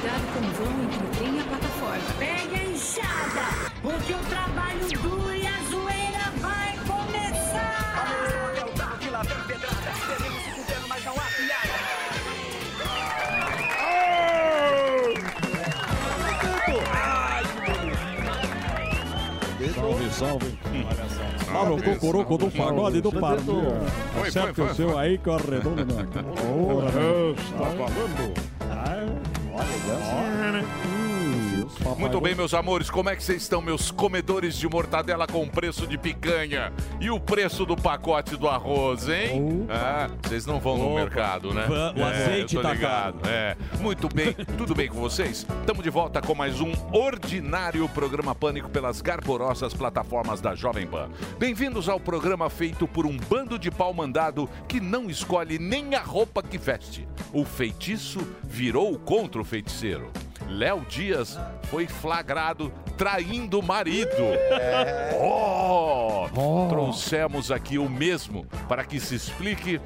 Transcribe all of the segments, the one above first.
vão entretém a plataforma. Pega a enxada, porque o trabalho duro e a zoeira vai começar. É o barro que lá vem pedrada. Devemos se fuder, mas não há piada. Salve, salve. Salve o cocoroco do pagode do pardo. Acerta o seu aí que eu arredondo na né? tá Muito bem, meus amores, como é que vocês estão, meus comedores de mortadela com preço de picanha? E o preço do pacote do arroz, hein? Ah, vocês não vão no mercado, né? Va- o azeite eu tô tá ligado. É. Muito bem, tudo bem com vocês? Estamos de volta com mais um ordinário programa Pânico pelas garborosas plataformas da Jovem Pan. Bem-vindos ao programa feito por um bando de pau mandado que não escolhe nem a roupa que veste. O feitiço virou contra o feiticeiro. Léo Dias foi flagrado traindo o marido. Oh! Trouxemos aqui o mesmo para que se explique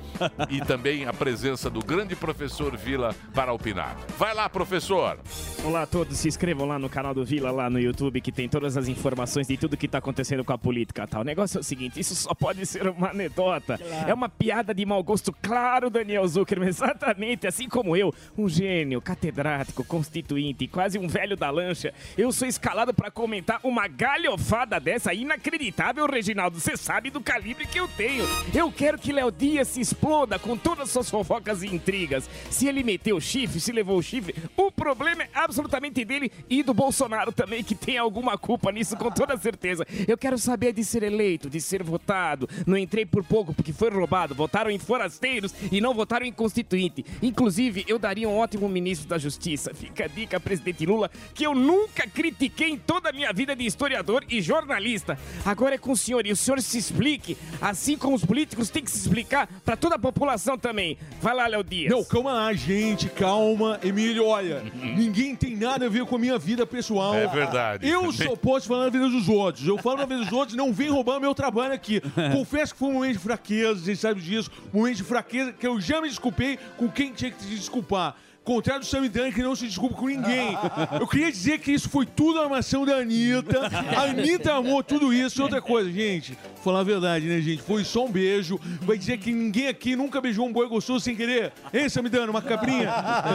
e também a presença do grande professor Vila para opinar. Vai lá, professor! Olá a todos, se inscrevam lá no canal do Vila, lá no YouTube, que tem todas as informações de tudo que tá acontecendo com a política, tá? O negócio é o seguinte, isso só pode ser uma anedota. É uma piada de mau gosto, claro, Daniel Zuckerman, exatamente, assim como eu, um gênio, catedrático, constituinte, quase um velho da lancha, eu sou escalado para comentar uma galhofada dessa inacreditável, Reginaldo, você sabe do calibre que eu tenho. Eu quero que Léo Dias se exploda com todas suas fofocas e intrigas. Se ele meteu o chifre, se levou o chifre, o problema é absolutamente dele e do Bolsonaro também, que tem alguma culpa nisso, com toda certeza. Eu quero saber de ser eleito, de ser votado. Não entrei por pouco porque foi roubado. Votaram em forasteiros e não votaram em constituinte. Inclusive, eu daria um ótimo ministro da Justiça. Fica a dica, presidente Lula, que eu nunca critiquei em toda a minha vida de historiador e jornalista. Agora é com o senhor e o senhor se explique, assim como os políticos têm que se explicar para toda a população também. Vai lá, Léo Dias. Não, calma lá, gente, calma. Emílio, olha, ninguém tem nada a ver com a minha vida pessoal. Uhum. É verdade. Eu só posso falar na vida dos outros. Eu falo na vida dos outros, não vem roubar meu trabalho aqui. Confesso que foi um momento de fraqueza, vocês sabem disso. Um momento de fraqueza que eu já me desculpei com quem tinha que se desculpar. Contrário do Samidana, que não se desculpa com ninguém. Eu queria dizer que isso foi tudo armação da Anitta. A Anitta amou tudo isso. E outra coisa, gente, falar a verdade, né, gente? Foi só um beijo. Vai dizer que ninguém aqui nunca beijou um boi gostoso sem querer. Hein, Samidana? Uma cabrinha?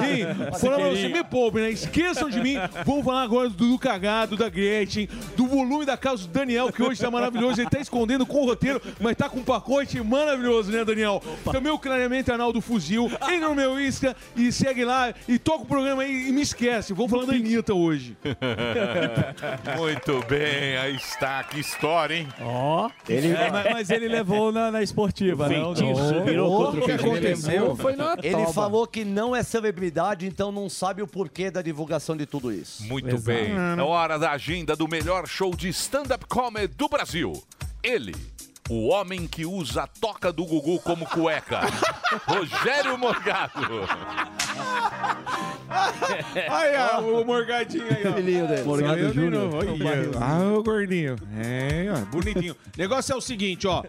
Hein? Fala, você me poupe, né? Esqueçam de mim. Vamos falar agora do Dudu Cagado, da Gretchen, do volume da casa do Daniel, que hoje tá maravilhoso. Ele tá escondendo com o roteiro, mas tá com um pacote maravilhoso, né, Daniel? Também o clareamento anal do fuzil. Entra no meu Insta e segue lá e toca o programa aí e me esquece. Vou falar da Anitta hoje. Muito bem, aí está, que história, hein? É, mas, mas ele levou na, na esportiva, né? Feitiço virou contra o que feiticeiro. aconteceu? Foi na Ele falou que não é celebridade, então não sabe o porquê da divulgação de tudo isso. Muito bem. É hora da agenda do melhor show de stand-up comedy do Brasil. Ele, o homem que usa a toca do Gugu como cueca. Rogério Morgado. Aí, ó, o morgadinho aí, ó. Filhinho dele. Morgado Júnior. Ah, o gordinho. É, ó, bonitinho. Negócio é o seguinte, ó.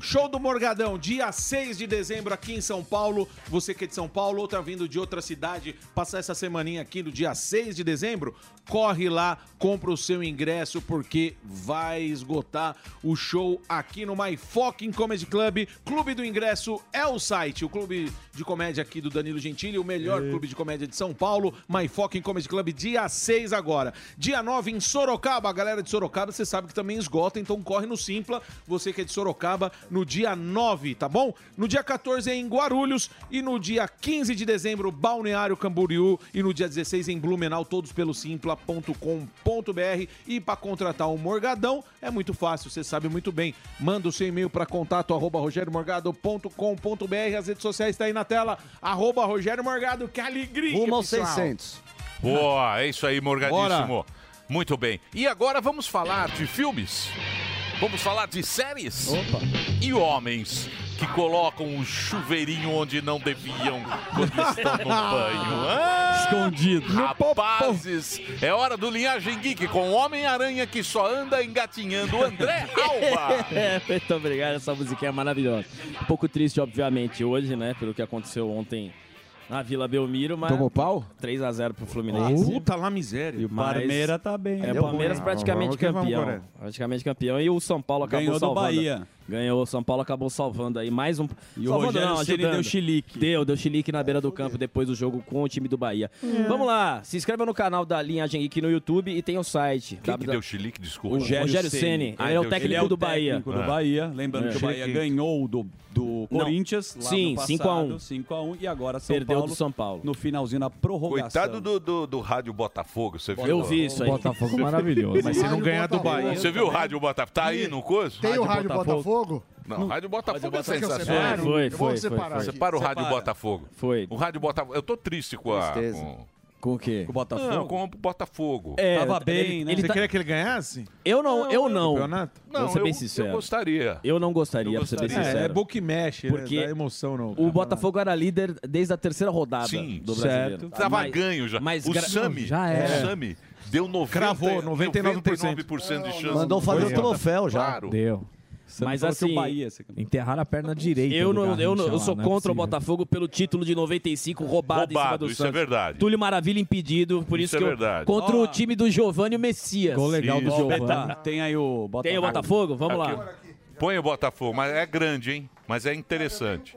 Show do Morgadão, dia 6 de dezembro aqui em São Paulo. Você que é de São Paulo, outra vindo de outra cidade, passar essa semaninha aqui no dia 6 de dezembro, corre lá, compra o seu ingresso porque vai esgotar o show aqui no My Fucking Comedy Club. Clube do Ingresso é o site, o clube de comédia aqui do Danilo Gentili, o melhor clube de comédia de São Paulo, My Fucking Comedy Club, dia 6 agora. Dia 9 em Sorocaba, a galera de Sorocaba, você sabe que também esgota, então corre no Simpla, você que é de Sorocaba, no dia 9, tá bom? No dia 14 é em Guarulhos e no dia 15 de dezembro, Balneário Camboriú e no dia 16 em Blumenau, todos pelo simpla.com.br e para contratar um Morgadão é muito fácil, você sabe muito bem. Manda o seu e-mail para contato arroba rogeriomorgado.com.br, as redes sociais tá aí na tela, arroba Rogério Morgado, que alegria, Rumo aos pessoal. 600. Boa, é isso aí, Morgadíssimo. Muito bem. E agora vamos falar de filmes. Vamos falar de séries e homens que colocam o chuveirinho onde não deviam quando estão no banho. Ah, Escondido. Rapazes, é hora do Linhagem Geek com o Homem-Aranha que só anda engatinhando André Alba. É, muito obrigado, essa musiquinha é maravilhosa. Um pouco triste, obviamente, hoje, né, pelo que aconteceu ontem na Vila Belmiro, mas. Tomou pau? 3x0 pro Fluminense. Puta lá miséria. E o Parmeira tá bem. É, o Deu Palmeiras bom, hein? praticamente vamos que vamos, campeão. Coré. praticamente campeão. E o São Paulo acabou Ganhou do salvando. Bahia. Ganhou, o São Paulo acabou salvando aí mais um. E o salvando, Rogério não, Ceni ajudando. deu chilique. Deu, deu chilique na beira do campo depois do jogo com o time do Bahia. Vamos lá, se inscreva no canal da Linhagem Geek no YouTube e tem o site. Quem que www. deu chilique, desculpa? Rogério, Ceni, ele Ah, é ele é o o técnico Ele Ele é o do Bahia. técnico do Bahia. Lembrando É. que o Bahia ganhou do, do Corinthians lá Sim, no passado. 5 a 1. 5 a 1 E agora São Perdeu Paulo. do São Paulo. No finalzinho, na prorrogação. Coitado do, do, do rádio Botafogo, você viu? Eu vi isso aí. Botafogo maravilhoso. Mas se não ganhar do Bahia. Você viu o rádio Botafogo? Tá aí no curso? Tem o Rádio Botafogo? Não, rádio Botafogo é Será que eu sensacional. separo? foi, Eu vou foi, foi, separar foi. aqui. Separa o rádio Botafogo. Foi. O rádio Botafogo. Eu tô triste com a. Tristeza. Com... Com o quê? O Botafogo. Não, com o Botafogo. Tá É, Tava ele- bem, né? ele Você tá- queria que ele ganhasse? Eu não, eu não. Campeonato? Não, Vou ser eu, bem eu sincero. gostaria. Eu não gostaria, Eu pra ser bem É, gostaria. é sincero. book mexe, Porque né? Dá emoção não. O Botafogo era líder desde a terceira rodada Sim, do Brasileiro. certo. Tava Mas- ganho já. mas o gra- Sami, Não, já o era. Sami deu 90, Cravou, 99%. 99% de chance. Mandou fazer o troféu já. Claro. Deu. Você não Mas falou que assim, o Bahia, você... Enterraram a perna direita. Eu, do não, eu, né? não- Garrincha eu lá, sou não é contra possível. o Botafogo pelo título de 95 roubado, em cima Roubado, do isso é Santos. verdade. Túlio Maravilha impedido, por Isso isso, é que eu- verdade. contra o time do Giovanni e o Messias. Gol legal do Isso. Giovanni. Tá, tem aí o Botafogo. Tem o Botafogo? Vamos lá. Põe o Botafogo, mas é grande, hein? Mas é interessante.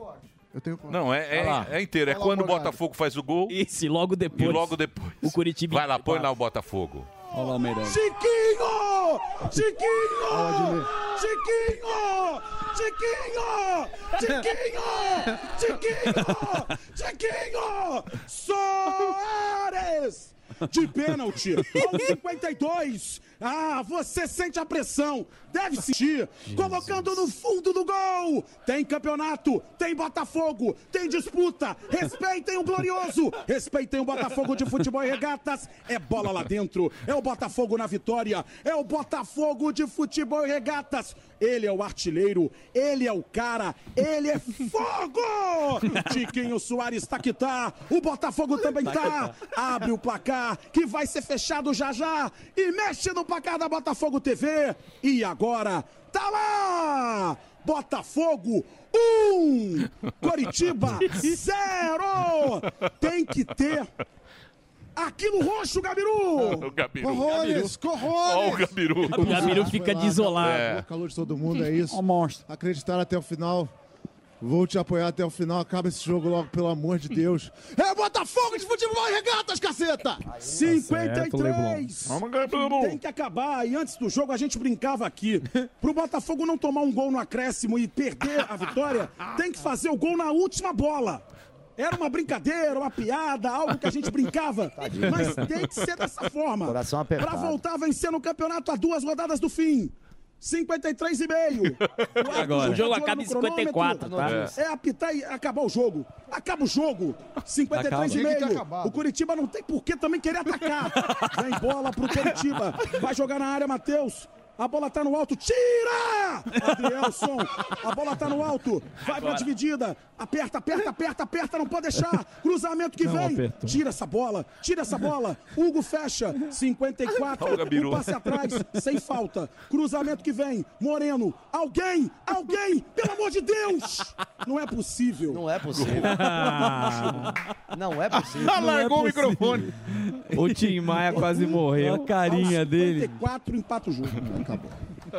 Eu tenho coragem. Não, é, é, é inteiro. É Olha lá quando o o horário. Botafogo faz o gol e, Esse, logo depois. logo depois. O Curitiba- Vai lá, põe lá o Botafogo. Olha lá o Meirelles. Chiquinho! Chiquinho! Chiquinho! Chiquinho! Chiquinho! Chiquinho! Chiquinho! Soares! De pênalti, aos 52. Ah, você sente a pressão, deve sentir. Colocando no fundo do gol. Tem campeonato, tem Botafogo, tem disputa. Respeitem o glorioso, respeitem o Botafogo de futebol e regatas. É bola lá dentro, é o Botafogo na vitória, é o Botafogo de futebol e regatas. Ele é o artilheiro, ele é o cara, ele é fogo! Tiquinho Soares tá que tá, o Botafogo também tá. Abre o placar, que vai ser fechado já já. E mexe no placar da Botafogo TV. E agora, tá lá! Botafogo 1, Coritiba 0! Tem que ter aquilo roxo, O Gabiru! Gabiru. Corrones, Ó o corrones! Gabiru. O Gabiru fica Foi lá, desolado. É. O calor de todo mundo, é isso. Ó, monstro. Acreditar até o final. Vou te apoiar até o final. Acaba esse jogo logo, pelo amor de Deus. É Botafogo de futebol e regatas, caceta! tá 53! Vamos, Gabiru. Tem que acabar. E antes do jogo a gente brincava aqui. Pro Botafogo não tomar um gol no acréscimo e perder a vitória, tem que fazer o gol na última bola. Era uma brincadeira, uma piada, algo que a gente brincava. Mas tem que ser dessa forma. Coração apertado. Pra voltar a vencer no campeonato a duas rodadas do fim. 53 e meio. agora? O jogo Olho é no acaba em cronômetro. 54, tá? É apitar e acabar o jogo. Acaba o jogo. 53 e Acaba. Tinha que ter meio. acabado. O Curitiba não tem por que também querer atacar. Vem bola pro Curitiba. Vai jogar na área, Matheus. A bola tá no alto. Tira! Adrielson. A bola tá no alto. Vai pra dividida. Aperta, aperta, aperta, aperta. Não pode deixar. Cruzamento que vem. apertou. Tira essa bola. Tira essa bola. Hugo fecha. 54. Olha o Gabiru. Um passe atrás. Sem falta. Cruzamento que vem. Moreno. Alguém! Alguém! Pelo amor de Deus! Não é possível. Não é possível. Não é possível. Largou o é microfone. O Tim Maia quase morreu. A carinha Aos dele. 54 empata o jogo. Acabou.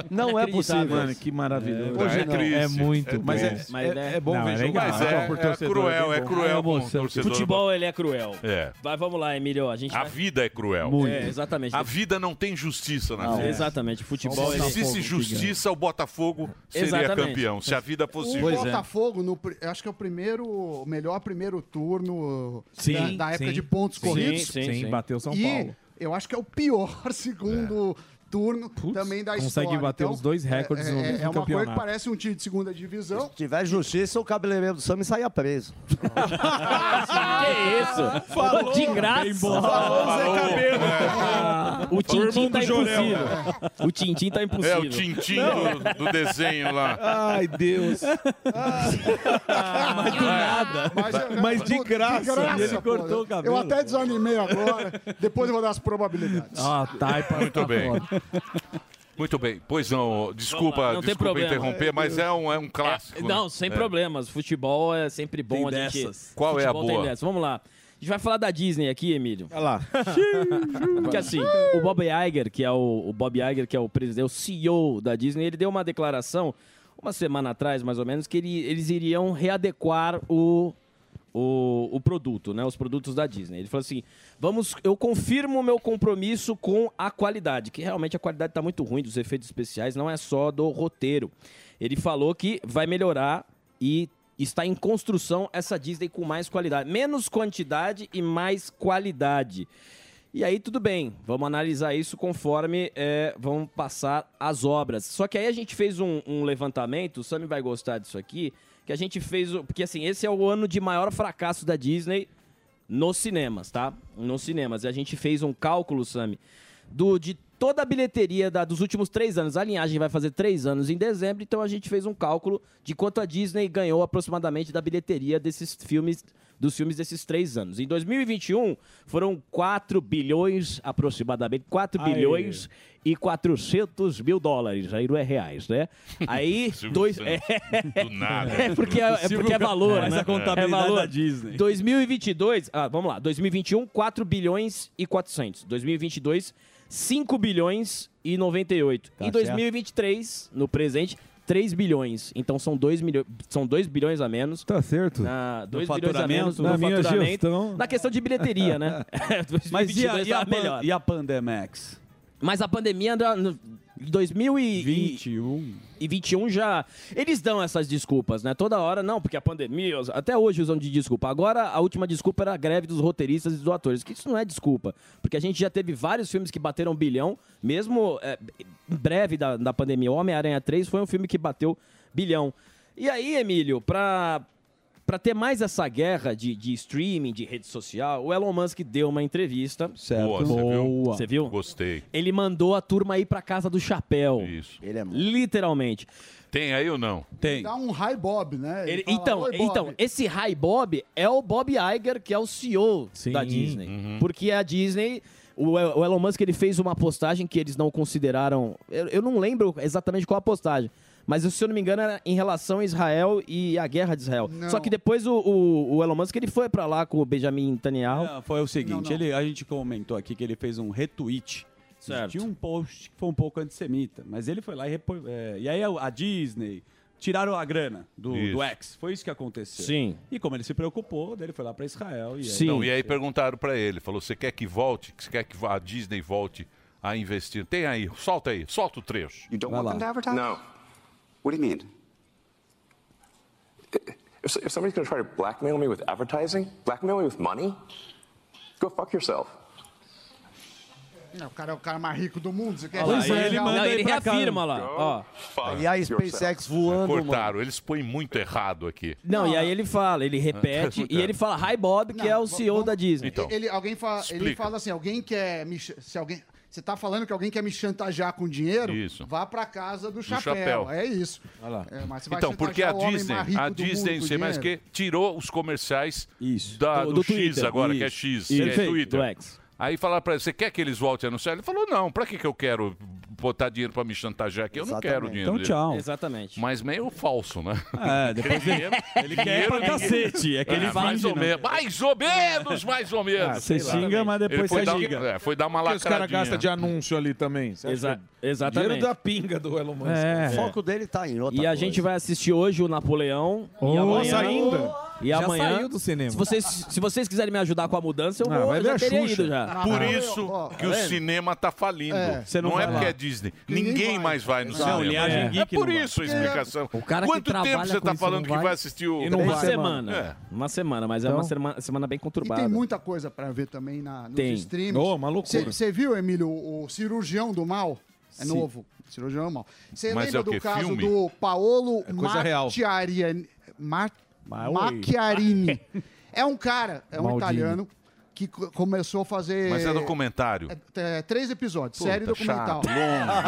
Não é possível. que maravilhoso. Hoje é não. triste. É muito Mas bom. é, Mas, né, bom Não, é legal. mas é, Só por é torcedor, cruel, bem é bom. cruel. É com o emoção. torcedor. Futebol, ele é cruel. É. Vai, vamos lá, Emílio. A gente A vai... vida é cruel. Muito. É, exatamente. A vida não tem justiça na vida. Exatamente. Futebol, Se ele... existisse justiça, o Botafogo seria Exatamente. é. campeão. Se a vida é. fosse tá O justa. Botafogo, no pri- acho que é o primeiro, o melhor primeiro turno Sim, da, da época sim. de pontos Sim, corridos. sim, sim. bateu São e Paulo. É. eu acho que é o pior segundo turno também da consegue história. bater os dois recordes é, no é, mesmo É uma coisa campeonato. que parece um time de segunda divisão. Se tiver justiça, o cabeleireiro do Sam saia preso. Que isso? Pô, de graça. O Tintim tá impossível. O Tintim tá impossível. É o Tintim do, do desenho lá. Ai, Deus. Mas, Mas de pô, graça, e ele pô, cortou eu- o cabelo. Eu até tá, desanimei agora. Depois eu vou dar as probabilidades. Ah, tá. Muito bem. Muito bem. Pois não, desculpa, Vamos lá, não tem desculpa problema. interromper, mas é um, é um clássico. né? Não, sem É. problemas. Futebol é sempre bom. Tem a gente... dessas. Qual é a Futebol tem boa? dessas. Vamos lá. A gente vai falar da Disney aqui, Emílio. Olha lá. Porque assim, o Bob Iger, que é o, o Bob Iger, que é o presidente, o CEO da Disney, ele deu uma declaração uma semana atrás, mais ou menos, que ele- eles iriam readequar o, o, o produto, né? Os produtos da Disney. Ele falou assim: vamos, eu confirmo o meu compromisso com a qualidade, que realmente a qualidade está muito ruim dos efeitos especiais, não é só do roteiro. Ele falou que vai melhorar e está em construção essa Disney com mais qualidade. Menos quantidade e mais qualidade. E aí, tudo bem, vamos analisar isso conforme é, vão passar as obras. Só que aí a gente fez um, um levantamento, o Sami vai gostar disso aqui, que a gente fez. o- Porque assim, esse é o ano de maior fracasso da Disney nos cinemas, tá? Nos cinemas. E a gente fez um cálculo, Sami, do, de toda a bilheteria da- dos últimos três anos. A linhagem vai fazer três anos em dezembro, então a gente fez um cálculo de quanto a Disney ganhou aproximadamente da bilheteria desses filmes, dos filmes desses três anos. Em 2021, foram 4 bilhões, aproximadamente, 4 Aí. bilhões e 400 mil dólares. Aí não é reais, né? Aí, dois. É, Do nada. É porque é, é porque é valor, Faz né? a contabilidade é valor. da Disney. 2022, ah, vamos lá, 2021, 4 bilhões e 400. 2022, 5 bilhões e 98. Tá em certo. 2023, no presente, 3 bilhões. Então são 2, milho... são 2 bilhões a menos. Tá certo. Na, 2 No bilhões a faturamento, menos na no minha faturamento. gestão. Na questão de bilheteria, né? Mas e a, 2022 e a tá pan- melhor. e a Pandemax? Mas a pandemia anda no 2021 e 21 já eles dão essas desculpas, né? Toda hora não, porque a pandemia, os- até hoje usam de desculpa. Agora a última desculpa era a greve dos roteiristas e dos atores, que isso não é desculpa, porque a gente já teve vários filmes que bateram um bilhão, mesmo é, em breve da, da pandemia. O Homem-Aranha 3 foi um filme que bateu bilhão. E aí, Emílio, pra para ter mais essa guerra de, de streaming, de rede social, o Elon Musk deu uma entrevista. Certo. Boa, você viu? Você viu? Gostei. Ele mandou a turma ir pra casa do chapéu. Isso. Ele é Literalmente. Tem aí ou não? Tem. Dá um high bob, né? Ele- Ele fala, então, "Oi, Bob." então, esse High Bob é o Bob Iger, que é o CEO da Disney. Uhum. Porque a Disney. O El- o Elon Musk ele fez uma postagem que eles não consideraram. Eu, eu não lembro exatamente qual a postagem. Mas, se eu não me engano, era em relação a Israel e a guerra de Israel. Só que depois o, o- o Elon Musk ele foi pra lá com o Benjamin Netanyahu. Ah, foi o seguinte, Ele, a gente comentou aqui que ele fez um retweet. Certo. Tinha um post que foi um pouco antissemita, mas ele foi lá e repo... é, E aí a, a Disney tiraram a grana do, Isso. do ex. Foi isso que aconteceu. Sim. E como ele se preocupou, daí ele foi lá pra Israel. E aí... Não, e aí perguntaram pra ele, falou, você quer que volte? Você quer que a Disney volte a investir? Tem aí, solta aí, solta o trecho. Então You don't want them to advertise? No. Tá. What do you mean? If, if somebody's going to try to blackmail me with advertising, blackmail me with money, go fuck yourself. O cara é o cara mais rico do mundo, você quer Olha lá, é, dizer? né? ele- não, ele reafirma lá, ó. Fala. E a SpaceX voando, Cortaram, eles põem muito errado aqui. Não, e aí ele fala, ele repete, e ele fala Hi Bob, que é o CEO da Disney. Então. Ele, alguém fala, ele Explica. fala assim, alguém quer me, ch- se alguém, você tá falando que alguém quer me chantagear com dinheiro? Isso. Vá pra casa do chapéu. chapéu. É isso. É, mas você vai Então, porque a chantagear o homem Disney, mais rico a do mundo Disney, com não sei mais o dinheiro? que, tirou os comerciais da- Do- do, do X Twitter. agora, que é Isso. X, Isso. que é Perfeito. Twitter. Do Aí falaram pra ele, você quer que eles voltem a anunciar? Ele falou, não, pra que, que eu quero botar dinheiro pra me chantagear aqui? Eu não quero dinheiro. dele." Exatamente. Mas meio falso, né? É, depois ele- ele quer pra cacete, é que ele mais finge, ou né? menos, mais ou menos, mais ou menos. Ah, você Sei lá. xinga, mas depois Ele foi você dar um- liga. é, foi dar uma Porque os lacradinha. caras gastam de anúncio ali também. Você acha Exa- que é o exatamente. Dinheiro da pinga do Elon Musk. É. O foco dele tá em E a gente vai assistir hoje o Napoleão. e amanhã, nossa, ainda? E Já amanhã. saiu do cinema. Se vocês, se vocês quiserem me ajudar com a mudança, eu Ah, vou, vai eu ver já a teria Xuxa. ido já. Por isso que tá o vendo? cinema tá falindo. É. Você é. não não é vai porque lá. é Disney. Ninguém Ninguém, vai. mais vai no Não, cinema. linhagem é. é geek não por vai. isso a É. explicação. O cara que Quanto tempo trabalha você com tá isso falando não que vai? vai assistir o... uma semana. Uma semana, mas é uma Então- semana, semana bem E conturbada. tem muita coisa pra ver também na, nos Tem. streams. Ô, uma loucura. Você viu, Emílio, o, o Cirurgião do Mal? É Sim. novo. Cirurgião do Mal. Você Mas é lembra o quê? do caso Filme? do Paolo É coisa real. Macchiaria- Ma- oi. Macchiarini. é um cara, é um Maldini. italiano, que co- começou a fazer. Mas é documentário. É, é, três episódios, Puta, série documental. chato,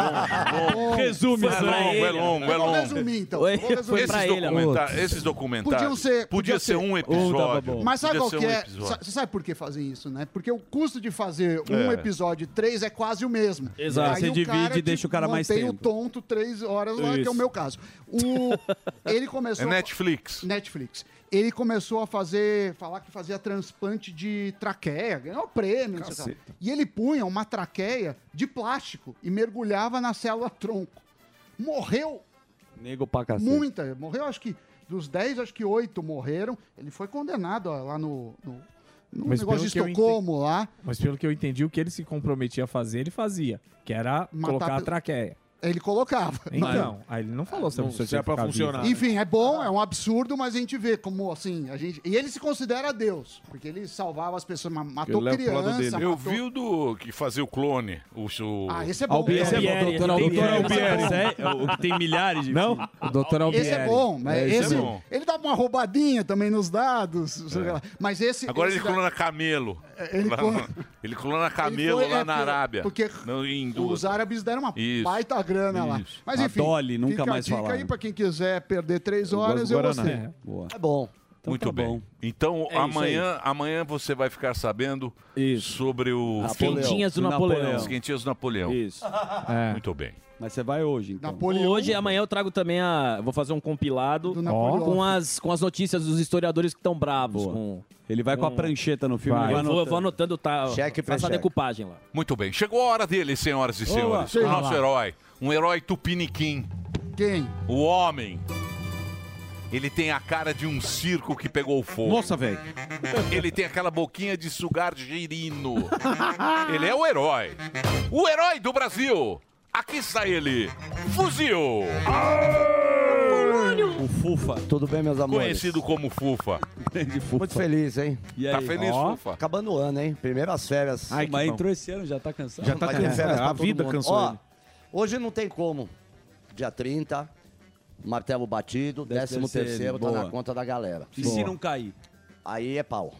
longo, longo, longo. Resume, é Zé. longo, é longo, é Eu vou longo. resumir, então. Eu vou resumir. Esses, Foi pra ele, documenta- amor. esses documentários. Podiam ser, Podia ser um tá episódio. Mas sabe podia qual ser que um é? episódio. Sa- Você sabe por que fazer isso, né? Porque o custo de fazer um É. episódio e três é quase o mesmo. Exato. Aí Você o divide cara e deixa o cara mais mantém o tempo. tonto três horas lá, que é Isso. o meu caso. O... Ele começou... É a- Netflix. Netflix. Ele começou a fazer, falar que fazia transplante de traqueia, ganhou prêmio, não sei o que. Caceta. lá. E ele punha uma traqueia de plástico e mergulhava na célula tronco. Morreu Nego pra cacete. Muita. Morreu, acho que dos 10, acho que 8 morreram. Ele foi condenado ó, lá no, no, no Mas negócio de pelo que eu Estocolmo lá. Mas pelo que eu entendi, o que ele se comprometia a fazer, ele fazia. Que era colocar a pe- traqueia. Ele colocava. Então, aí ele não é falou sobre o seu tinha que ficar vivo. Enfim, é bom, é um absurdo, mas a gente vê como assim. A gente... E ele se considera Deus, porque ele salvava as pessoas, ma- matou criança. Matou... Eu vi o do que fazia o clone. O, o... Ah, esse é bom. Albieri. Esse é bom, Albieri. doutor Albieri. Esse é bom. O que tem milhares de. Não? O doutor Esse é bom, mas esse, é bom. É. ele dava uma roubadinha também nos dados, sei lá. mas esse Agora esse É, ele clona camelo. ele Lá- clona- ele clona camelo Ele foi- lá é, na porque- Arábia. porque Não, em Os Indus. árabes deram uma Isso. baita grana lá. Isso. Mas A enfim, Dolly, nunca fica mais a dica falaram. aí pra quem quiser perder três Eu gosto horas, do eu Guaraná. gostei. É, boa. É bom. Muito bem. Então, É isso amanhã, amanhã você vai ficar sabendo sobre o... As quentinhas do Napoleão. As quentinhas do Napoleão. Isso. Muito bem. Mas você vai hoje, então. Hoje e amanhã eu trago também a. Vou fazer um compilado Napoleão. com, as, com as notícias dos historiadores que estão bravos. Com, Ele vai com a com- prancheta no filme. Vai. ele Eu vou, eu vou anotando. anotando, tá? Cheque pra Faça a cheque. decupagem lá. Muito bem. Chegou a hora dele, senhoras e Opa, senhores. sim. o nosso Olá. herói. Um herói tupiniquim. Quem? O homem. Ele tem a cara de um circo que pegou fogo. Nossa, velho. Ele tem aquela boquinha de sugar girino. Ele é o herói. O herói do Brasil. Aqui está ele. Fuzil. O Fufa. Tudo bem, meus amores? Conhecido como Fufa. Muito feliz, hein? E aí? Tá feliz, Fufa? Acabando o ano, hein? Primeiras férias. Ai, mas entrou esse ano, já tá cansado. Já tá Vai ter cansado. férias É, pra a todo vida mundo. cansou Ó, ele. Hoje não tem como. Dia 30, martelo batido, décimo terceiro, tá boa. na conta da galera. E se não cair? Aí é pau.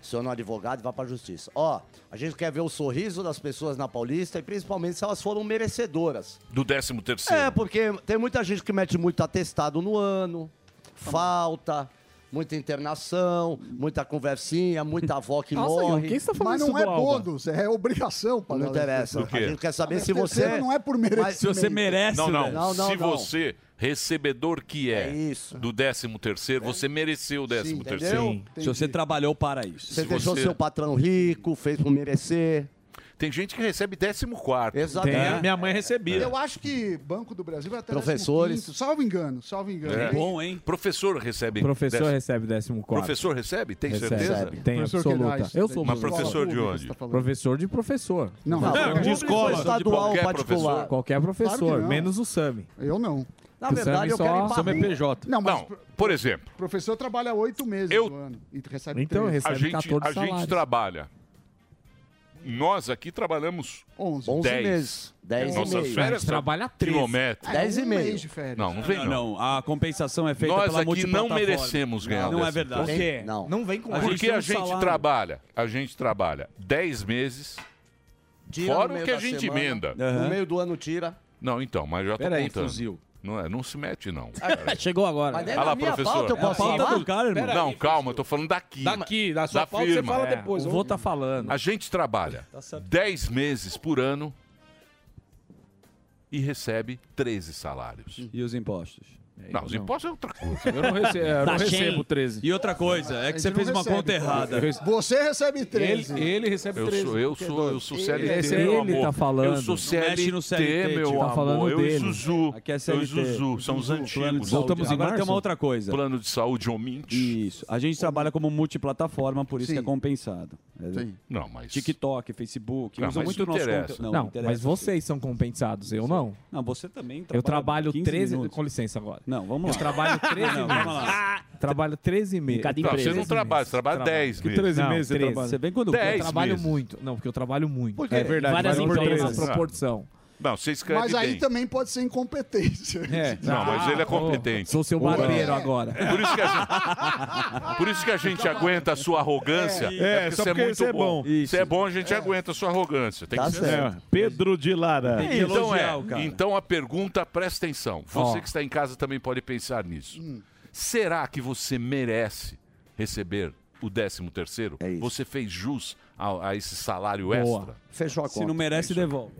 Se eu não advogado, vai pra justiça. Ó, a gente quer ver o sorriso das pessoas na Paulista e principalmente se elas foram merecedoras. Do 13 terceiro. É, porque tem muita gente que mete muito atestado no ano, falta, muita internação, muita conversinha, muita avó que Nossa, morre. Ian, quem está falando Mas não isso do é Alba? bônus, é obrigação. Pra Não galera. interessa. Do quê? A gente quer saber Mas se você... terceiro não é por merecimento. Mas se você merece, Não, não. velho. Não, não, Se não. você, recebedor que é, do 13 terceiro, você mereceu o 13 terceiro. É. entendeu? Se você trabalhou para isso. Você Se deixou você- seu patrão rico, fez por merecer. Tem gente que recebe 14. Exatamente. É. Tem, Né? minha mãe recebia. Eu acho que Banco do Brasil vai até Professores. 15º, Salvo engano, salvo engano. É. Professor recebe. Professor décimo- recebe 14. Professor recebe? Tem Recebe. certeza? Tem, Professor absoluta. Queiroz. né? Eu sou tá Mas professor de onde? tá Professor de professor. é Não, Não, não, de escola. estadual, Qualquer particular. professor. Qualquer professor, Claro que não. menos o Sami. Eu não. Na Que o verdade, Sami eu só- quero ir Ah, pra Sami é rua. PJ. Não, mas Não, por exemplo, o professor trabalha oito meses do ano e recebe É Então, três. a gente, a gente trabalha. Nós aqui trabalhamos 11, 10. meses. 10 Nossas meses. férias A gente trabalha são 13. quilométricas. É, 10 e um meio. mês de férias. Não, não vem não. A compensação é feita Nós pela aqui não multiplataforma. merecemos ganhar o Não, é décimo verdade. terceiro. Não. vem com essa. Porque A a gente tem um gente salário. trabalha, a gente trabalha 10 meses, Tira no fora o meio que a da gente semana, emenda. No meio do ano tira. Não, então, mas já tô Pera aí, contando. fuzil. Não, é, não se mete, não. Chegou agora. Mas nem Fala, na minha professor. pauta eu posso É a pauta falar? do cara, irmão. Não, calma, eu tô falando daqui. Daqui, da sua pauta você fala É, depois, o vou ouve. tá falando. A gente trabalha 10 meses por ano e recebe 13 salários. E os impostos? Não, os impostos é outra coisa. Eu não rece- é, eu não Tá recebo cheio. 13. E outra coisa, é que você Ele fez não uma recebe, conta cara. errada. é Você recebe três. né? Ele- ele recebe Eu sou, eu sou, eu sou CLT, Esse meu ele amor. tá falando. Eu sou Não mexe CLT, no CLT, meu tio. Tá amor. falando eu dele. e Zuzu. Aqui é eu e CLT. Zuzu, são os Zuzu, plano de antigos. saúde. Voltamos em Agora tem março? uma outra coisa. Plano de saúde ominte. Isso. A gente trabalha como multiplataforma, por isso Sim. que é compensado. É- Sim. Não, mas- TikTok, Ah, Facebook, Não, usam mas muito o não nosso interessa. conteúdo. Não, interessa. mas vocês são compensados, eu não. Não, você também Eu trabalho 15 13... minutos. Com licença agora. Não, vamos lá. Eu trabalho 13 Não, meses. vamos lá. Trabalho 13 meses. cada Não, empresa. você não trabalha, você trabalha 10 Que meses. 13 Não, meses 13. você trabalha? Você vem quando- eu 10 trabalho meses. muito. Não, porque eu trabalho muito. Porque É verdade, várias Várias vale por empresas. três. proporção. Não, você escreve Mas bem. aí um também pode ser incompetência. Não, mas ele é competente. Sou seu barbeiro agora. Por isso que a gente, por isso que a gente aguenta a sua arrogância. É, é, só porque você é bom. Se é bom, a gente aguenta a sua arrogância. Tem Tá que ser certo. assim. É, Pedro de Lara. Então, é, o cara. então a pergunta, presta atenção. Você Ó. que está em casa também pode pensar nisso. Será que você merece receber o 13 terceiro? Você fez jus a, a esse salário Boa. extra? Fechou a Se não merece, devolve.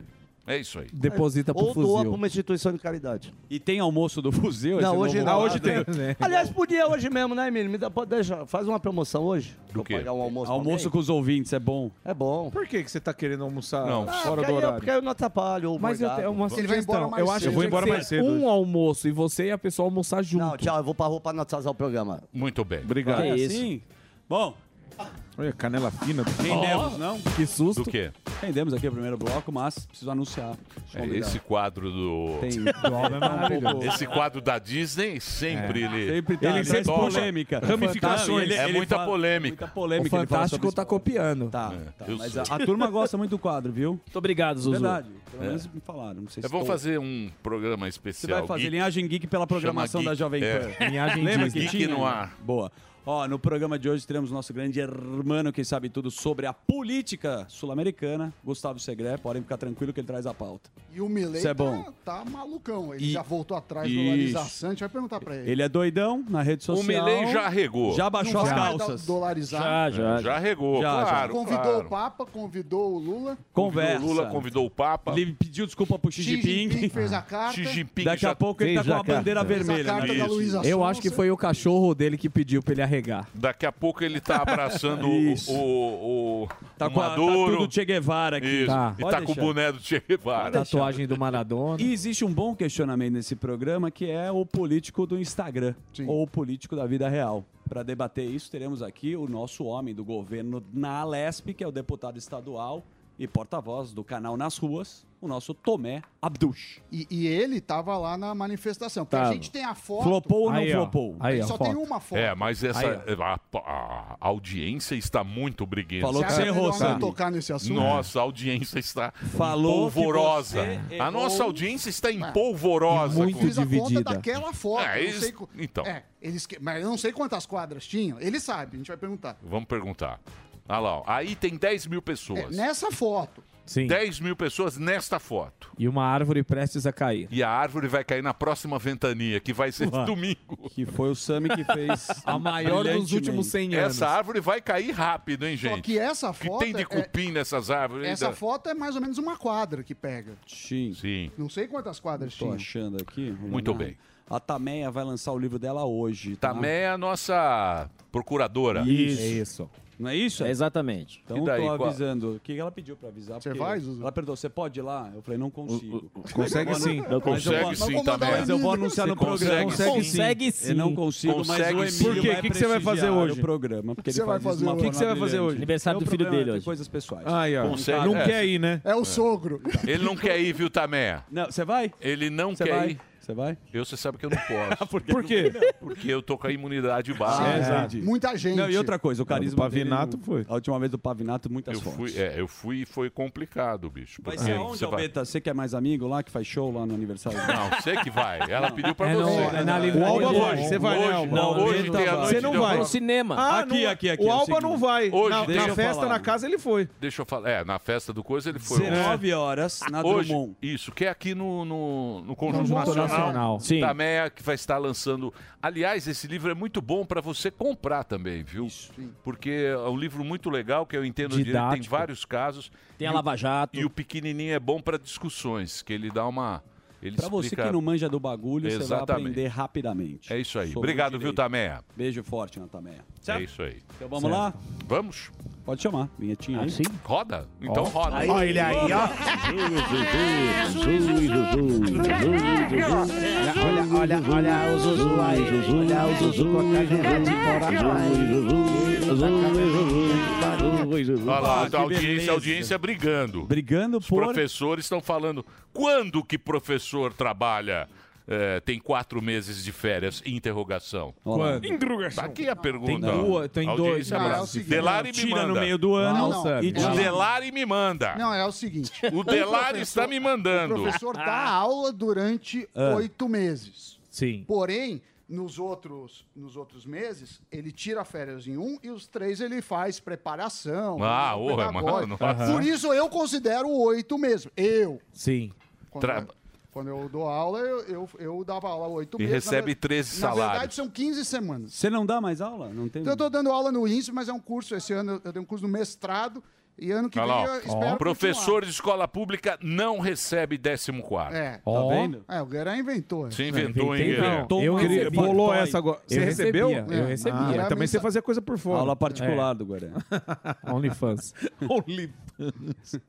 É isso aí. Deposita pro Ou doa fuzil. pra uma instituição de caridade. E tem almoço do fuzil? Não, esse hoje novo não. Ah, lado? né? Aliás, podia hoje mesmo, né, Emílio? Me dá, pode deixar. Faz uma promoção hoje. Do quê? pagar um almoço pra Almoço alguém. com os ouvintes, é bom. É bom. Por que, que você tá querendo almoçar Ah, fora porque do aí eu- horário? Porque aí eu não atrapalho. ou Mas eu morgado. tenho uma sugestão. eu acho Eu vou que tinha embora que mais ser cedo Um hoje. almoço e você e a pessoa almoçar junto. Não, tchau, eu vou pra rua pra não atrasar o programa. Muito bem. Obrigado. É É isso. assim? Bom. Olha, canela fina. Rendemos, não? Que susto. Do quê? Rendemos aqui o primeiro bloco, mas preciso anunciar. Deixa eu É, convidar. esse quadro do. Tem- do álbum é maravilhoso. Esse quadro da Disney sempre É. ele. Sempre tá, ele traz traz bola. polêmica. Ramificações. Ele- é ele muita fala- polêmica. muita polêmica. O ele fala sobre Fantástico tá copiando. Tá, tá, É, eu mas sei. a, a turma gosta muito do quadro, viu? Muito obrigado, Zuzu. Verdade. Pelo É. menos me falaram. Não sei se É, vamos tô- fazer um programa Você especial. vai fazer geek. linhagem geek pela programação Chama da Geek. Jovem Pan. É. Linhagem Lembra Disney. que Geek tinha? no ar. Boa. Ó, no programa de hoje teremos nosso grande hermano que sabe tudo sobre a política sul-americana, Gustavo Segré. Podem ficar tranquilo que ele traz a pauta. E o Milley Isso é bom. Tá, tá malucão. Ele E- já voltou atrás Isso. do dolarização. A gente vai perguntar pra ele. Ele é doidão na rede social. O Milei já regou. Já Não baixou as vai dar- calças. dolarizar. Já, já. Já é regou, claro, Convidou claro. o Papa, convidou o Lula. Conversa. O Lula convidou o Papa. Ele pediu desculpa pro Xi Xi Jinping. Jinping fez a carta. Xi Jinping Daqui já- a pouco ele tá fez com a a bandeira carta. vermelha. né? Fez a carta da Luísa Eu acho que foi o cachorro dele que pediu pra ele arregar. Daqui a pouco ele tá abraçando o, Isso. o, o, Tá o com a- tá Maduro. tudo Che Guevara aqui. Isso. Tá. E Pode tá com o deixar. boné do Che Guevara. Tatuagem do Maradona. E existe um bom questionamento nesse programa que é o político do Instagram ou o político da vida real. Para debater isso, teremos aqui o nosso homem do governo na Alesp, que é o deputado estadual e porta-voz do canal Nas Ruas, o nosso Tomé Abdush. E, e ele tava lá Tá na manifestação. Porque Tava. a gente tem a foto. Tá. Flopou ou não Aí, ó. flopou? Aí, Ele ó, só foto. tem uma foto. É, mas essa Aí, a, a- a audiência está muito briguenta. Falou que Você você acha errou, melhor não Sami. tocar nesse assunto? Nossa, a audiência está Falou que polvorosa. você A errou. nossa audiência está em Ah. polvorosa. Muito com- Fiz a conta daquela foto. É, eu isso- não sei, co- então. É, eles, que- mas eu não sei quantas quadras tinham. Ele sabe, a gente vai perguntar. Vamos perguntar. Olha lá, ó. aí tem 10 mil É, pessoas. nessa foto. Sim. 10 mil pessoas nesta foto. E uma árvore prestes a cair. E a árvore vai cair na próxima ventania, que vai ser Ué. domingo. Que foi o Sami que fez A maior dos últimos 100 anos. Essa árvore vai cair rápido, hein, gente? que essa foto tem de é- cupim nessas árvores. Essa ainda. foto é mais ou menos uma quadra que pega. Sim. Sim. Não sei quantas quadras Tô tinha. achando aqui. vamos Muito lá. bem. A Tameia vai lançar o livro dela hoje. tá? Tamé é a nossa procuradora. Isso. Isso. Não é isso? exatamente. Então E eu daí, tô qual- avisando. O que ela pediu pra avisar? Você porque vai, Zuzu? Ela perguntou, você pode ir lá? Eu falei, não consigo. consegue Mas eu sim. vou- mas eu Consegue vou- sim, mas eu vou- tá Mas eu vou bem. anunciar no Você programa. consegue sim. Consegue Eu não sim. consigo, Consegue mas sim. o Emílio Por quê? vai O que que você vai fazer prestigiar hoje? o programa. Porque O que você ele faz vai isso fazer de uma hoje? forma O que que você vai fazer brilhante. hoje? Aniversário Meu do filho problema é dele ter hoje. coisas pessoais. Aí, ó. Consegue, Não é. quer ir, né? É o sogro. Ele não quer ir, viu, Tamé? Não, você vai? Ele não Você quer vai? ir. Você vai? Eu, você sabe que eu não posso. quê? Por Por quê? Porque eu tô com a imunidade baixa. Ah, entendi. Muita gente. Não, e outra coisa, o carisma. do É. Pavinato dele, foi. A última vez do Pavinato, muitas Eu fotos. fui, é, eu fui e foi complicado, bicho. Vai porque ser aonde, você vai- Albeta? Você que é mais amigo lá, que faz show lá no aniversário? Não, você que vai. Ela pediu pra É você. no- é na livraria. O Alba Hoje, hoje. você vai, né, hoje, Alba? Não, hoje Alba tem a vai. noite Você não de vai. Alba. No cinema. Ah, Aqui, não- aqui, aqui, O é o Alba seguinte. não vai. Hoje, na deixa na eu festa, falar. na casa, ele foi. Deixa eu falar. É, na festa do Coisa ele foi. ontem. 19 horas na Hoje, Drummond. Isso, que é aqui no, no, no Conjunto Conjunto Nacional, Nacional, sim. da MEA, que vai estar lançando. Aliás, esse livro é muito bom para você comprar também, viu? Porque é um livro muito legal, que eu entendo direito, tem Didático. vários casos. Tem a E o- Lava Jato. E o pequenininho é bom para discussões, que ele dá uma... Ele Pra você explica- que não manja do bagulho, você vai Exatamente. aprender rapidamente. É isso aí. Sobre Obrigado, direito. viu, Tameia? Beijo forte na Tameia. É isso aí. Então vamos lá? Vamos. Pode chamar. Vinhetinha aí. sim? Roda? Então Ó. roda. Aí. Olha ele aí, ó. Olha, olha, olha o Zuzu aí. Olha o Zuzu com a cadeira de Olha Ah, lá, então, que a audiência, beleza. a audiência brigando. Brigando Os professores estão falando. Quando que professor trabalha? eh, tem quatro meses de férias? Interrogação. Quando? Interrogação. Aqui a pergunta. Tem duas, tem dois. Audiência Não, é o brava. seguinte, Delari me tira manda. no meio do ano Não, não. E não. o Delari me manda. Não, é o seguinte. O Delari professor- está me mandando. O professor dá aula durante Ah. oito meses. Sim. Porém, nos outros, nos outros meses, ele tira férias em um e os três ele faz preparação. Ah, né, porra, mano, pedagógico. não faz Por isso. isso eu considero oito mesmo. Eu. Sim. Quando, Tra- quando eu dou aula, eu, eu, eu dava aula oito E meses. na recebe ver- 13 Na salários. verdade, são 15 semanas. Você não dá mais aula? Não tem. Então, eu tô dando aula no INSS, mas é um curso, esse ano eu tenho um curso no mestrado, e ano que Olha vem lá, eu ó. espero Professor de escola pública não recebe 14 continuar. quarto. É. É, o Guerra inventou. Você inventou, hein, Guilherme? eu Mas queria- você bolou botou aí. essa agora. Você Eu recebeu? recebia, eu é. recebia. Ah, Mas também mas- você fazia coisa por fora. Aula particular do Guarani. É. OnlyFans. OnlyFans.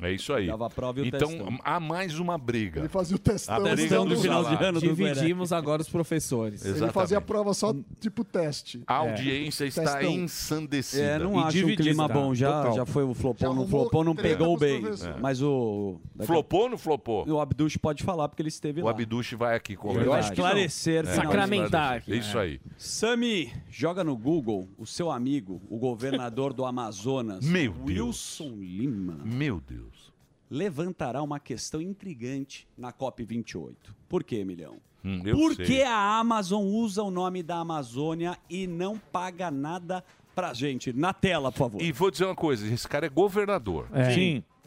É isso aí. Dava prova e o então, testão. há mais uma briga. Ele fazia o testão. A briga Testão do do final de ano salário. do Dividimos agora os professores. Ele Exatamente. fazia a prova só tipo teste. É. A audiência está Testão. ensandecida. É, não acho um clima tá. bom. Já, já foi o flopão. No arrumou flopão não treta pegou pros bem. professores. Mas o. Flopou ou não flopou? O Abdush pode falar, porque ele esteve O lá. Abduche vai aqui Eu acho que esclarecer, É. finalmente. Isso aí. Sami, joga no Google o seu amigo, o governador do Amazonas, Meu Wilson Lima. Meu Deus. Levantará uma questão intrigante na COP28. Por quê, Emilhão? Hum, eu Por sei. que a Amazon usa o nome da Amazônia e não paga nada pra gente? Na tela, por favor. E vou dizer uma coisa, esse cara é governador.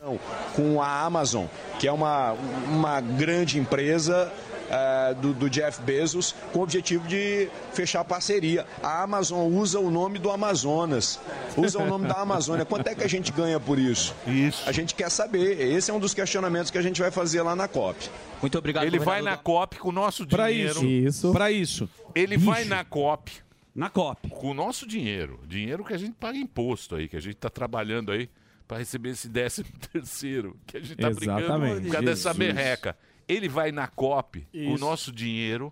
Não, Com a Amazon, que é uma, uma grande empresa eh, do, do Jeff Bezos, com o objetivo de fechar parceria. A Amazon usa o nome do Amazonas, usa o nome da Amazônia. Quanto é que a gente ganha por isso? Isso. A gente quer saber. Esse é um dos questionamentos que a gente vai fazer lá na COP. Muito obrigado, Ele vai na COP com o nosso Pra dinheiro. isso. Isso. Para isso. Ele vai na COP. Na COP. Com o nosso dinheiro. Dinheiro que a gente paga imposto aí, que a gente tá trabalhando aí para receber esse décimo terceiro, que a gente tá brigando Exatamente. por causa dessa Jesus. merreca. Ele vai na COP com o Isso. nosso dinheiro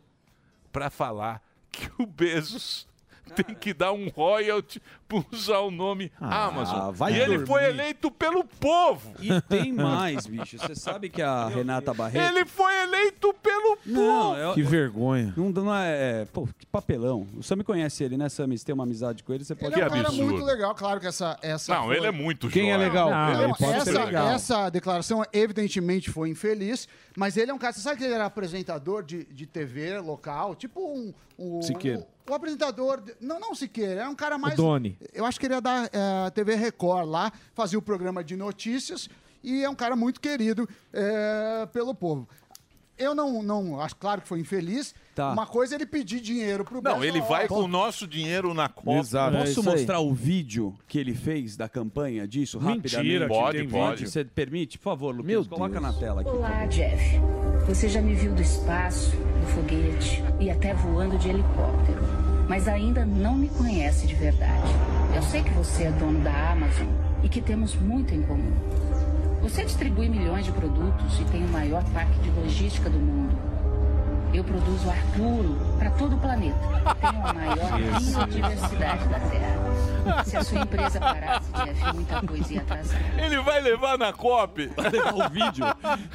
para falar que o Bezos tem que dar um royalty por usar o nome Ah, Amazon. vai e ele dormir. foi eleito pelo povo. E tem mais, bicho. Você sabe que a Renata Barreto. Ele foi eleito pelo é Não, eu- Que vergonha. Não, não é, é, Pô, que papelão. O Sam conhece ele, né, Sam? Você tem uma amizade com ele, você pode Ele é um cara muito legal, claro que essa. essa Não, foi- ele é muito Quem joia. é legal? Não, Ele não, pode essa, ser legal. essa declaração, evidentemente, foi infeliz, mas ele é um cara. Você sabe que ele era apresentador de, de TV local? Tipo um. um Siqueira. O, apresentador. de- Não, não Siqueira, é um cara mais. Doni. Eu acho que ele ia da eh, TV Record lá, fazia o programa de notícias e é um cara muito querido eh, pelo povo. Eu não, não. Acho claro que foi infeliz. Tá. Uma coisa é ele pedir dinheiro pro Não, Bezos, ele ó, vai pô, com o nosso dinheiro na Copa. Exato. É Posso mostrar o vídeo que ele fez da campanha disso Mentira, que rapidamente? Pode, tem pode. vídeo. Você permite? Por favor, Lucas, coloca na tela aqui. Olá, Jeff. Você já me viu do espaço, no foguete e até voando de helicóptero, mas ainda não me conhece de verdade. Eu sei que você é dono da Amazon e que temos muito em comum. Você distribui milhões de produtos e tem o maior parque de logística do mundo. Eu produzo ar puro para todo o planeta. Tenho a maior Jesus. biodiversidade da Terra. Se a sua empresa parasse, Jeff, muita coisa ia atrasar. Ele vai levar na COP. o vídeo.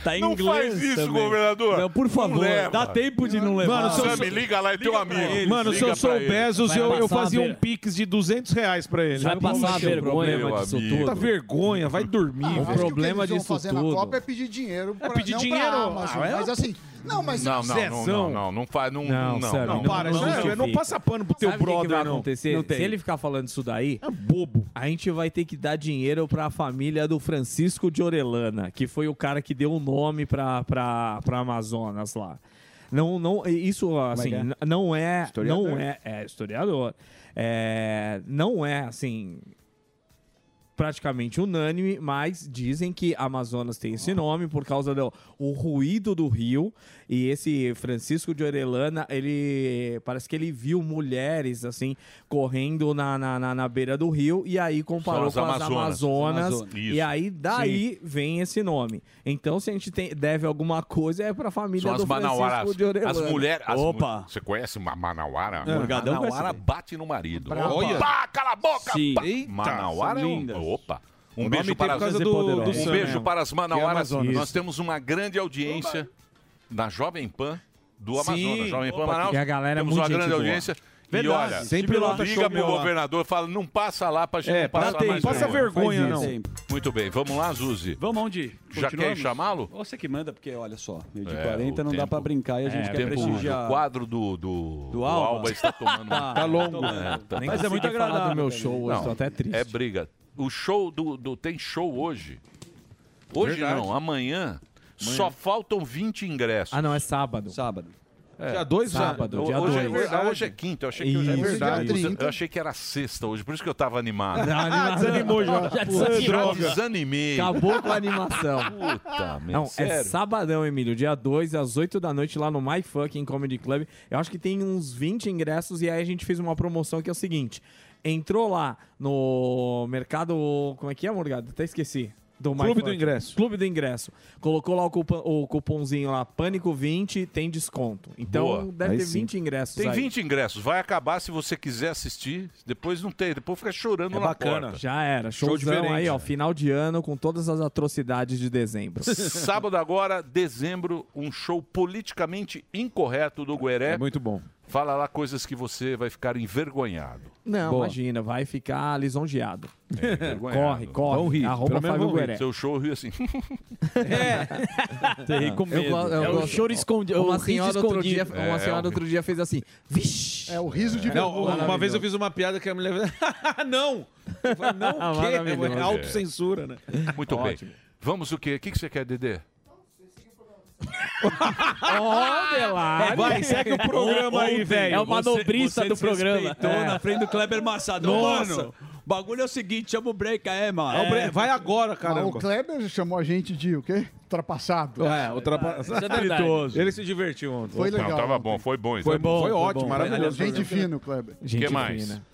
Tá em não inglês faz isso, também. governador. Não, por favor, leva. dá tempo de não levar. Mano, Mano, se se eu Sammy, sou- liga lá, é teu amigo. Mano, se eu Liga sou pra o ele. Bezos, eu, eu passar a fazia ver- um pix de 200 reais pra ele. Vai Não passar vamos a ter um vergonha, problema mas disso amigo. tudo. Tá vergonha, vai dormir. Eu velho. acho que o que eles vão fazer na Copa é pedir dinheiro pra, pedir não pra dinheiro. Amazon, Ah, é? mas assim, não, mas Não, não, não, não, não, não faz, não, não, não, Sammy, não. para, isso é- justifica. não passa pano pro teu Sabe o que que brother, vai não. acontecer? Não tem. Se ele ficar falando isso daí, é bobo. A gente vai ter que dar dinheiro pra família do Francisco de Orelana, que foi o cara que deu o nome pra, pra, pra Amazonas lá. Não, não, isso assim, é que é? n- não é, Historiador. não é, é historiador. É, não é assim praticamente unânime, mas dizem que Amazonas tem esse nome por causa do o ruído do rio. E esse Francisco de Orelana, ele parece que ele viu mulheres assim correndo na, na, na, na beira do rio e aí comparou São com as as Amazonas. Amazonas. Amazonas. E aí daí vem esse nome. Então se a gente tem- deve alguma coisa é para família São as do Francisco manauaras. de Orelana. As mulheres. as Opa. mu- Você conhece uma manauara? É. Morgadão conhece manauara bem. bate no marido. Brava. Opa, Pá, cala a boca! Sim. Pá. Eita, manauara é são um- lindas. Opa. O Um nome beijo, tem para por as, causa do- do um Sam beijo mesmo. para as Que é manauaras. Amazonas. Nós temos uma grande audiência na Jovem Pan do Amazonas, Jovem Pan Manaus. E a galera é Temos muito uma grande gente boa. audiência. Verdade, e olha, sempre lota show liga pro meu lá. governador, fala, não passa lá pra gente É, não passar dá tempo, mais passa vergonha. vergonha, Faz isso. não. Muito bem, vamos lá, Zuzi. Vamos onde? Já Continuamos? quer chamá-lo? Você que manda, porque olha só, meio de É, 40 o não dá tempo- pra brincar e a É, gente o quer tempo- prestigiar. O quadro do, do, do Alba. está tomando... Tá, tá longo. Nem Mas é muito consegui falar agradável, do meu cara. show hoje, tô até triste. É briga. O show do... do- tem show hoje. Hoje Verdade. não, amanhã. Amanhã. Só faltam 20 ingressos. Ah, não, é sábado. Sábado. É. Dia dois, Sábado, dia hoje, dois. É, verdade. hoje é quinta, eu achei que Isso. hoje é Hoje é dia verdade. 30. Eu achei que era sexta hoje, por isso que eu tava animado. Não, animado. Desanimou já. Já desanimou. Já desanimei. Acabou com a animação. Puta, meu, Não, é sério. sabadão, Emílio. Dia 2, às 8 da noite, lá no My Fucking Comedy Club. Eu acho que tem uns 20 ingressos e aí a gente fez uma promoção que é o seguinte. Entrou lá no mercado... Como é que é, Morgado? Até esqueci. Do My Clube do Fucking. Ingresso. Clube do Ingresso. Colocou lá o, cupom- o cupomzinho lá, Pânico20, tem desconto. Então, Boa. deve Aí ter sim. 20 ingressos Tem aí. 20 ingressos, vai acabar se você quiser assistir. Depois não tem, depois fica chorando na porta. É Já era. Show Showzão diferente. aí, ó. Final de ano com todas as atrocidades de dezembro. Sábado agora, dezembro, um show politicamente incorreto do É Gueré. É muito bom. Fala lá coisas que você vai ficar envergonhado. Não, Boa. imagina, vai ficar lisonjeado. É, envergonhado. corre, corre. Arroba Fábio Gueré. Seu show rio assim. É. Eu go- eu um gosto- Um Um Uma senhora, outro dia, uma É, senhora outro dia fez assim. Vixe! É o riso de um Não, uma vez eu fiz uma piada que a mulher. não! Eu falei, não, o quê? Maravilhoso. É autocensura, né? Muito bem. Vamos o quê? O que que você quer, Dedê? Ó, Delari. É, vai, segue o programa aí, velho. É o manobrista do programa. Tô na frente do Kleber Massadão. Nossa. É. Mano, o bagulho é o seguinte, chama o break aí, mano. É o break, vai agora, Mas o Kleber chamou a gente de o quê? Ultrapassado. É, ultrapassado. Ele se divertiu ontem. Foi legal. Não, tava bom, foi bom. isso. Foi bom, Foi ótimo, maravilhoso. Aliás, Gente fina, o Kleber. Gente Que mais? fina.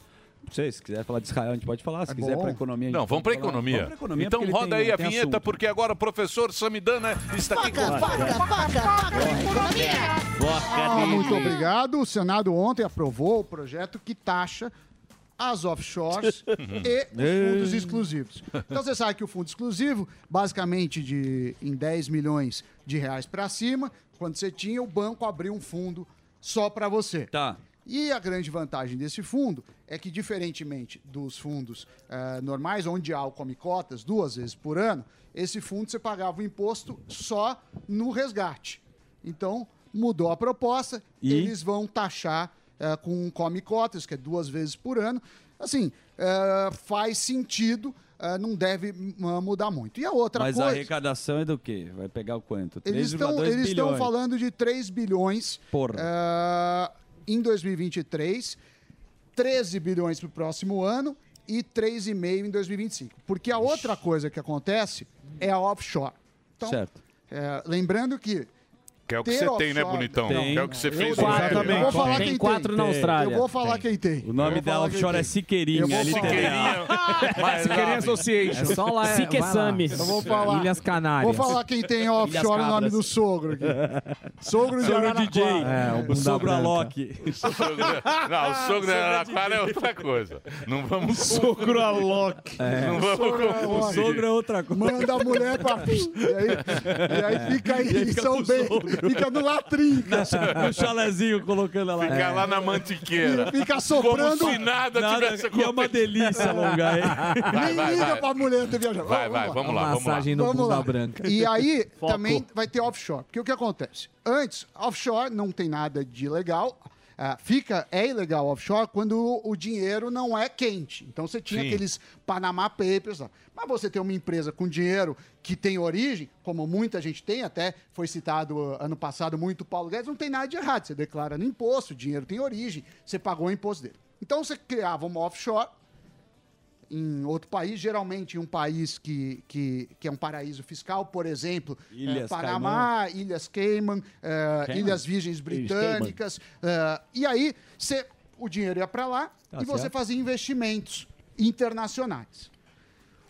Não sei, se quiser falar de Israel, a gente pode falar. Se quiser É bom. pra economia, a gente Não, vamos pra pode falar. economia. Vamos pra economia, então porque ele roda tem- aí a tem vinheta, assunto. porque agora o professor Samidana está aqui com... Ah, muito obrigado. O Senado ontem aprovou o projeto que taxa as offshores e os fundos exclusivos. Então você sabe que o fundo exclusivo, basicamente de em 10 milhões de reais para cima, quando você tinha o banco abriu um fundo só para você. Tá. E a grande vantagem desse fundo é que, diferentemente dos fundos eh, normais, onde há o come cotas duas vezes por ano, esse fundo você pagava o imposto só no resgate. Então, mudou a proposta, eles vão taxar eh, com come cotas, que é duas vezes por ano. Assim, eh, faz sentido, eh, não deve hum, mudar muito. E a outra Mas a coisa. arrecadação é do quê? Vai pegar o quanto? Eles estão, 3,2 eles estão bilhões. falando de 3 bilhões ah, em 2023, 13 bilhões para o próximo ano e 3,5 em 2025. Porque a outra coisa que acontece é a offshore. Então, Certo. eh, lembrando que. Que é o que ter você tem, né, offshore- bonitão? Tem. Que é o que você Eu fez. vou- né? Eu vou falar quem tem. Tem. Eu vou falar quem tem. O nome da offshore é Siqueirinha. Eu vou LTDA. falar. Vai lá, Siqueirinha velho. Association. É só lá, é, vai lá. Eu vou falar. Ilhas Canárias. Vou falar quem tem Ilhas offshore o Cabras. nome do sogro aqui. Sogro de Sogro Araraquara. DJ. É, o bunda Sogro branca. Alok. O sogro- Não, o sogro da Araraquara é outra coisa. Não vamos. Sogro Alok. É. Não vamos Sogro Alok. confundir. O sogro é outra coisa. Manda a mulher pra. E aí, e aí fica aí E aí em fica São com Bento. Fica no Latrinca. No chalezinho colocando ela lá. Fica lá na mantiqueira. Fica soprando. Como se nada, tivesse E é uma delícia alongar, hein? Vai, Nem vai, liga vai. pra mulher ter viajado. Vai, vai, vamos lá, vamos lá. Massagem no bunda branca. E aí Foco. também vai ter offshore. Porque o que acontece? Antes, offshore não tem nada de legal. Ah, fica, é ilegal offshore quando o, o dinheiro não é quente. Então você tinha Sim. aqueles Panama Papers. lá. Mas você tem uma empresa com dinheiro que tem origem, como muita gente tem, até foi citado ah, ano passado muito o Paulo Guedes, não tem nada de errado. Você declara no imposto, o dinheiro tem origem, você pagou o imposto dele. Então você criava uma offshore, em outro país, geralmente em um país que, que, que é um paraíso fiscal, por exemplo, eh, Ilhas Panamá, Ilhas Cayman, eh, Cayman? Ilhas Virgens Ilhas Britânicas. eh, e aí, cê, o dinheiro ia para lá Tá e você certo. fazia investimentos internacionais.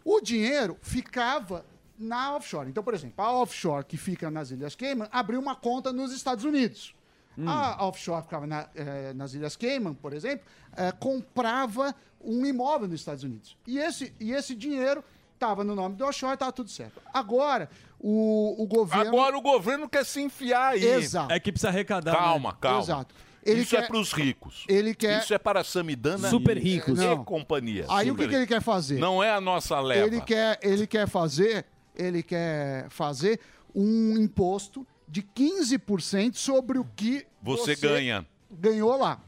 O dinheiro ficava na offshore. Então, por exemplo, a offshore que fica nas Ilhas Cayman abriu uma conta nos Estados Unidos. Hum. A offshore que ficava na, eh, nas Ilhas Cayman, por exemplo, eh, comprava um imóvel nos Estados Unidos. E esse, e esse dinheiro Tava no nome do Oxói, tava tudo certo. Agora, o, o governo. Agora o governo quer se enfiar aí. Exato. É que precisa arrecadar. Calma, né? calma. Exato. Ele Isso é quer- para os ricos. Ele quer- Isso é para Samidana Super ricos. e Não. companhia. Aí o que, que ele quer fazer? Não é a nossa leva. Ele quer, ele quer fazer, ele quer fazer um imposto de 15% sobre o que Você ganha. ganhou lá.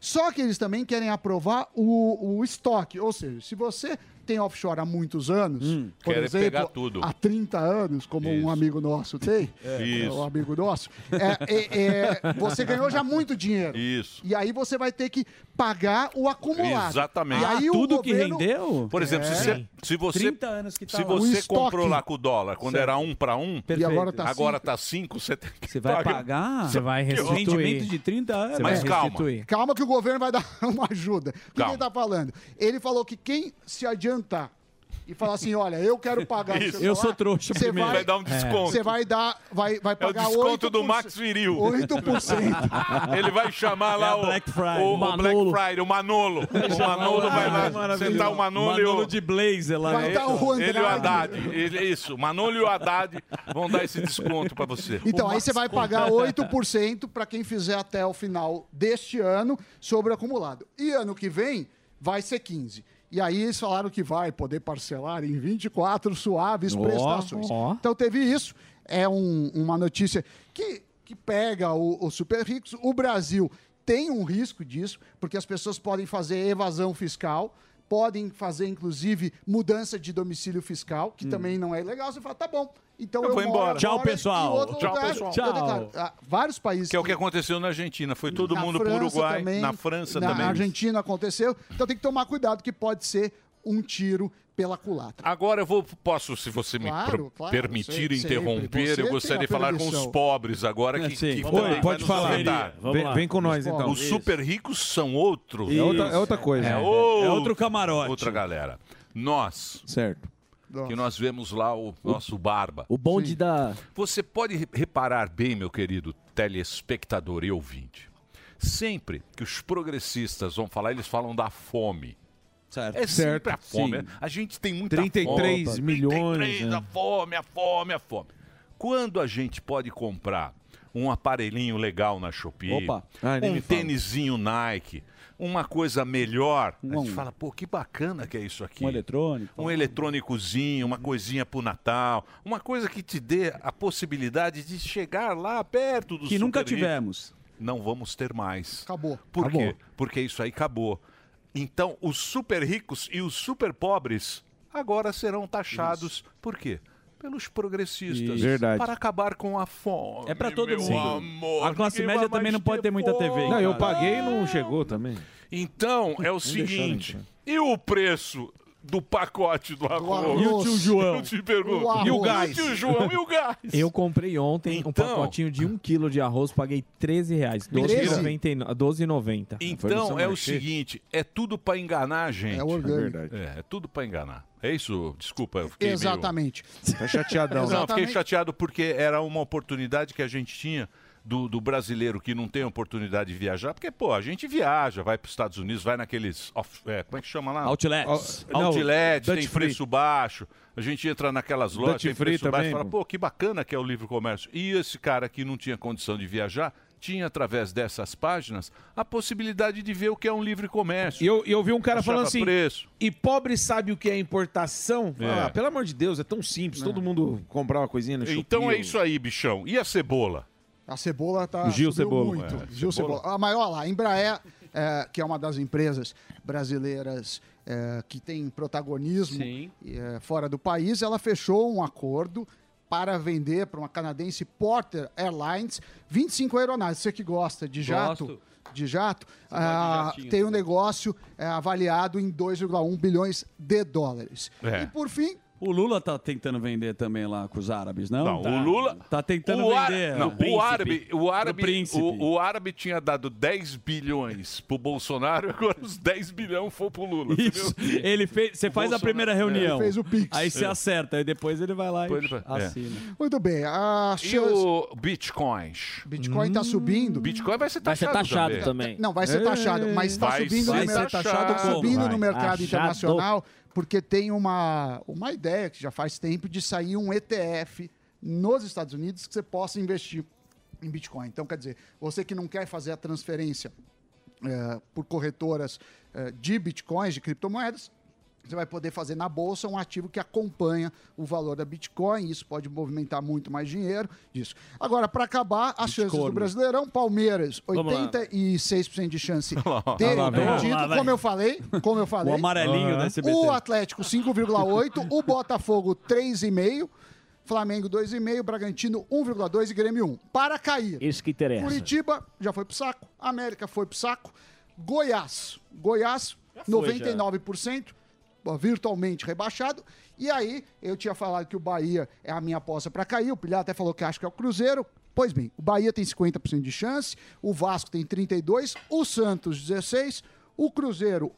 Só que eles também querem aprovar o, o estoque. Ou seja, se você tem offshore há muitos anos, por Hum, querem exemplo, pegar tudo. há 30 anos, como um amigo nosso tem, É. é, Isso. um amigo nosso, é, é, é, você ganhou já muito dinheiro. Isso. E aí você vai ter que pagar o acumulado. Exatamente. E Ah, aí o governo- Por exemplo, É. se você, se você, 30 anos que tá se lá. O você estoque. comprou lá com o dólar quando Certo. era um para um, Perfeito. agora tá agora cinco. tá cinco, você tem que Você vai pagar? Você vai Que restituir. horror. Rendimento de 30 anos. Você Mas vai calma. restituir. Calma que o governo vai dar uma ajuda. O que ele Calma. está falando? Ele falou que quem se adiantar e falar assim, olha, eu quero pagar Isso. o seu Eu salário, sou trouxa você primeiro. Vai É. dar um desconto. Você vai dar, vai, vai É o pagar desconto 8%, do Max Viril. 8%. Ele vai chamar lá É a o, Black Friday. o, o Black Manolo. Friday, o Manolo. O Manolo "Ah, vai lá sentar o Manolo, e o... de blazer lá. Ele- né? Ele e o Haddad. Ele, isso, o Manolo e o Haddad vão dar esse desconto pra você. Então, aí você vai pagar oito. 8% para quem fizer até o final deste ano sobre o acumulado. E ano que vem vai ser 15. E aí eles falaram que vai poder parcelar em 24 suaves Ó, prestações. ó. Então teve isso. É um- uma notícia que, que pega o- os super ricos. O Brasil tem um risco disso, porque as pessoas podem fazer evasão fiscal, podem fazer, inclusive, mudança de domicílio fiscal, que também não é legal. Você fala, tá bom. Então eu, Eu vou moro embora. Hum. Tchau, agora em pessoal. outro Tchau, lugar, pessoal. eu declaro. Ah, Vários países. Que é o que aconteceu na Argentina. Foi todo Na mundo França pro Uruguai, também, na França na também. Argentina aconteceu. Então tem que tomar cuidado que pode ser um tiro pela culatra. Agora eu vou, posso, se você me Claro, pro- claro, permitir sempre, interromper, sempre. eu Você gostaria de tem a falar com os permissão. pobres agora É, que, que Oi, também pode vai nos falar. ajudar. Vamos Vem- lá. vem com nós, Os então. pobres. Os Isso. super ricos são outro. É outra- é outra coisa. É, É outro, outro camarote. Outra galera. Nós. Certo. Que nós vemos lá o nosso barba. O bonde da. Você pode re- reparar bem, meu querido telespectador e ouvinte. Sempre que os progressistas vão falar, eles falam da fome. Certo. É Certo, sempre a fome. sim. né? A gente tem muita 33 fome. milhões, 33, né? a fome, a fome, a fome. Quando a gente pode comprar um aparelhinho legal na Shopee, Opa. Ah, nem um me fala. tênisinho Nike, uma coisa melhor, a Um gente fala, pô, que bacana que é isso aqui. Um eletrônico. Um eletrônicozinho, uma coisinha pro Natal, uma coisa que te dê a possibilidade de chegar lá perto do Que nunca super rico. tivemos. Não vamos ter mais. Acabou. Por Acabou. quê? Porque isso aí acabou. Então, os super ricos e os super pobres agora serão taxados. Por quê? Pelos progressistas. Isso. Verdade. Para acabar com a fome. É pra todo meu mundo. Amor, A classe ninguém média vai Ah, também mais não pode ter muita TV em Não, eu casa. paguei e não chegou também. Então, é o Vamos deixar seguinte: ele, e o preço do pacote do arroz? E o tio João? Eu te pergunto. O E o arroz. gás? E o tio João e o gás? Eu comprei ontem Então. um pacotinho de 1 kg de arroz, paguei 13 reais. 12,99. 12,90. Foi no São Então, é o Marquês. seguinte: é tudo pra enganar a gente. É orgânico. É, é tudo pra enganar. É isso? Desculpa, eu fiquei meio- Exatamente. Tá né? chateadão. Não, eu fiquei Exatamente. chateado porque era uma oportunidade que a gente tinha do, do brasileiro que não tem oportunidade de viajar. Porque, pô, a gente viaja, vai para os Estados Unidos, vai naqueles. off- é, como é que chama lá? Outlets. Ou- Outlets, Não, tem duty free. preço baixo. A gente entra naquelas Duty lojas, tem free preço baixo também, e fala, pô. pô, que bacana que é o livre comércio. E esse cara que não tinha condição de viajar. Tinha através dessas páginas a possibilidade de ver o que é um livre comércio. E eu, eu vi um cara Achava falando assim. preço. E pobre sabe o que é importação? Fala, É. "Ah, pelo amor de Deus, é tão simples. Todo mundo comprar uma coisinha no Shopee. Então é ou- isso aí, bichão. E a cebola? A cebola tá. subiu Gil Cebola. Muito. É, Gil Cebola. Cebola. Ah, mas olha lá, a Embraer, eh, que é uma das empresas brasileiras eh, que tem protagonismo eh, fora do país, ela fechou um acordo para vender para uma canadense Porter Airlines 25 aeronaves. Você que gosta de jato. Gosto. De jato, gosta de ah, jatinho né? tem um negócio eh, avaliado em 2,1 bilhões de dólares. É. E por fim, O Lula tá tentando vender também lá com os árabes, não? Não, Tá. o Lula- Tá tentando o ar- vender. não, Do o príncipe. árabe, o Do árabe, príncipe. o, o árabe tinha dado 10 bilhões pro Bolsonaro, agora os 10 bilhão foi pro Lula. Isso. entendeu? Ele fez, você O faz a Bolsonaro- primeira é. reunião. Ele fez o Pix. Aí você É. acerta, aí depois ele vai lá e Depois ele vai- é. assina. muito bem. A E chance- o bitcoins? Bitcoin Hum. está subindo. Bitcoin vai ser Vai ser taxado, taxado É. também. Não, vai ser taxado, mas tá Vai subindo ser no mer- tá taxado como? subindo Vai. no mercado Taxado. internacional porque tem uma, uma ideia que já faz tempo de sair um ETF nos Estados Unidos que você possa investir em Bitcoin. Então, quer dizer, você que não quer fazer a transferência eh, por corretoras eh, de Bitcoins, de criptomoedas, você vai poder fazer na bolsa um ativo que acompanha o valor da Bitcoin. Isso pode movimentar muito mais dinheiro. Isso. Agora, para acabar, as chances do Bitcoin. Brasileirão: Palmeiras, Vamos lá. 86% de chance lá. terem Lá vem. perdido. Lá vai. como eu falei, como eu falei. O amarelinho Aham. da SBT. O Atlético 5,8, o Botafogo 3,5, Flamengo 2,5, Bragantino 1,2 e Grêmio 1. Para cair. Isso que interessa. Curitiba já foi pro saco, América foi pro saco, Goiás, Goiás foi, 99% virtualmente rebaixado. E aí, eu tinha falado que o Bahia é a minha aposta para cair. O Pilhar até falou que acho que é o Cruzeiro. Pois bem, o Bahia tem 50% de chance, o Vasco tem 32, o Santos 16, o Cruzeiro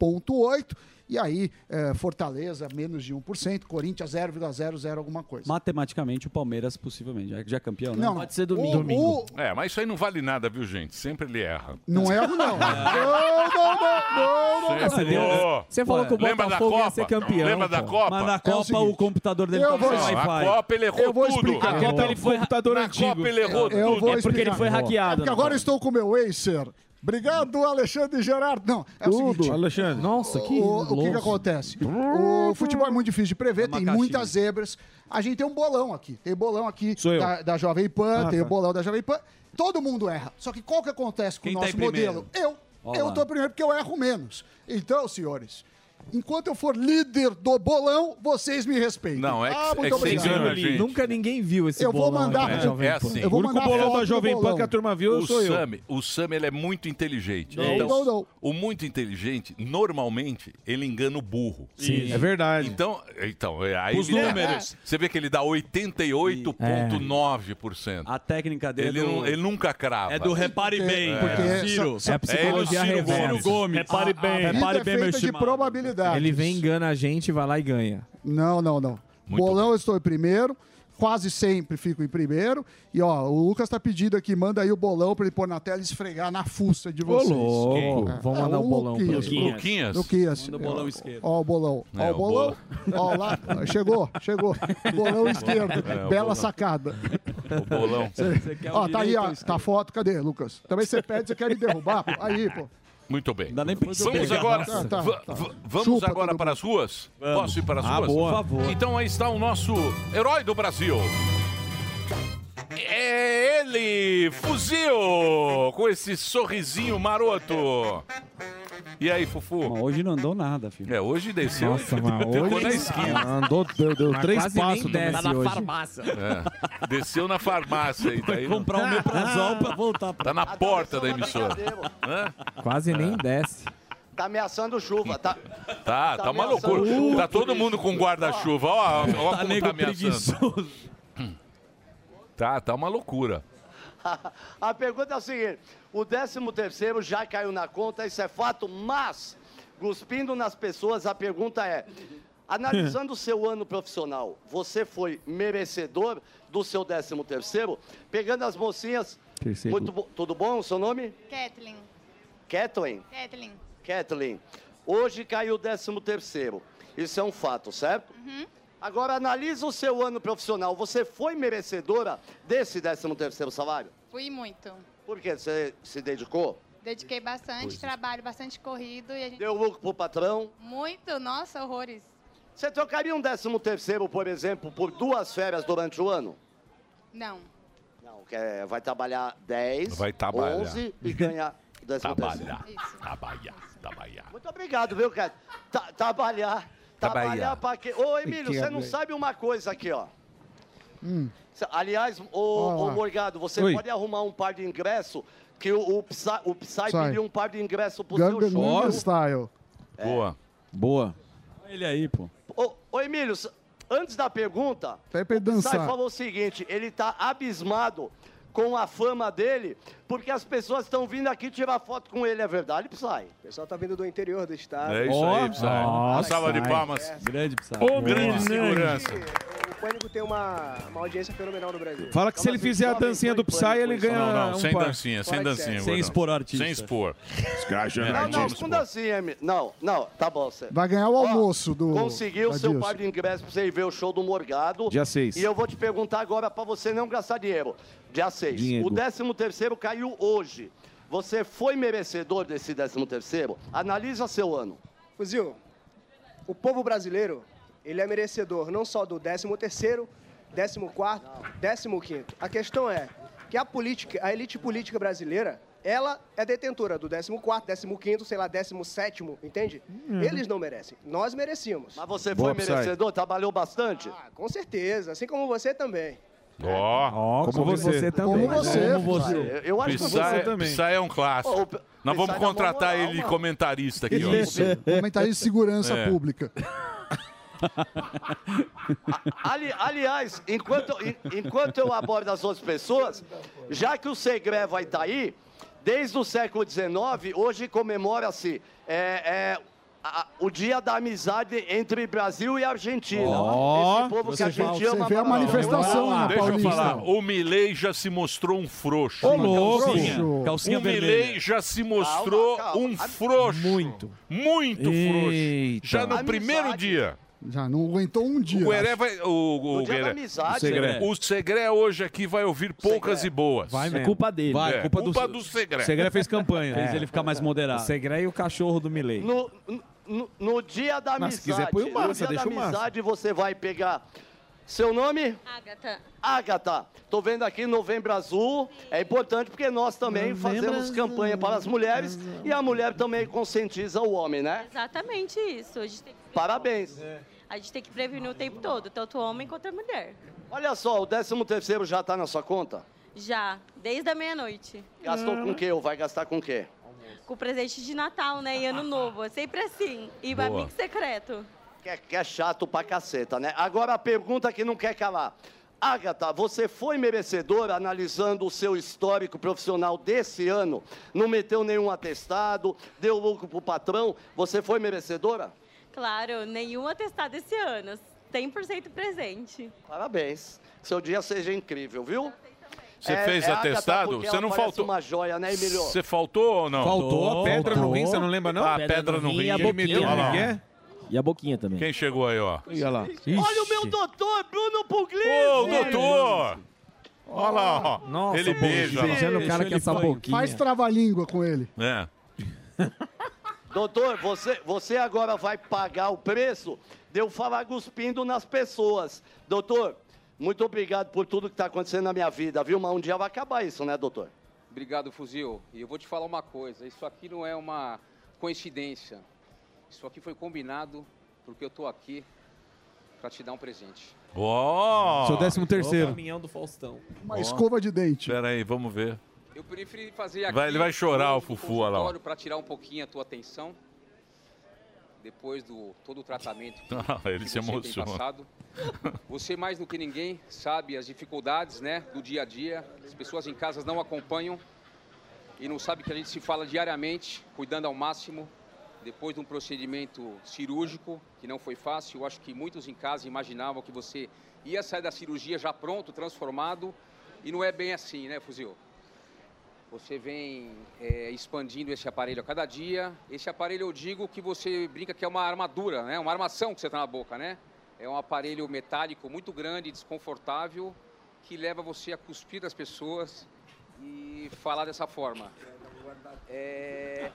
1.8 e aí eh, Fortaleza menos de 1%, Corinthians 0,00 alguma coisa. Matematicamente, o Palmeiras possivelmente. Já, já é campeão, né? Não, Pode ser domingo. o- Domingo. É, mas isso aí não vale nada, viu, gente? Sempre ele erra. Não é algo não. não, não, não, não, não. Sempre você deu- errou. você falou que o Lembra da Botafogo ia Copa? ser campeão, Lembra da pô. Copa? Mas na Copa o seguinte, computador dele tá Eu tava vou sem explicar. Wi-Fi. então, A Copa ele errou Eu vou tudo. explicar. A Copa ele foi- computador na antigo. Copa ele errou Eu tudo. vou É porque ele explicar. foi hackeado, É porque né, agora cara? estou com o meu Acer. Obrigado, Alexandre Gerardo. Não, é o seguinte. Alexandre. Nossa, que o, o que, que louco. acontece? O futebol é muito difícil de prever, tem caixinha. muitas zebras. A gente tem um bolão aqui. Tem bolão aqui Sou eu. da, da Jovem Pan, Ah, tem o tá. bolão da Jovem Pan. Todo mundo erra. Só que qual que acontece com Quem o tá nosso em primeiro? modelo? Eu. Ó eu lá. tô primeiro porque eu erro menos. Então, senhores, enquanto eu for líder do bolão, vocês me respeitem. Não, é que- é que Ah, muito você obrigado. engana a gente. Nunca ninguém viu esse Eu vou bolão mandar- né? aqui da É, Jovem é Pan. assim. Eu vou mandar foto do o bolão. Sami, o Sami, ele é muito inteligente. Não, então, não, não. O muito inteligente, normalmente, ele engana o burro. Sim. É verdade. Então, então é, aí Os ele- números. Você vê que ele dá 88,9%. A técnica dele Ele, é do- não- ele nunca crava. É do repare Porque- bem, porque- é. Ciro. só- só- É psicologia ele, o Ciro reversa. Gomes. Gomes. A- Repare a bem, vida repare é bem, meu feita de estimado. probabilidade. Ele vem, engana a gente, vai lá e ganha. Não, não, não. Bolão eu estou em primeiro. Quase sempre fico em primeiro. E ó, o Lucas tá pedindo aqui, manda aí o bolão pra ele pôr na tela e esfregar na fuça de vocês. É. louco. Vamos mandar o bolão pra Luquinhas. ele. Luquinhas. Luquinhas. Manda o bolão Ó, esquerdo. Ó, o bolão. Ó, É, o bolão. Ó, lá. Chegou, chegou. Bolão esquerdo. É, o Bela bolão. sacada. O bolão. Ó, tá aí, ó. Tá a foto. Cadê, Lucas? Também você pede, você quer me derrubar? pô? Aí, pô. Muito bem. pra vamos pegar. agora, Tá, tá, va- tá. va- vamos Chupa agora para as ruas? Posso ir para as Ah, ruas? boa. Por favor. Então aí está o nosso herói do Brasil. É ele, Fuzil, com esse sorrisinho maroto. E aí, Fufu? hoje não andou nada, filho. É, hoje desceu. Nossa, ficou mas hoje- na esquina. Ah, Andou, deu- deu Mas três Tá quase nem passos desce também. Tá hoje. É, desceu na farmácia. E daí... comprar um omeprazol pra voltar. Tá na porta da emissora. Hã? Quase É. nem desce. Tá ameaçando chuva, tá? Tá, tá, Tá uma ameaçando loucura. chuva. Tá todo mundo com guarda-chuva. Ó, ó, Tá como nego tá ameaçando. Tá, tá uma loucura. A pergunta é a seguinte: o 13 terceiro já caiu na conta, isso é fato, mas, cuspindo nas pessoas, a pergunta é: analisando o seu ano profissional, você foi merecedor do seu 13 terceiro? Pegando as mocinhas, Terceiro. muito bo- tudo bom o seu nome? Kathleen, Kathleen. Kathleen. Kathleen, hoje caiu o 13 terceiro. Isso é um fato, certo? Uhum. Agora analisa o seu ano profissional. Você foi merecedora desse 13 terceiro salário? Fui muito. Por quê? Você se dedicou? Dediquei bastante, trabalho bastante corrido e a gente. Deu lucro pro patrão? Muito, nossa, horrores. Você trocaria um 13 terceiro, por exemplo, por duas férias durante o ano? Não. Não, que é- vai trabalhar 10, Vai trabalhar. 11 e ganhar 13 Trabalhar. Trabalhar. Trabalhar. Muito obrigado, viu, cara? Ta- trabalhar. Trabalhar. Trabalhar pra quê? Ô, Emílio, Que você não aguento. sabe uma coisa aqui, ó. Hum. Cê- Aliás, ô, Ó ô lá. Morgado, você Oi. pode arrumar um par de ingresso? Que o, o Psy, o Psy Psy. pediu um par de ingresso pro seu show. Gangnam Style. É. Boa. Boa. Olha ele aí, pô. Ô, ô Emílio, s- antes da pergunta, Até pra ele o Psy dançar. falou o seguinte, ele tá abismado com a fama dele, porque as pessoas estão vindo aqui tirar foto com ele, é verdade, Psy? O pessoal tá vindo do interior do estado. É isso aí, Psy. Uma salva de palmas. Grande Psy. Grande segurança. Pânico tem uma, uma audiência fenomenal no Brasil. Fala que se ele fizer a dancinha do Psy, ele ganha. Não, não, um sem par. dancinha, sem Pode dancinha. ser. gordão. artista. Sem expor. É, é Não, não, com dancinha, amigo. assim, Não, não, tá bom. Cê. Vai ganhar o almoço do. Conseguiu da seu Dilson. par de ingresso pra você ir ver o show do Morgado. Dia seis. E eu vou te perguntar agora pra você não gastar dinheiro. Dia 6. Dinheiro. O 13 terceiro caiu hoje. Você foi merecedor desse 13 terceiro? Analisa seu ano. Fuzil, o povo brasileiro, ele é merecedor não só do 13º, 14º, 15º. A questão é que a política, a elite política brasileira, ela é detentora do 14º, 15º, sei lá, 17º, entende? Hum. Eles não merecem. Nós merecíamos. Mas você Boa, foi Psy. merecedor? Trabalhou bastante? Com certeza, assim como você também. Ó, como você. Como né? você, Fábio. Eu- eu acho que Psy- você também. Psy é um clássico. Ô, o P- Nós Psy vamos dá uma contratar ele de comentarista aqui, ó. Isso, comentarista de segurança É. pública. Ali- aliás, enquanto, en- enquanto eu abordo as outras pessoas, já que o Segré vai estar aí, desde o século XIX, hoje comemora-se é, é, a- o Dia da Amizade entre Brasil e Argentina. Ó, Esse povo que você a gente fala- ama. você vê a pra caramba. manifestação, Vamos lá. Deixa eu falar, o Milei já se mostrou um frouxo. Ô, louco. Calcinha, Frouxo. calcinha O vermelha. O Milei já se mostrou um frouxo. Muito. Muito frouxo. Já no Amizade. primeiro dia. Já não aguentou um dia. O Gueré vai. O, o, No dia da Gueré. amizade, o Segré. né? O Segré hoje aqui vai ouvir poucas e boas. Vai É mesmo. culpa dele. Vai, Vai, é, culpa, culpa do, do- Segré. O Segré fez campanha. É. Fez ele ficar mais moderado. O Segre e o cachorro do Milei. No, no, no Dia da Mas Amizade. se quiser, põe o Massa, no Dia deixa da o Massa. Amizade você vai pegar. Seu nome? Agatha. Agatha, tô vendo aqui Novembro Azul, é importante porque nós também fazemos campanha para as mulheres e a mulher também conscientiza o homem, né? Exatamente isso. A gente, tem que, Parabéns. a gente tem que prevenir o tempo todo, tanto o homem quanto a mulher. Olha só, o 13 terceiro já está na sua conta? Já, desde a meia-noite. Gastou com o quê? Ou vai gastar com o quê? Com presente de Natal, né? E Ano Novo. É sempre assim. E Boa. amigo secreto. Que é, que é chato pra caceta, né? Agora a pergunta que não quer calar. Agatha, você foi merecedora, analisando o seu histórico profissional desse ano, não meteu nenhum atestado, deu lucro pro patrão, você foi merecedora? Claro, nenhum atestado esse ano. 100% presente. Parabéns. Que seu dia seja incrível, viu? É, Você fez Agatha atestado? porque Você ela não parece faltou. uma joia, né, Emilio? Você faltou ou não? Faltou, a pedra no rim, você não lembra, não? Ah, pedra, no rim. e a boquinha. Olha lá. Quem é? E a boquinha também. Quem chegou aí, ó? Olha lá. Olha o meu doutor, Bruno Puglisi! Ô, doutor! Olha lá, ó. Nossa, ele pô, beija. ó. beijando o cara com essa boquinha. Faz trava-língua com ele. É. Doutor, você, você agora vai pagar o preço de eu falar cuspindo nas pessoas. Doutor, muito obrigado por tudo que está acontecendo na minha vida, viu? Mas um dia vai acabar isso, né, doutor? Obrigado, Fuzil. E eu vou te falar uma coisa: isso aqui não é uma coincidência. Isso aqui foi combinado porque eu tô aqui para te dar um presente. Ó! Sou décimo terceiro. Ó, caminhão do Faustão. Uma Ó. escova de dente. Espera aí, vamos ver. Eu preferi fazer aqui. Vai- ele vai chorar, o Fufu, olha lá, ó. Para tirar um pouquinho a tua atenção. Depois do todo o tratamento Ah, ele que se você tem emociona. passado. Você mais do que ninguém sabe as dificuldades, né, do dia a dia. As pessoas em casa não acompanham e não sabem que a gente se fala diariamente, cuidando ao máximo. Depois de um procedimento cirúrgico que não foi fácil, eu acho que muitos em casa imaginavam que você ia sair da cirurgia já pronto, transformado, e não é bem assim, né, Fuzil? Você vem eh, expandindo esse aparelho a cada dia. Esse aparelho, eu digo que você brinca que é uma armadura, né? Uma armação que você está na boca, né? É um aparelho metálico muito grande, desconfortável, que leva você a cuspir das pessoas e falar dessa forma. É,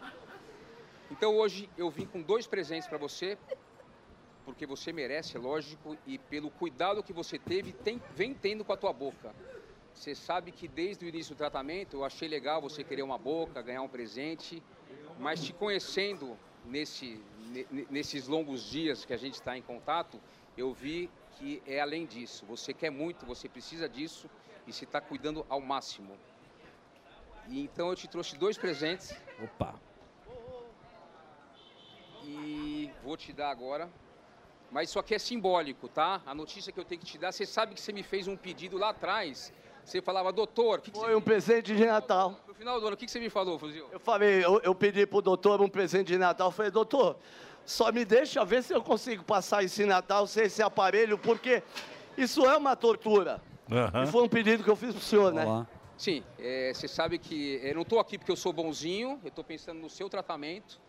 Então hoje eu vim com dois presentes para você, porque você merece, é lógico, e pelo cuidado que você teve, tem- vem tendo com a tua boca. Você sabe que desde o início do tratamento eu achei legal você querer uma boca, ganhar um presente, mas te conhecendo nesse- ne- ne- nesses longos dias que a gente está em contato, eu vi que é além disso. Você quer muito, você precisa disso e se está cuidando ao máximo. E então eu te trouxe dois presentes Opa. e vou te dar agora. Mas isso aqui é simbólico, tá? A notícia que eu tenho que te dar, você sabe que você me fez um pedido lá atrás. Você falava, doutor, o que que Foi um presente de Natal. No final do ano, o que que você me falou, Fuzil? Eu falei, eu, eu pedi pro doutor um presente de Natal. Eu falei, doutor, só me deixa ver se eu consigo passar esse Natal sem esse aparelho, porque Isso é uma tortura. E foi um pedido que eu fiz pro senhor, né? Sim, é, você sabe que eu não estou aqui porque eu sou bonzinho, eu estou pensando no seu tratamento.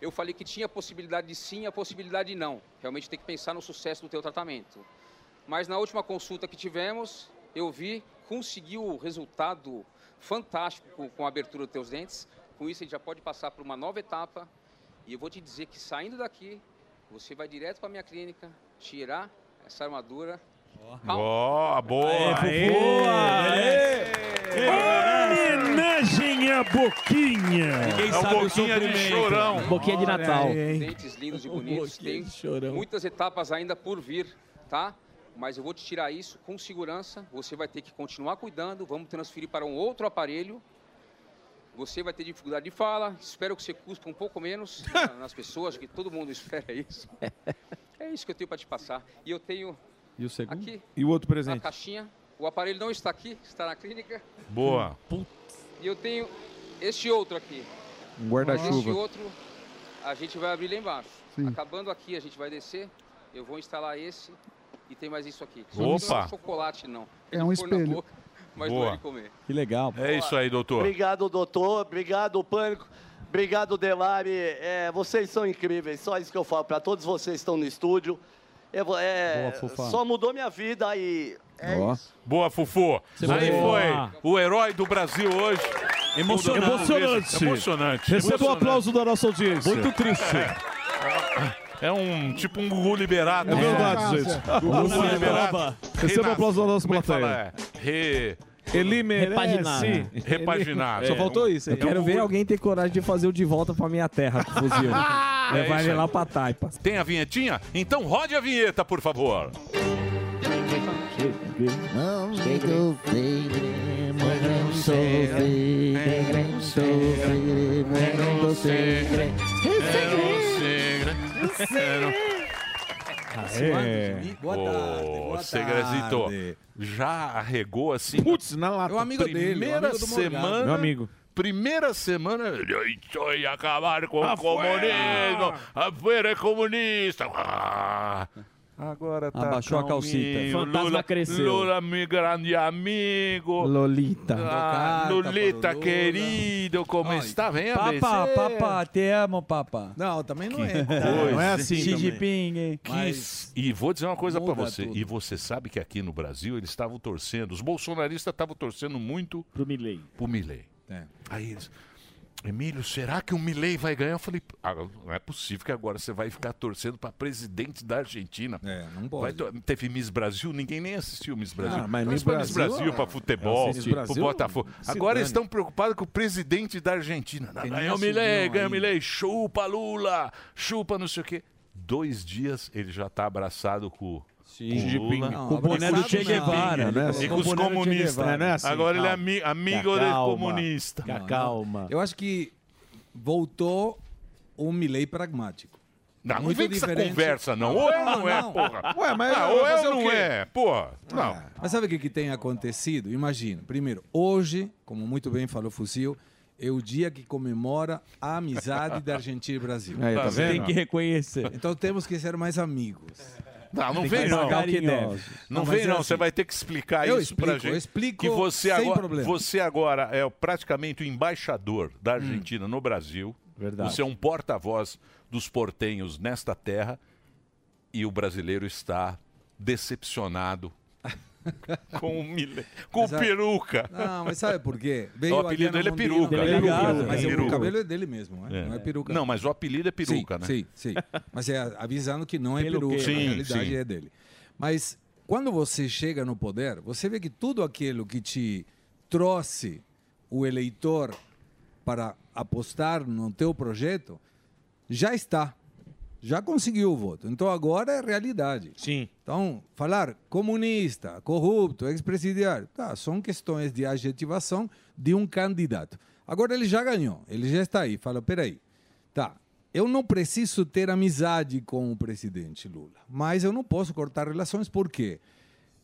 Eu falei que tinha a possibilidade de sim e a possibilidade de não. Realmente tem que pensar no sucesso do teu tratamento. Mas na última consulta que tivemos, eu vi, conseguiu o resultado fantástico com- com a abertura dos teus dentes. Com isso, a gente já pode passar para uma nova etapa. E eu vou te dizer que saindo daqui, você vai direto para a minha clínica, tirar essa armadura. Ó, boa! Homenagem à Boquinha. É um boquinha de Um chorão. Olha aí, hein? Um Dentes lindos e bonitos. Tem muitas etapas ainda por vir, tá? Mas eu vou te tirar isso com segurança. Você vai ter que continuar cuidando. Vamos transferir para um outro aparelho. Você vai ter dificuldade de fala. Espero que você cuspa um pouco menos na- nas pessoas, que todo mundo espera isso. É isso que eu tenho para te passar. E eu tenho E o segundo? aqui E o outro a presente? caixinha. O aparelho não está aqui, está na clínica. Boa. E eu tenho este outro aqui. Um Esse guarda-chuva. outro a gente vai abrir lá embaixo. Sim. Acabando aqui, a gente vai descer. Eu vou instalar esse e tem mais isso aqui. Opa! Isso Não é chocolate, não. É um Ele pôr na espelho. boca, mas Boa. não é de comer. Que legal. É isso aí, doutor. Obrigado, doutor. Obrigado, Pânico. Obrigado, Delari. É, vocês são incríveis. Só isso que eu falo para todos vocês que estão no estúdio. Eu vou- é, Boa, fofa. só mudou minha vida e é Ó. Boa, Fufu. Você Aí boa. foi o herói do Brasil hoje. Emocionante. Emocionante. né? Emocionante. Receba o Emocionante. aplauso da nossa audiência. Muito triste. É um tipo um Gugu liberado. É verdade, gente. Gugu Gugu liberado. Liberado. Receba o aplauso da nossa Como é que fala? plateia. É, Re... Ele Repaginar. Repaginar. Só faltou isso. É, é um Eu quero ver alguém ter coragem de fazer o de volta pra minha terra com o fuzil. né? É Levar isso ele aí. lá pra taipa. Tem a vinhetinha? Então rode a vinheta, por favor. Não não sou alegre, não sou alegre, não sou alegre. É. Ô, Segresito, já arregou assim? Putz, na lata. É o amigo Primeira dele, o amigo do semana- Morgado. Meu amigo. Primeira semana, ele "Eu ia acabar com Afuera! o comunismo, a feira é comunista. Ah, Agora tá Abaixou a calcita. calminho, Fantasma Lula, cresceu. Lula, meu grande amigo. Lolita. Ah, Lolita, querido, como está? Vem a Papá, BC. papá, te amo, papá. Não, também não é. coisa. Xi Jinping, hein? Que s- E vou dizer uma coisa pra muda você. tudo. E você sabe que aqui no Brasil eles estavam torcendo, os bolsonaristas estavam torcendo muito pro Milley. Pro Milley. Aí eles. Emílio, será que o Milley vai ganhar? Eu falei, "Ah, não é possível que agora você vai ficar torcendo pra presidente da Argentina. É, não pode. teve Miss Brasil, ninguém nem assistiu Miss Brasil. Ah, mas Torce Miss pra Brasil, Brasil, é. pra ah, futebol, eu assisti. pro Brasil, Botafogo. se Agora dane. eles estão preocupados com o presidente da Argentina. Não, Tem Ganhou o nem Milley, assunto ganhou o ainda. Milley, chupa Lula, chupa não sei o quê. Dois dias ele já está abraçado com, o- com o Jinping. Lula. Não, Com o boné do abraçado Che não. Guevara, né? E Com com o os boné do Che comunistas. Guevara, não é assim, Agora ele é calma. ami- amigo né? Calma. de comunista. Não, não. Eu acho que voltou um Milley pragmático. Não, não Muito vem com essa diferente. conversa, não. Ou é ou não é, porra. Ué, mas Ah, ou é ou fazer o não quê? é, porra. Não. Ah, Mas sabe o que, que tem acontecido? Imagina, primeiro, hoje, como muito bem falou Fuzil, é o dia que comemora a amizade da Argentina e Brasil. Aí, tá vendo? Tem que reconhecer. Então temos que ser mais amigos. Não, não Tem que vem não. pagar o que deve. Não Não, vem mas é não, assim. você vai ter que explicar Eu isso pra explico, gente. eu explico que você sem agora, problema. Hum. você agora é o- praticamente o embaixador da Argentina no Brasil. Verdade. Você é um porta-voz dos portenhos nesta terra e o brasileiro está decepcionado com o Mille, com o Mas a- peruca. Não, mas sabe por quê? o aqui apelido na dele é Mondino, peruca. né? Delegado, mas Peruca. o cabelo é dele mesmo, né? não é peruca. Não, mas o apelido é peruca, sim, né? Sim, sim. Mas é avisando que não é Pelo peruca, quê? na Sim, realidade sim. é dele. Mas quando você chega no poder, você vê que tudo aquilo que te trouxe o eleitor para apostar no teu projeto já está. Já conseguiu o voto. Então agora é realidade. Sim. Então, falar comunista, corrupto, ex-presidiário, tá, são questões de adjetivação de um candidato. Agora ele já ganhou, ele já está aí. Fala, peraí, tá, eu não preciso ter amizade com o presidente Lula, mas eu não posso cortar relações, por quê?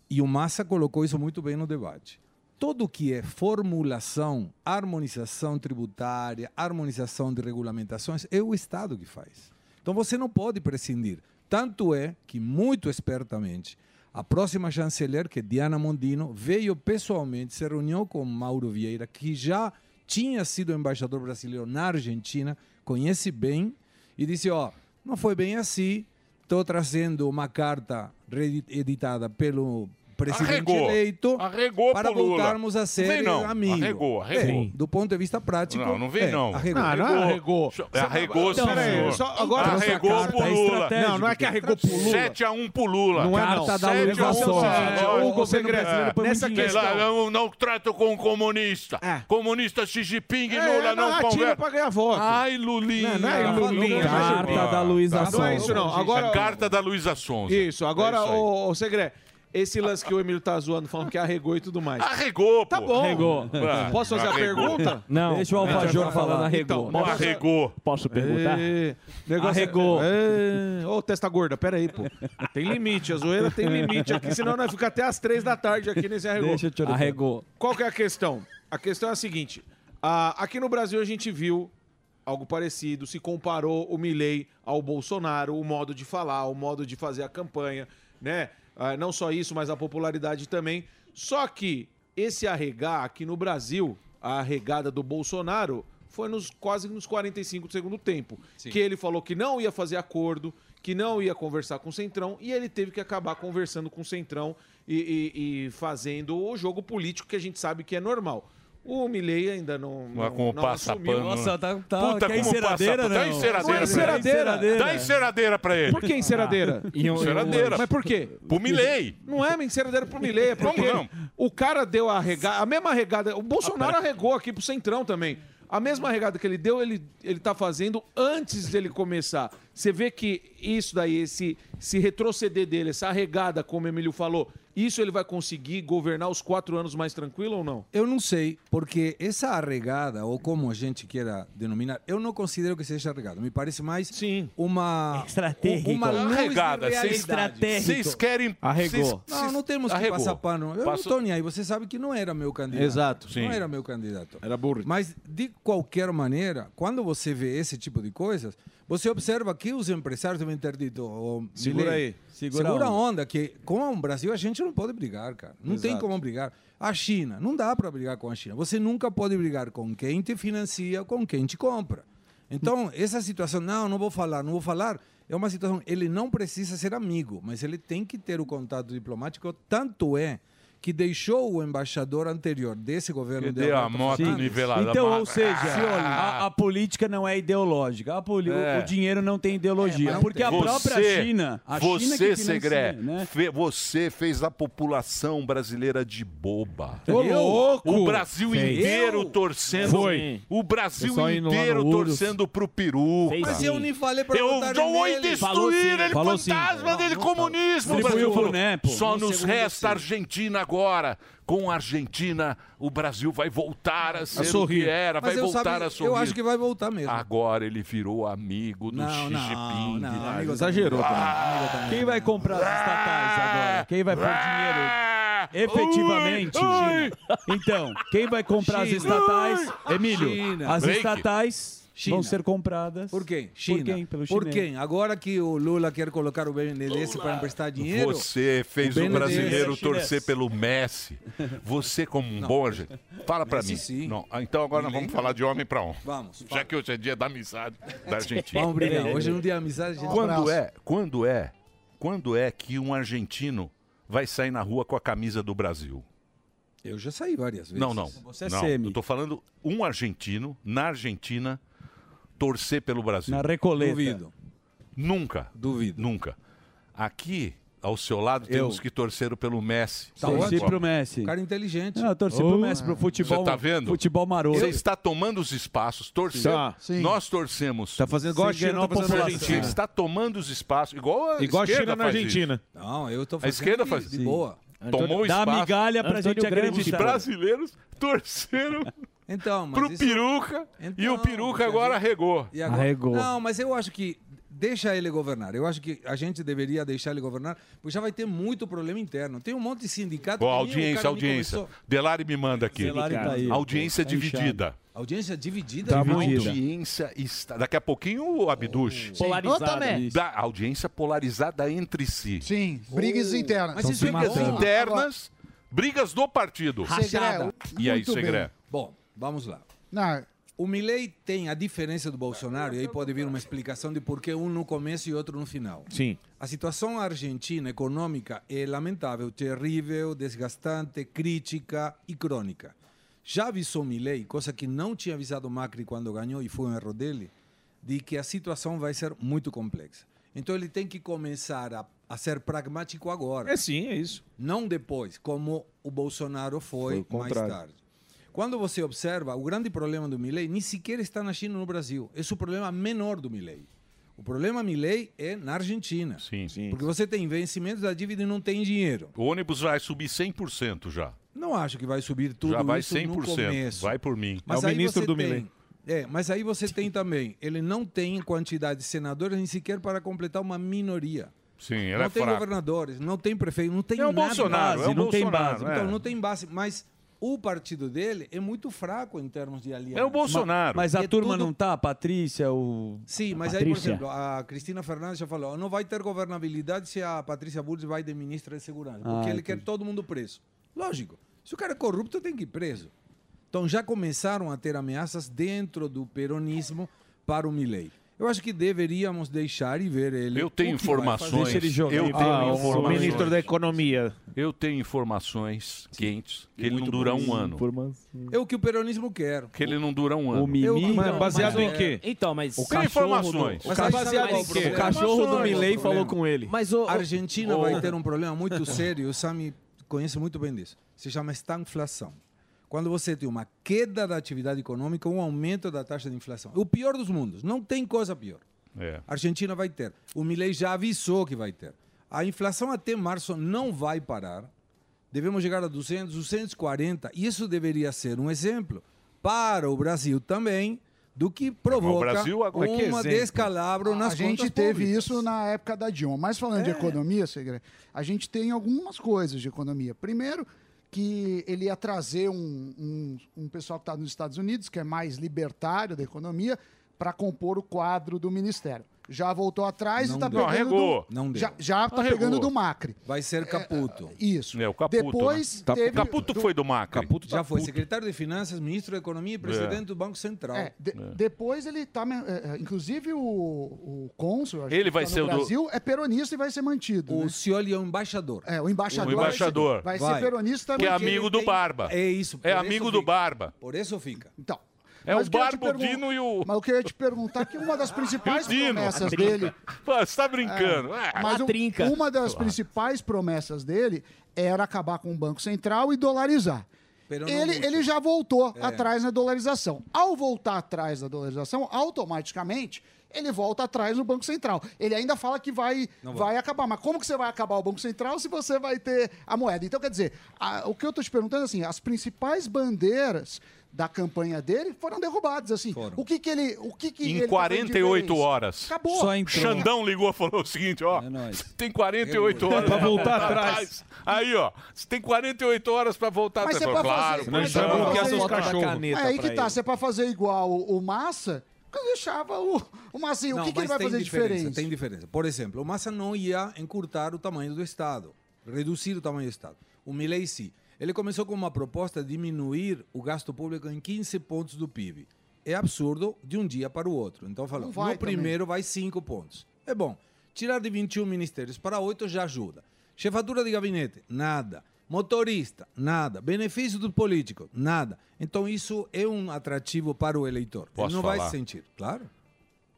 E o Massa colocou isso muito bem no debate. Tudo que é formulação, harmonização tributária, harmonização de regulamentações, é o Estado que faz. Então você não pode prescindir. Tanto é que, muito espertamente, A próxima chanceler, que é Diana Mondino, veio pessoalmente, se reuniu com Mauro Vieira, que já tinha sido embaixador brasileiro na Argentina, conhece bem, e disse: Ó, não foi bem assim, estou trazendo uma carta reedi- editada pelo presidente Arregou. eleito Arregou para pro Lula. voltarmos a ser Não vem não. amigos. Arregou, arregou. É, do ponto de vista prático. Não, não vem é, não. Arregou. Ah, Não, não Tipo, arregou. É, Arregou, arregou, Então, senhor. peraí, Só agora arregou Essa pro carta Lula. estratégica. Não, não é que arregou pro Lula. 7x1 pro Lula. Não é, não. Carta da 7 a 1 pro Lula. Lula. Ô, Segredo, nessa Sei questão- lá, Não, não trato com comunista. Comunista Xi Jinping, É, Lula é não narrativa conversa. pra ganhar voto. Ai, Lulinha. Tá Não, não é Lulinha. Carta Lulinha. da Luísa Não é Sonza. isso, não. Agora, A carta da Luísa Sonza. Isso, agora, É isso aí. ô, ô Segre, esse lance que o Emílio tá zoando, falando que arregou e tudo mais. Arregou, Tá pô. bom. Arregou. Posso fazer Arregou. a pergunta? Não. Deixa o Alfajor Então, é- falando arregou. Bom, arregou. Posso perguntar? negócio Arregou. É... Ô, testa gorda, pera aí, pô. Tem limite, a zoeira tem limite aqui, senão nós fica até às três da tarde aqui nesse arregou. Deixa eu te olhar. Arregou. Qual que é a questão? A questão é a seguinte, ah, aqui no Brasil a gente viu algo parecido, se comparou o Milley ao Bolsonaro, o modo de falar, o modo de fazer a campanha, né? Ah, não só isso, mas a popularidade também. Só que esse arregar aqui no Brasil, a arregada do Bolsonaro, foi nos quase nos 45 do segundo tempo, que ele falou que não ia fazer acordo, que não ia conversar com o Centrão e ele teve que acabar conversando com o Centrão e, e- e fazendo o jogo político que a gente sabe que é normal. O Milley ainda não Mas como passa pano. Nossa, tá- tá- Puta, quer é como enceradeira, né, passa pano. Dá não? Dá Tá enceradeira. enceradeira. Dá enceradeira pra ele. Por que enceradeira? E um- enceradeira. Mas por quê? Pro Milley. Não é enceradeira pro Milley, é Como porque não? o cara deu a regada, a mesma regada, o Bolsonaro arregou aqui pro Centrão também. A mesma regada que ele deu, ele, ele tá fazendo antes dele começar. Você vê que isso daí, esse, esse retroceder dele, essa regada, como o Emílio falou, isso ele vai conseguir governar os quatro anos mais tranquilo ou não? Eu não sei, porque essa arregada, ou como a gente queira denominar, eu não considero que seja arregada. Me parece mais uma. Estratégico. Uma luz Arregada, de vocês- realidade. Estratégico. vocês querem- Arregou. vocês- não, não temos que Arregou. passar pano. Eu Passou- não tô nem aí. Você sabe que não era meu candidato. Exato. Sim. Não era meu candidato. Era burro. Mas, de qualquer maneira, quando você vê esse tipo de coisas, você observa que os empresários devem ter dito. "Ô, Segura Milei, aí. Segura segura a a onda, que com o Brasil a gente não pode brigar, cara. Não tem Exato. como brigar. A China, não dá para brigar com a China. Você nunca pode brigar com quem te financia, com quem te compra. Então, essa situação, não, não vou falar, não vou falar, é uma situação, ele não precisa ser amigo, mas ele tem que ter o contato diplomático, tanto é que deixou o embaixador anterior desse governo Que deu a Alberto moto Fernandes. nivelada. Então, Ah, ou seja, Se olha, a, a política não é ideológica. A poli- É. O dinheiro não tem ideologia. É, porque a Você- própria China. A você, China que financia, Segré, né? fe- você fez a população brasileira de boba. Ô, Eu? louco! O Brasil Fez. inteiro Eu? torcendo. Foi. O Brasil Pessoal indo lá no inteiro Urus. torcendo pro peru. Mas cara. eu nem falei pra Eu votarem não vou nele. destruir Falou sim. ele, Falou sim. fantasma Não, dele, não comunismo. falou. O Brasil Distribuiu falou, o boné, pô. Só No nos segundo resta a Argentina agora. Com a Argentina, o Brasil vai voltar a ser o sorrir. que era, Mas vai eu voltar sabe- a eu sorrir. acho que vai voltar mesmo. Agora ele virou amigo do Xi Jinping. não, Ah, amigo, Exagerou também. Quem vai comprar as estatais Ah, agora? Quem vai pôr dinheiro efetivamente? Ui, China. Então, quem vai comprar as China. estatais? Ui. Emílio, China. as Break. estatais vão China. ser compradas. Por quem? Por China. quem? Pelo Por chinês. quem? Agora que o Lula quer colocar o BNDES para emprestar dinheiro. Você fez o, BNDES brasileiro chinês. torcer pelo Messi. Você, como um bom argentino. Fala pra mim. Não, ah, então agora nós vamos falar de homem pra homem. Vamos, Já que hoje é dia da amizade da Argentina. Vamos brilhar. Hoje é um dia de amizade. gente. Quando é, quando é, quando é que um argentino vai sair na rua com a camisa do Brasil? Eu já saí várias vezes. Não, não. Você é não. semi. Eu tô falando um argentino, na Argentina, torcer pelo Brasil. Na Recoleta. Duvido. Nunca. Duvido. Nunca. Aqui, ao seu lado, Eu. temos que torcer pelo Messi. Tá Torci ótimo. pro Messi. Cara inteligente. Não, eu torci pro Messi, é. pro futebol. Você tá vendo? Futebol maroto. Você está tomando os espaços, torcendo. Tá. Sim. Nós torcemos. Está fazendo igual a China tá fazendo na Argentina. Está tomando os espaços. Igual a esquerda faz isso. Não, eu tô A fazendo esquerda de- faz de boa. Tomou Dá a espaço. migalha pra Antônio gente Gramsci. Os acreditar. brasileiros torceram Então, mas pro isso- peruca e o Então, peruca mas agora a gente- regou. E agora- Não, mas eu acho que deixa ele governar. Eu acho que a gente deveria deixar ele governar, porque já vai ter muito problema interno. Tem um monte de sindicato. Ó, que nem o audiência, cara me audiência. conversou. Delari me manda aqui. Delari tá aí. audiência Tá inchado. dividida. Audiência dividida. Tá muito. A audiência está. Tá, Daqui a pouquinho o Abdush. Polarizada. Eu né? também. Da audiência polarizada entre si. Sim, brigas internas. Oh. Mas Tão isso é se brigas matando. internas, brigas do partido. Rachada. E aí, Muito bem. Segré? Bom, vamos lá. Não. O Milley tem a diferença do Bolsonaro, e aí pode vir uma explicação de por que um no começo e outro no final. Sim. A situação argentina econômica é lamentável, terrível, desgastante, crítica e crônica. Já avisou Milley, coisa que não tinha avisado Macri quando ganhou e foi um erro dele, de que a situação vai ser muito complexa. Então ele tem que começar a, a ser pragmático agora. É sim, é isso. Não depois, como o Bolsonaro Foi foi, o contrário. mais tarde. Quando você observa, o grande problema do Milley nem sequer está na China ou no Brasil. Esse é o problema menor do Milley. O problema Milley é na Argentina. Sim, sim. Porque você tem vencimentos da dívida e não tem dinheiro. O ônibus vai subir 100% já. Não acho que vai subir tudo já vai isso no começo. Vai por mim. É aí você tem- É, mas aí você tem também, ele não tem quantidade de senadores nem sequer para completar uma minoria. Sim, ele não é tem fraco. governadores, não tem prefeito, não tem É um nada. Bolsonaro, Base, é um não tem Bolsonaro, base. é. Então não tem base, mas o partido dele é muito fraco em termos de É aliança. um Mas, mas a É turma tudo não tá, a Patrícia, o. Sim, mas aí, por exemplo, a Cristina Fernandes já falou, não vai ter governabilidade se a Patrícia Burdes vai de ministra de segurança, Ah, porque ele entendi. quer todo mundo preso. Lógico, se o cara é corrupto, tem que ir preso. Então já começaram a ter ameaças dentro do peronismo para o Milei. Eu acho que deveríamos deixar e ver ele. Eu tenho o que vai fazer. informações. Eu tenho Ah, informações. Economia. Eu tenho informações quentes que ele não dura um ano. É o que o peronismo quer. Que ele não dura um ano. é é Então, mas. O Tem cachorro informações. do- O o cachorro, é cachorro- Baseado em quê? O cachorro do Informações. Milley falou Problema. com ele. Mas a Argentina o- vai ter um problema muito sério, o Sami conhece muito bem disso. Se chama estanflação. Quando você tem uma queda da atividade econômica, um aumento da taxa de inflação. É O pior dos mundos, não tem coisa pior. É. A Argentina vai ter. O Milei já avisou que vai ter. A inflação até março não vai parar. Devemos chegar a 200, 240. Isso deveria ser um exemplo para o Brasil também do que provoca É, Brasil agora- Mas que uma exemplo? descalabro nas a gente contas teve públicas. É. isso na época da Dilma. Mas falando de economia, Segre, a gente tem algumas coisas de economia. Primeiro, que ele ia trazer um, um- um pessoal que está nos Estados Unidos, que é mais libertário da economia, para compor o quadro do Ministério. Já voltou atrás Não e está deu. Não, tá pegando. regou. do, Não deu. Já, já Não está regou. pegando do Macri. É, Vai ser Caputo. isso. É, o Caputo. Depois né? Capu- teve- Caputo foi do Macri. Caputo já foi secretário de Finanças, ministro da Economia e presidente do Banco Central. É, de- Depois ele tá. men- é, é, Inclusive o, o cônsul, acho Ele que vai tá ser o no do- Brasil, é peronista e vai ser mantido. né? O Scioli é o embaixador. É, o embaixador. O embaixador. Vai ser, vai ser peronista Que é porque amigo ele do tem- Barba. É isso. É por amigo isso do fica. Barba. Por isso fica. Então. É Mas o eu queria te Barba, o perguntar- Dino e o. Mas eu queria te perguntar é que uma das principais Dino. promessas A trinca. dele. Pô, você tá brincando. É, É, mas um- uma das principais promessas dele era acabar com o Banco Central e dolarizar. Pero não Ele, muito. ele já voltou É. atrás na dolarização. Ao voltar atrás da dolarização, automaticamente ele volta atrás no Banco Central. Ele ainda fala que vai, Não vai. vai acabar. Mas como que você vai acabar o Banco Central se você vai ter a moeda? Então, quer dizer, a- o que eu estou te perguntando é assim, as principais bandeiras da campanha dele foram derrubadas. assim. O que, que ele. O que que ele Em tá fazendo 48 diferente? horas. Acabou. Xandão ligou e falou o seguinte, ó. Você tem 48 É horas pra voltar atrás. Aí, ó. Você tem 48 horas pra voltar Mas atrás. você pode claro. fazer- pô, mas tá você bom. pode fazer isso. cachorro. Mas aí que tá, se é pra fazer igual o, o Massa, eu deixava o, o Massinho. assim, o que, que ele mas vai tem fazer diferente? Tem diferença. Por exemplo, o Massa não ia encurtar o tamanho do Estado, reduzir o tamanho do Estado. O Milei sim. Ele começou com uma proposta de diminuir o gasto público em 15 pontos do PIB. É absurdo de um dia para o outro. Então falou, Não no vai também. primeiro vai 5 pontos. É bom. Tirar de 21 ministérios para 8 já ajuda. Chefatura de gabinete, nada. Motorista, nada. Benefício do político, nada. Então isso é um atrativo para o eleitor. Posso Ele não vai falar? sentir, claro.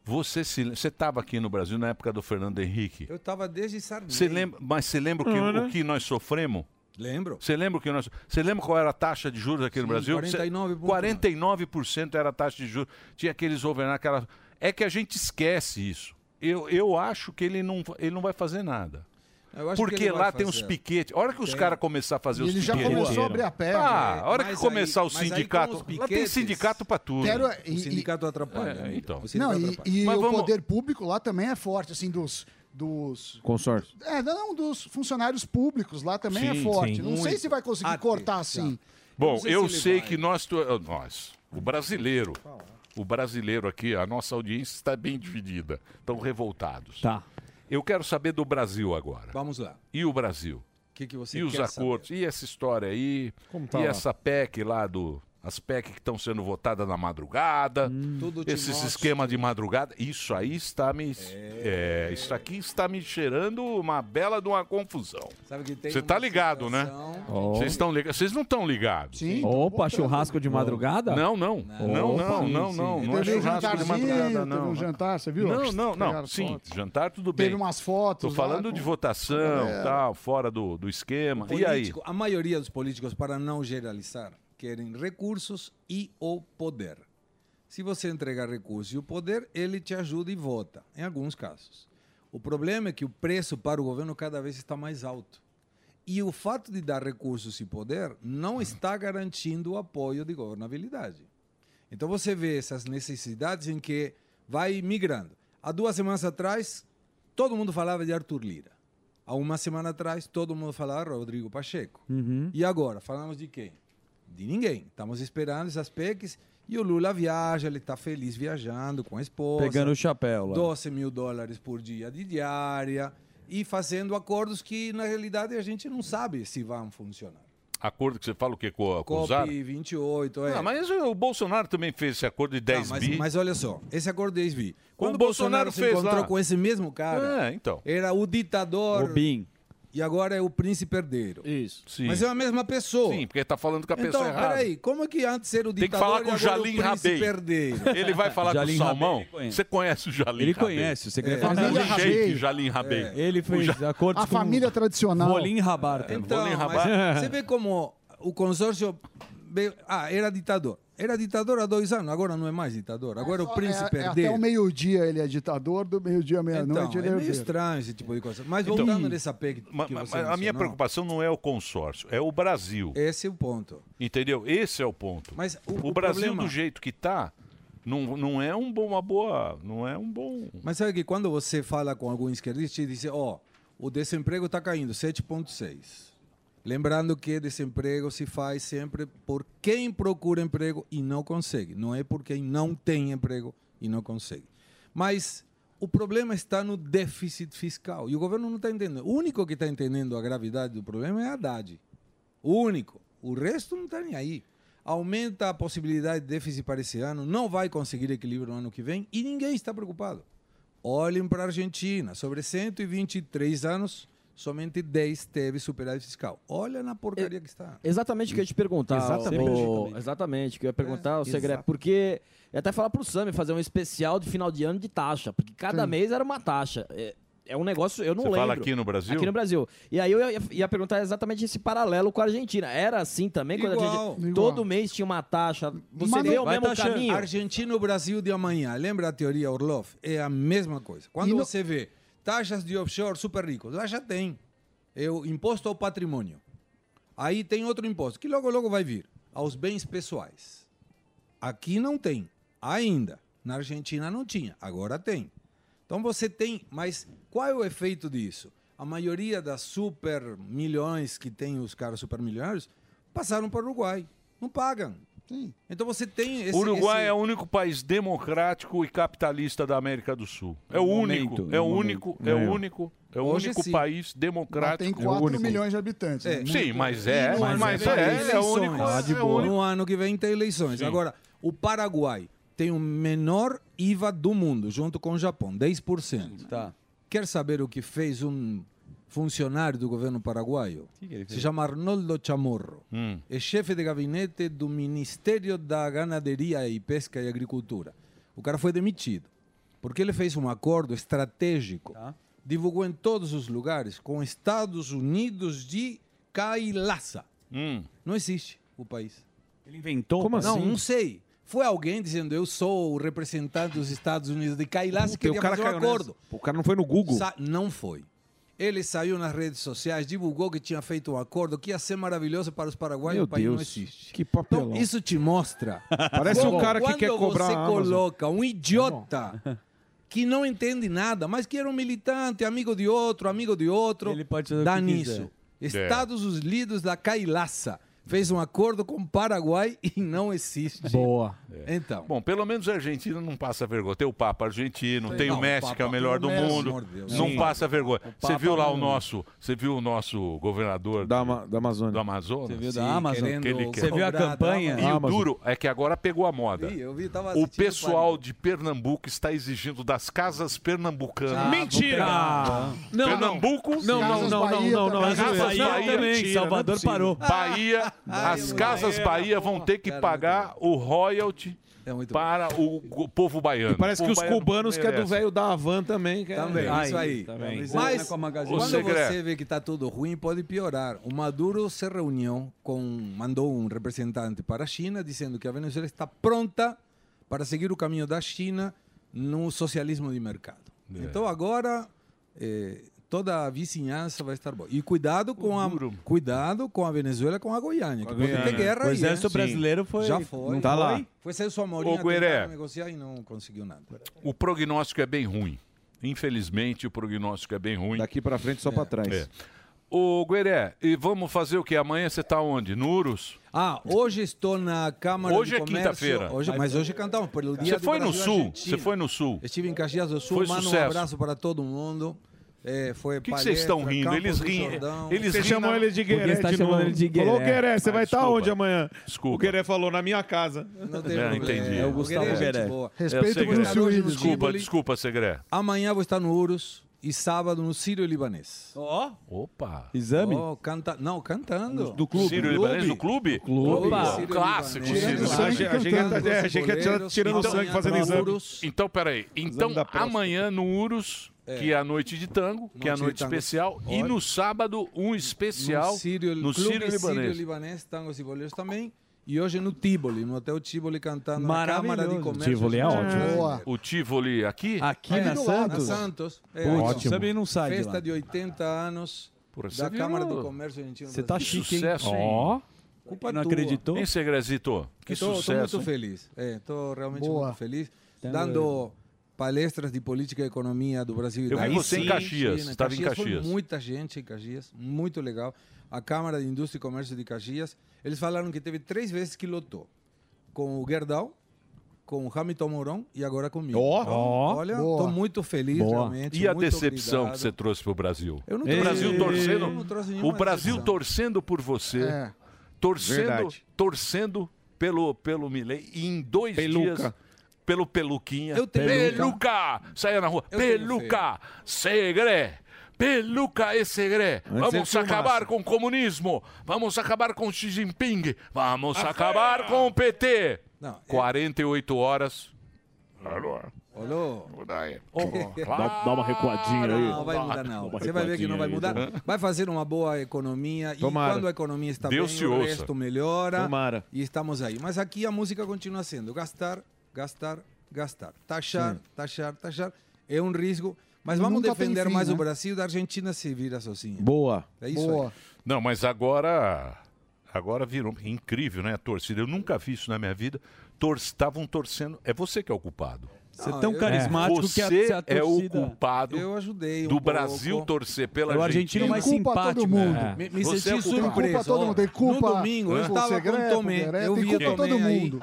Você se você estava aqui no Brasil na época do Fernando Henrique. Eu estava desde Sarney. Você lembra, mas você lembra o que, Não, né? o que nós sofremos? Lembro. Você lembra o que nós? Você lembra qual era a taxa de juros aqui no Sim, Brasil? 49 ponto um. 49% era a taxa de juros. Tinha aqueles overnight, aquela É que a gente esquece isso. Eu, eu acho que ele não, ele não vai fazer nada. Eu acho que Porque ele vai lá tem uns fazer. piquetes. A hora que os Tem. caras começar a fazer E os ele já piquetes. começou a abrir a perna. Ah, a hora Mas que começar aí- o mas aí com sindicato. os lá tem piquetes, sindicato pra tudo. Quero- e- O sindicato atrapalha. É, né? então. O Não, sindicato e, atrapalha. e Mas o vamos- poder público lá também é forte, assim, dos. dos Consórcio. é, não, dos funcionários públicos lá também Sim, é forte. sim. não sei Ah, Muito. tá. se vai conseguir cortar assim. Bom, Não sei se eu ele sei vai. que oh, nós, tu- nós, O brasileiro. O brasileiro aqui, a nossa audiência está bem dividida. Estão revoltados. Tá. Eu quero saber do Brasil agora. Vamos lá. E o Brasil? Que que você e os quer acordos? E essa história aí? Como tá e lá? essa PEC lá do. As PEC que estão sendo votadas na madrugada. Tudo te esses mostra. esquemas de madrugada. Isso aí está me. É... isso aqui está me cheirando uma bela de uma confusão. Sabe que tem Você tá ligado, né? Oh. Vocês estão ligados. Vocês não estão ligados. Sim, Opa, tô churrasco de madrugada? Não, não. Não, não, Opa. não, Sim, não, sim. não. é Teve um churrasco de jantarzinho, madrugada, não. teve um jantar, você viu? Não, não, não. Pegaram Sim, foto. jantar tudo bem. Teve umas fotos Tô lá falando com- de com a votação, galera. tal, fora do, do esquema. E aí? Político- A maioria dos políticos, para não generalizar, querem recursos e o poder. Se você entregar recursos e o poder, ele te ajuda e vota, em alguns casos. O problema é que o preço para o governo cada vez está mais alto. E o fato de dar recursos e poder não está garantindo o apoio de governabilidade. Então você vê essas necessidades em que vai migrando. Há duas semanas atrás, todo mundo falava de Arthur Lira. Há uma semana atrás, todo mundo falava Rodrigo Pacheco. Uhum. E agora, falamos de quem? De ninguém. Estamos esperando essas PECs e o Lula viaja, ele está feliz viajando com a esposa. Pegando o chapéu lá. 12 mil dólares por dia de diária e fazendo acordos que, na realidade, a gente não sabe se vão funcionar. Acordo que você fala o quê? Com, a- com o Zara? COP28, é. Ah, mas o Bolsonaro também fez esse acordo de 10 mas, bi. mas olha só, esse acordo de Esbi. Quando o o Bolsonaro Bolsonaro, se fez encontrou lá. com esse mesmo cara, É, então. era o ditador. O Bin. E agora é o príncipe herdeiro. Isso. Sim. Mas é a mesma pessoa. Sim, porque tá falando com a pessoa então, errada. peraí, como é que antes era o Tem que ditador falar com e o agora Jalim o príncipe Rabei. herdeiro? Ele vai falar Jalim com o Rabei, Salmão. ele conhece. Você conhece o Jalim Ele Rabei. conhece, você quer é. falar falar com o ele. Sheik Rabei. Jalim Rabei. É, Ele fez acordos A família tradicional. Rolim Rabar. também. Então, Rolim mas você vê como o consórcio. veio- Ah, era ditador. Era ditador há dois anos, agora não é mais ditador. Agora é o príncipe é, é herdeiro. até o meio-dia ele é ditador, do meio-dia à Então, meia-noite é ele é meio herdeiro. estranho esse tipo de coisa. Mas Então, voltando nessa PEC que Ma- ma- você a minha mencionou, preocupação não é o consórcio, é o Brasil. Esse é o ponto. Entendeu? Esse é o ponto. Mas o- o, o Brasil problema- do jeito que tá, não, não é um bom, uma boa, não é um bom. Mas sabe que quando você fala com algum esquerdista e diz, ó, o desemprego está caindo, 7,6. Lembrando que desemprego se faz sempre por quem procura emprego e não consegue. Não é por quem não tem emprego e não consegue. Mas o problema está no déficit fiscal. E o governo não está entendendo. O único que está entendendo a gravidade do problema é Haddad. O único. O resto não está nem aí. Aumenta a possibilidade de déficit para esse ano, não vai conseguir equilíbrio no ano que vem e ninguém está preocupado. Olhem para a Argentina, sobre 123 anos, somente 10 teve superávit fiscal. Olha na porcaria que está. Exatamente o que eu ia te perguntar. Exatamente. o- exatamente, o que eu ia perguntar ao Segre, exato. porque. Eu até falar pro Sami fazer um especial de final de ano de taxa, porque cada mês era uma taxa. É, é um negócio, eu não Você lembro. fala aqui no Brasil? Aqui no Brasil. E aí eu ia, ia perguntar exatamente esse paralelo com a Argentina. Era assim também quando a Igual. Argentina. Igual. Todo mês tinha uma taxa. Você vê o mesmo caminho. Argentina e Brasil de amanhã. Lembra a teoria Orlov? É a mesma coisa. Quando você vê taxas de offshore super ricos, lá já tem. É o imposto ao patrimônio. Aí tem outro imposto, que logo logo vai vir. Aos bens pessoais. Aqui não tem. Ainda. Na Argentina não tinha. Agora tem. Então você tem, mas qual é o efeito disso? A maioria das super milhões que tem os caras super milionários passaram para o Uruguai. Não pagam. Então você tem esse. o Uruguai esse- é o único país democrático e capitalista da América do Sul. É o No único, momento, é o no único, momento. é o É. único, é o Hoje único sim. país Mas democrático. tem 4 milhões de habitantes. né? Sim, mas é, E no mas, ano que vem é, tem é, o único. eleições. é o único- No ano que vem tem eleições. Sim. Agora, o Paraguai tem o menor IVA do mundo, junto com o Japão, 10%. Tá. Quer saber o que fez um funcionário do governo paraguaio? que ele fez? Se chama Arnoldo Chamorro. É chefe de gabinete do Ministério da Ganaderia e Pesca e Agricultura. O cara foi demitido porque ele fez um acordo estratégico. Tá. Divulgou em todos os lugares com Estados Unidos de Cailaça. Hum. Não existe o país. Ele inventou? Como Não, assim? não sei. Foi alguém dizendo eu sou o representante dos Estados Unidos de Cailaça Puta, e queria fazer um caiu nessa. acordo. O cara não foi no Google. Sa- não foi. Ele saiu nas redes sociais, divulgou que tinha feito um acordo que ia ser maravilhoso para os paraguaios Meu é o país não Deus, existe. que papelão. Então, isso te mostra. Parece um cara que quando quer cobrar você a Amazon. É coloca um idiota que não entende nada, mas que era um militante, amigo de outro, amigo de outro, Ele pode fazer o dá que É. nisso. quiser. Estados Unidos da Cailaça. fez um acordo com o Paraguai e não existe. Boa. Então. Bom, pelo menos a Argentina não passa vergonha. Tem o Papa argentino, Sim. tem Não, o Messi, o Papa- que é o melhor o do Messi, mundo. amor de Deus. Não Sim. passa vergonha. Você Papa é um viu lá o não. nosso, você viu o nosso governador da, do Amazonas. Você viu da Amazon? Você viu a campanha? E o Amazon. duro é que agora pegou a moda. Vi, eu vi, tava o assistindo, pessoal de Pernambuco está exigindo das casas pernambucanas. Ah, Mentira! vou pegar. Não, Pernambuco? Não, não, Casas não, não, Bahia não, não, também. é Casas zoeira. Bahia, Bahia também, mentira, Salvador não é possível. parou. Bahia, É as casas Bahia vão ter que pagar o royalty para o go- povo baiano. Parece O que os baiano cubanos que é do merece. velho da Havan também. Que é- Também, isso aí. tá Mas o quando segredo- você vê que está tudo ruim, pode piorar. O Maduro se reuniu com, mandou um representante para a China dizendo que a Venezuela está pronta para seguir o caminho da China no socialismo de mercado. É. Então agora eh, toda a vizinhança vai estar boa. E cuidado com a cuidado com a Venezuela, com a Goiânia, que pode ter Goiânia. guerra. O aí, exército hein? brasileiro foi- já foi, não tá foi. lá. Foi Celso Amorim Ô, a Gueré. tentar negociar e não conseguiu nada. O prognóstico é bem ruim. Infelizmente, o prognóstico é bem ruim. Daqui para frente, só para trás. Ô, Gueré, e vamos fazer o que? Amanhã você está onde? No Urus? Ah, hoje estou na Câmara Hoje de é Comércio. quinta-feira. Hoje- Mas hoje cantamos pelo dia Você do foi no Brasil e Sul? Argentina. Você foi no Sul? Estive em Caxias do Sul. Foi Manda um sucesso. abraço para todo mundo. É, foi que vocês estão rindo? Eles riem- Então, Eles chamam ele de Gueré tá de novo. é. Falou, Gueré, você vai estar onde amanhã? Desculpa. O Gueré falou, na minha casa. Não É, entendi. É o Gustavo Gueré é gente Gueré. boa. Respeito o Segré. Bruce Willis. Desculpa, Tivoli. desculpa, Segré. Amanhã vou estar no Urus e sábado no Sírio Libanês. Ó. Opa. Exame? canta... Não, cantando. Do clube. Sírio Libanês, do clube? Clube. Opa. Sírio Clássico, Libanês. Sírio Tirando sangue Libanês. Achei que- cantando. achei que- achei que Então, era tirando sangue, fazendo amanhã- exame. Então, peraí. Então, da próstata. amanhã no Urus, É. que é a noite de tango, que é a Noite de noite tango. especial. E Olha. no sábado, um especial no Sírio, no Clube Sírio Sírio Libanês. Libanês, Tangos e Boleiros também. E hoje no Tivoli, no Hotel Tivoli, cantando na Câmara de O Comércio. O Tivoli aqui? é Aqui na Santos. Na Santos. Putz, ótimo. também não sai de Festa lá. de 80 anos Porra, você da viu? Câmara de Comércio Argentino. Você tá Brasileiro. chique, hein? Sucesso, hein? Ó. Culpa Não tua. acreditou? Hein, Segresito? Que Estou- estou sucesso, hein? muito feliz. É, estou realmente Boa. muito feliz. Tendo- Dando palestras de política e economia do Brasil. e Eu da vi você em Argentina. Caxias, estava em foi Caxias. muita gente em Caxias, muito legal. A Câmara de Indústria e Comércio de Caxias, eles falaram que teve três vezes que lotou. Com o Gerdau, com o Hamilton Mourão e agora comigo. Ó. Então, Ó. Olha, Boa. estou muito feliz realmente. E a muito decepção obrigado. que você trouxe pro Brasil? Eu não o Brasil trouxe- torcendo, eu não trouxe o nenhuma Brasil torcendo por você, É. torcendo, Verdade. torcendo pelo pelo Milei e em dois Peluca. dias pelo peluquinha. Eu tenho- peluca, saia na rua. Eu tenho peluca, segre. Peluca e segre. Antes eu Vamos tinha um acabar maço. com o comunismo. Vamos acabar com Xi Jinping. Vamos Ah, é. acabar com o PT. 48 horas. Alô? Alô? Mudar aí. Dá- dá uma recuadinha aí. Não, vai mudar Dá não. uma Você vai ver que não vai recuadinha mudar. aí, né? Vai fazer uma boa economia. Tomara. E quando a economia está Deus te bem, o ouça. resto melhora. Tomara. E estamos aí. Mas aqui a música continua sendo gastar, gastar, gastar. Taxar, Sim. taxar, taxar. É um risco. Mas vamos Nunca tem defender fim, mais né? o Brasil da Argentina se vira sozinha. Boa. É isso aí. Não, mas agora. Agora virou incrível, né? A torcida. Eu nunca vi isso na minha vida. Estavam torcendo. É você que é o culpado. Você é tão carismático você que a- a é o torcida- culpado Eu ajudei do um pouco. Brasil torcer pela é É o Argentina. argentino mais Tem culpa simpático, todo mundo. né? Me- me senti surpreso. Tem culpa todo mundo, tem culpa No domingo, eu pro estava com Segre, é pro Tomé, Gueré, eu tem via culpa Tomé todo aí. mundo.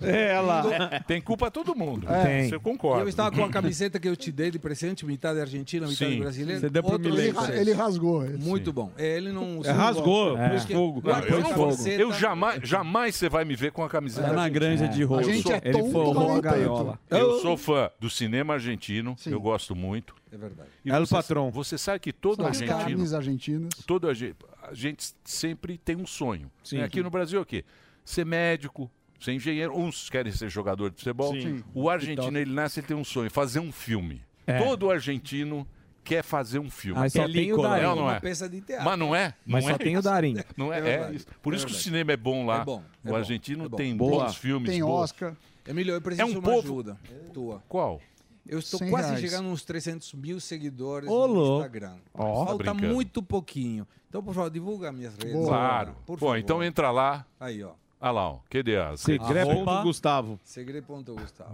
É, ela. Do- Tem culpa todo mundo. É. Você concorda. Eu estava com a camiseta que eu te dei de presente, metade argentina, metade Sim. brasileira. Você deu pro Outro Milei. presente. Ele rasgou. Muito bom. É, ele não usou. rasgou, Por pôs isso que- fogo. Guarda eu, a não- camiseta. eu jamais, jamais você vai me ver com a camiseta. tá É na argentina. granja de roupa. Eu A gente sou- é Ele tonto forrou como a um gaiola. tanto. Eu sou fã do cinema argentino, eu gosto muito. É verdade. E você, patrão. Você sabe que todo As argentino, carnes argentinas. todo a gente, a gente sempre tem um sonho. Sim. né? Aqui no Brasil é o quê? Ser médico, ser engenheiro. Uns querem ser jogador de futebol. Sim. Sim. O argentino, ele nasce e tem um sonho, fazer um filme. Todo argentino quer fazer um filme. Mas só É tem o película, Darim. é ou não é? Uma peça de teatro. Mas não é? Mas Não só é tem o isso. Darim. Não é, É é verdade. isso. Por É isso que o verdade. cinema é bom lá. É bom, é o bom, argentino é bom. tem Boa. bons filmes. Tem boas- Oscar. Emílio, eu preciso É um de uma povo- ajuda tua. Qual? Eu estou Cem quase reais. chegando nos 300 mil seguidores Ô, no louco. Instagram. Ó. Tá Falta brincando. muito pouquinho. Então, por favor, divulga minhas redes. Claro. Por Bom, favor. então entra lá. Aí, ó. Olha lá, ó. cadê a... Segre ponto Arroba- Tá, Gustavo. Segre.gustavo.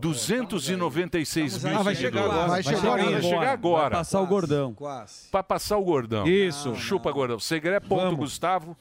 296 mil Ah, vai chegar seguidores. agora. Vai chegar agora. Vai chegar agora. Vai Tá passar o gordão. Para passar o gordão. Isso. Chupa gordão. Segre ponto Gustavo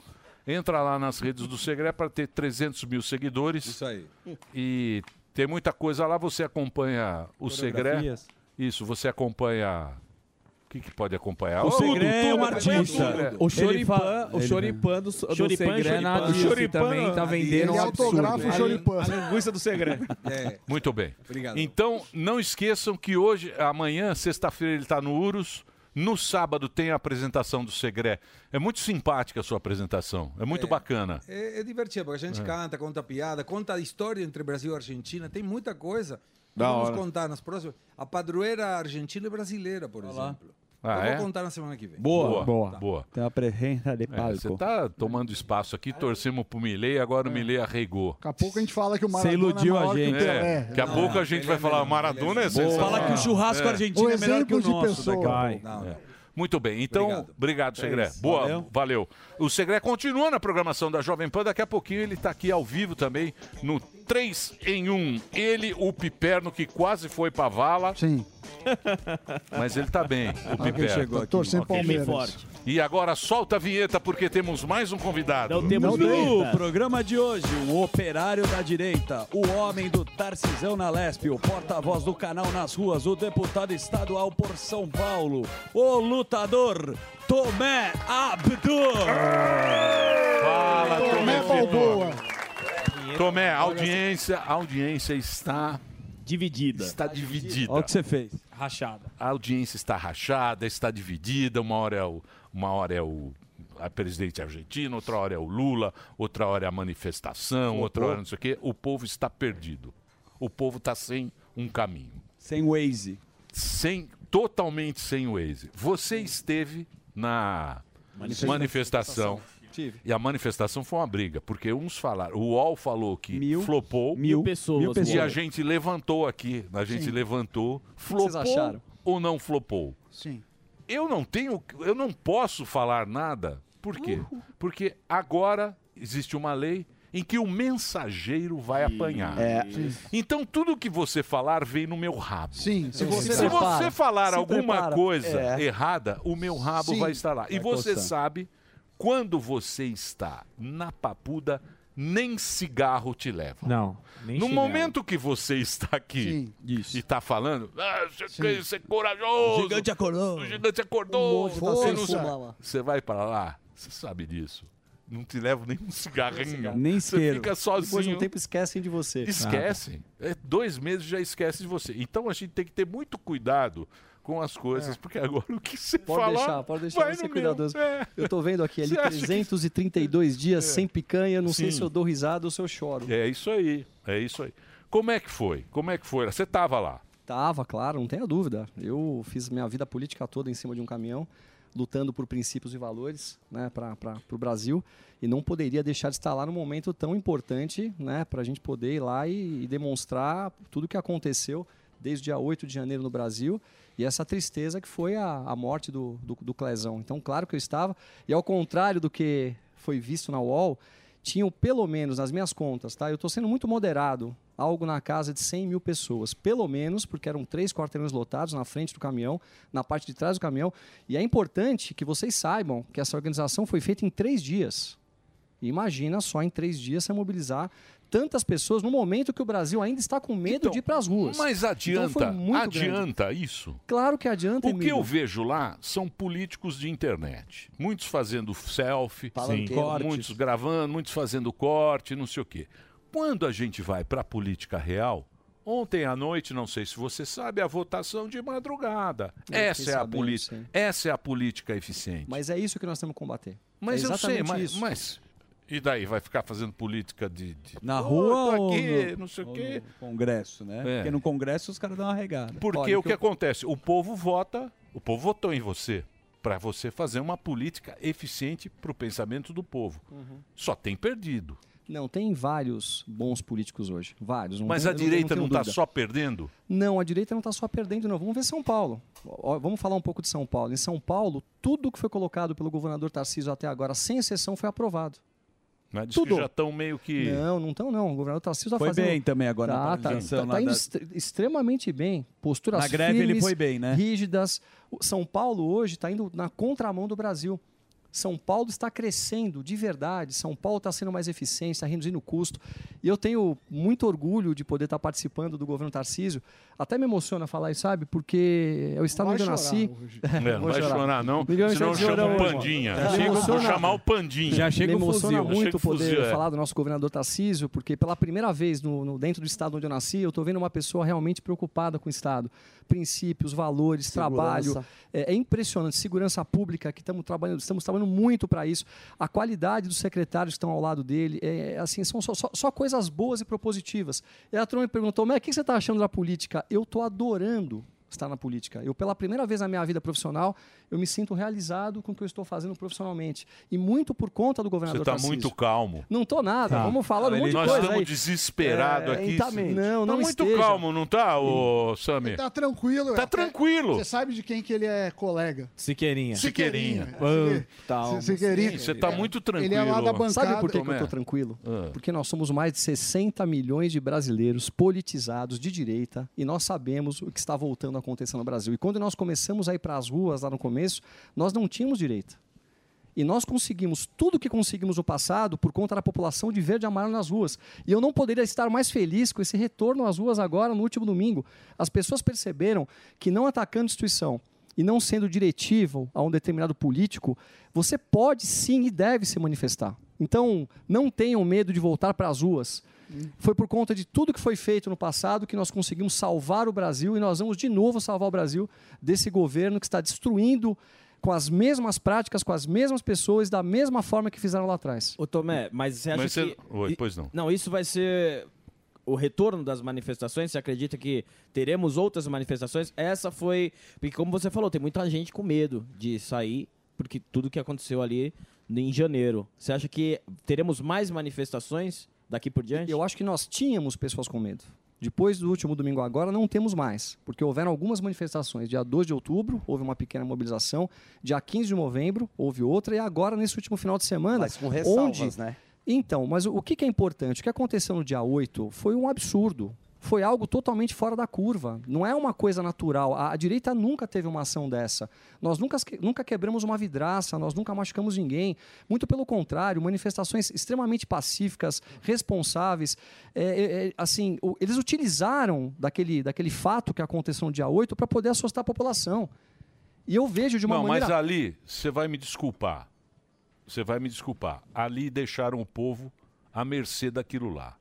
Entra lá nas redes do Segré para ter 300 mil seguidores. Isso aí. E tem muita coisa lá. Você acompanha o Segré. Fotografias. Isso, você acompanha. O que, que pode acompanhar? O Tudo, Segré é tudo, um acompanha artista. tudo, né? O Choripan, o Ele- Choripan do, do Choripan, Segré na Choripan. Disney Choripan, também tá ele vendendo um absurdo. autografa o Choripan. A linguiça do Segré. É. Muito bem. Obrigado. Então, não esqueçam que hoje, amanhã, sexta-feira, ele está no Urus. No sábado tem a apresentação do Segré. É muito simpática a sua apresentação. É muito bacana. É, é divertido, porque a gente É. canta, conta piada, conta a história entre Brasil e Argentina, tem muita coisa. que Da Vamos hora. contar nas próximas. A padroeira argentina e brasileira, por exemplo. Ah, Eu é? vou contar na semana que vem. Boa. Boa. Boa. Tem uma presença de É, Você tá tomando espaço aqui, torcemos pro Milei, É. agora o Milei arregou. Daqui a pouco a gente fala que o Maradona é maior que o É, Pelé. Daqui a pouco a gente vai falar, Maradona Boa. é sensacional. Fala que o churrasco argentino O é melhor que o exemplo de nosso pessoa. daqui a Vai. pouco. Não, É. Muito bem, então, obrigado, É Segré. isso. Boa, valeu. Valeu. O Segré continua na programação da Jovem Pan, daqui a pouquinho ele está aqui ao vivo também, no 3 em 1. Ele, o Piperno, que quase foi pra vala. Sim. Mas ele tá bem, o Alguém Piperno. chegou aqui. Torcendo Ok. Palmeiras. Forte. E agora solta a vinheta, porque temos mais um convidado. Então temos no programa de hoje um operário da direita, o homem do Tarcisão na Lespe, o porta-voz do canal nas ruas, o deputado estadual por São Paulo, o lutador Tomé Abdur. Fala, Tomé Balboa. Tomé, a audiência, a audiência está dividida. Está dividida. Olha o que você fez. Rachada. A audiência está rachada, está dividida. Uma hora é o, uma hora é o a presidente argentino, outra hora é o Lula, outra hora é a manifestação, O outra povo. hora não sei o quê. O povo está perdido. O povo está sem um caminho. Sem Waze. Sem, totalmente sem Waze. Você esteve na Manifestação. manifestação. Tive. E a manifestação foi uma briga, porque uns falaram, o UOL falou que flopou. mil pessoas, mil pessoas. E a gente levantou aqui, né? a gente Sim. levantou. que vocês Flopou acharam? ou não flopou? Sim. Eu não tenho, eu não posso falar nada. Por quê? Porque agora existe uma lei em que o mensageiro vai apanhar. É. Então tudo que você falar vem no meu rabo. Sim. Se sim. você, Se se prepara, você falar se alguma prepara. coisa É. errada, o meu rabo Sim. vai estar lá. E Vai você coçar. sabe, quando você está na papuda, nem cigarro te leva. Não. nem no chinelo. momento que você está aqui e está falando, ah, você, Sim. você é corajoso. O gigante acordou. O gigante Um Um acordou. O monstro tá sem Você não- fumar. Você vai para lá, você sabe disso. Não te leva nem um cigarrinho. Nem Você isqueiro. fica Depois de sozinho. um tempo esquecem de você. Esquecem. É, dois meses já esquece de você. Então a gente tem que ter muito cuidado com as coisas, porque agora o que você É. Pode falar... deixar, pode deixar vai de ser no meu. cuidadoso. É. Eu tô vendo aqui ali Você acha que- É. 332 dias sem picanha, não sei Sim. se eu dou risada ou se eu choro. É isso aí, é isso aí. Como é que foi? Como é que foi? Você tava lá. Tava, claro, não tenha dúvida. Eu fiz minha vida política toda em cima de um caminhão, lutando por princípios e valores né, para o Brasil. E não poderia deixar de estar lá num momento tão importante né, para a gente poder ir lá e, e demonstrar tudo o que aconteceu desde o dia 8 de janeiro no Brasil e essa tristeza que foi a, a morte do, do, do Clezão. Então, claro que eu estava. E ao contrário do que foi visto na UOL, tinham pelo menos, nas minhas contas, tá? Eu estou sendo muito moderado, algo na casa de 100 mil pessoas, pelo menos, porque eram três quarteirões lotados na frente do caminhão, na parte de trás do caminhão. E é importante que vocês saibam que essa organização foi feita em três dias. Imagina só em três dias você mobilizar tantas pessoas no momento que o Brasil ainda está com medo de ir para as ruas. Mas Então, adianta, foi muito grande. adianta isso? Claro que adianta, O que Emílio. eu vejo lá são políticos de internet. Muitos fazendo selfie, Palanqueiro. sim, Cortes. muitos gravando, muitos fazendo corte, não sei o quê. Quando a gente vai para a política real, ontem à noite, não sei se você sabe, a votação de madrugada. Eu Essa fiquei é, a sabendo, poli- sim. essa é a política eficiente. Mas é isso que nós temos que combater. Mas é eu sei, exatamente mas, isso. mas- E daí, vai ficar fazendo política de. de- Na Pô, rua tô ou aqui, no- não sei o ou quê. no Congresso, né? É. Porque no Congresso os caras dão uma regada. Porque o que acontece? O povo vota, o povo votou em você para você fazer uma política eficiente para o pensamento do povo. Uhum. Só tem perdido. Não, tem vários bons políticos hoje. Vários. não Mas tem- a eu eu direita tenho não está dúvida. só perdendo? Não, a direita não está só perdendo, não. Vamos ver São Paulo. Ó, Vamos falar um pouco de São Paulo. Em São Paulo, tudo que foi colocado pelo governador Tarcísio até agora, sem exceção, foi aprovado. Né? Diz que Tudo. já estão meio que. né, Não, não estão, não. O governador Tarcísio está Foi fazendo... bem também agora na tá, tá, paralisação tá, lá tá indo da- estre- extremamente bem. Posturas Na greve ele firmes, foi bem, né? tá rígidas. O São Paulo hoje está indo na contramão do Brasil. São Paulo está crescendo de verdade, São Paulo está sendo mais eficiente, está reduzindo o custo. E eu tenho muito orgulho de poder estar participando do governo Tarcísio. Até me emociona falar isso, sabe? Porque é o estado onde eu nasci. É, não Vou vai chorar. chorar, não. Miguel senão eu Echete chamo o chorou, Pandinha. irmão. Chega, Me vou emociona- chamar o Pandinha. Me emociona muito Chega o poder fuzil, é. falar do nosso governador Tarcísio, porque pela primeira vez no, no- dentro do estado onde eu nasci, eu estou vendo uma pessoa realmente preocupada com o estado. Princípios, valores, Segurança. trabalho. É, é impressionante. Segurança pública, que estamos trabalhando, estamos trabalhando muito para isso. A qualidade dos secretários que estão ao lado dele, é, é, assim, são só, só- só coisas boas e propositivas. E a turma me perguntou, mas o que você está achando da política? Eu estou adorando estar na política. Eu, pela primeira vez na minha vida profissional, eu me sinto realizado com o que eu estou fazendo profissionalmente. E muito por conta do Você governador está Tarcísio. muito calmo. Não tô nada. Tá. Vamos falar um monte de Nós coisa estamos aí. desesperados É, aqui. exatamente. Não, não tá muito esteja. Então, calmo, não tá, ô, Sami? Tá tranquilo. Tá até- tranquilo. Você sabe de quem que ele é colega. Siqueirinha. Ah, Siqueirinha. Tal. Siqueirinha. Você tá muito tranquilo. Ele é lá da bancada. é? Ah. Sabe por que, que eu Tomé? estou tranquilo? Porque nós somos mais de 60 milhões de brasileiros politizados de direita e nós sabemos o que está voltando a acontecer no Brasil. E quando nós começamos a ir para as ruas lá no começo, nós não tínhamos direita. E nós conseguimos tudo o que conseguimos no passado por conta da população de verde e amarelo nas ruas. E eu não poderia estar mais feliz com esse retorno às ruas agora, no último domingo. As pessoas perceberam que não atacando a instituição e não sendo diretivo a um determinado político, você pode sim e deve se manifestar. Então, não tenham medo de voltar para as ruas. Foi por conta de tudo que foi feito no passado que nós conseguimos salvar o Brasil e nós vamos de novo salvar o Brasil desse governo que está destruindo com as mesmas práticas, com as mesmas pessoas, da mesma forma que fizeram lá atrás. Ô, Tomé, mas você acha Mas você- que... Oi, pois não. Não, isso vai ser o retorno das manifestações. Você acredita que teremos outras manifestações? Essa foi. Porque, como você falou, tem muita gente com medo de sair, porque tudo que aconteceu ali em janeiro. Você acha que teremos mais manifestações daqui por diante? Eu acho que nós tínhamos pessoas com medo. Depois do último domingo agora, não temos mais, porque houveram algumas manifestações. Dia 2 de outubro, houve uma pequena mobilização. Dia 15 de novembro, houve outra. E agora, nesse último final de semana... Mas com ressalvas, onde... né? Então, mas o o que, que é importante? O que aconteceu no dia 8 foi um absurdo. Foi algo totalmente fora da curva. Não é uma coisa natural. A, a direita nunca teve uma ação dessa. Nós nunca, que- nunca quebramos uma vidraça, nós nunca machucamos ninguém. Muito pelo contrário, manifestações extremamente pacíficas, responsáveis. É, é, é, assim, o- eles utilizaram daquele, daquele fato que aconteceu no dia 8 para poder assustar a população. E eu vejo de uma não, maneira. mas ali, você vai me desculpar. Você vai me desculpar. Ali deixaram o povo à mercê daquilo lá.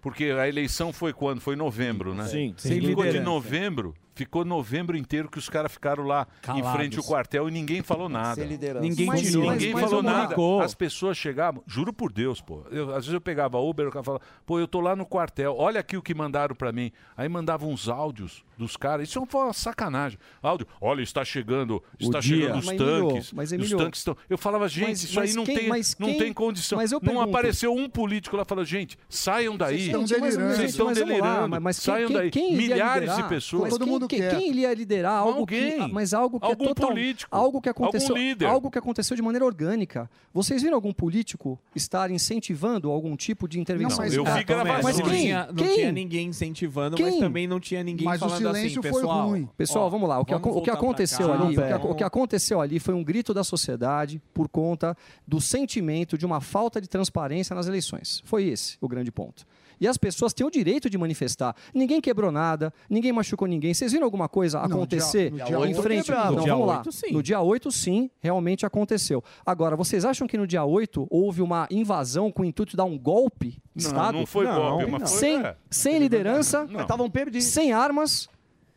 Porque a eleição foi quando? Foi em novembro, né? Sim, Ficou sem de liderança. novembro, ficou novembro inteiro que os caras ficaram lá em Calados. frente ao quartel e ninguém falou nada. Sem liderança. Ninguém, Ninguém tirou. ninguém Mas- mas falou não nada. marcou. As pessoas chegavam, juro por Deus, pô. Eu- às vezes eu pegava Uber, o cara falava, pô, eu tô lá no quartel, olha aqui o que mandaram pra mim. Aí mandavam uns áudios dos caras. Isso foi uma sacanagem. Áudio, olha, está chegando, está dia. chegando os Mas, Emilio, tanques. mas, os Emilio, tanques estão. Eu falava, gente, mas- isso aí mas não, quem- tem, mas não quem- tem condição. mas eu não pergunto- apareceu um político lá falando, gente, saiam daí. Gente, mas- mas- Vocês estão mas vamos lá, delirando. mas- mas quem- saiam quem- daí. quem iria Milhares de liderar? pessoas. Mas quem- quem, quem iria liderar algo Alguém. que, mas algo que Algum é total, político. algo que Algum aconteceu, líder. algo que aconteceu de maneira orgânica. Vocês viram algum político estar incentivando algum tipo de intervenção? mas- Ah, então, Tomé, Mas não, quem? Tinha, não Quem? tinha ninguém incentivando, mas Quem? também não tinha ninguém falando assim, pessoal. Pessoal, ó, vamos lá. O que, vamos aco- o que voltar pra aconteceu cá, ali, o que, vamos- o que aconteceu ali foi um grito da sociedade por conta do sentimento de uma falta de transparência nas eleições. Foi esse o grande ponto. E as pessoas têm o direito de manifestar. Ninguém quebrou nada, ninguém machucou ninguém. Vocês viram alguma coisa Não, dia- acontecer no dia em oito frente? quebraram. Não, No dia vamos lá. oito, sim. No dia 8, sim, realmente aconteceu. Agora, vocês acham que no dia 8 houve uma invasão com o intuito de dar um golpe de Não, Estado? não foi golpe, mas foi- Sem, é. sem liderança, Não. Estavam perdidos. sem armas,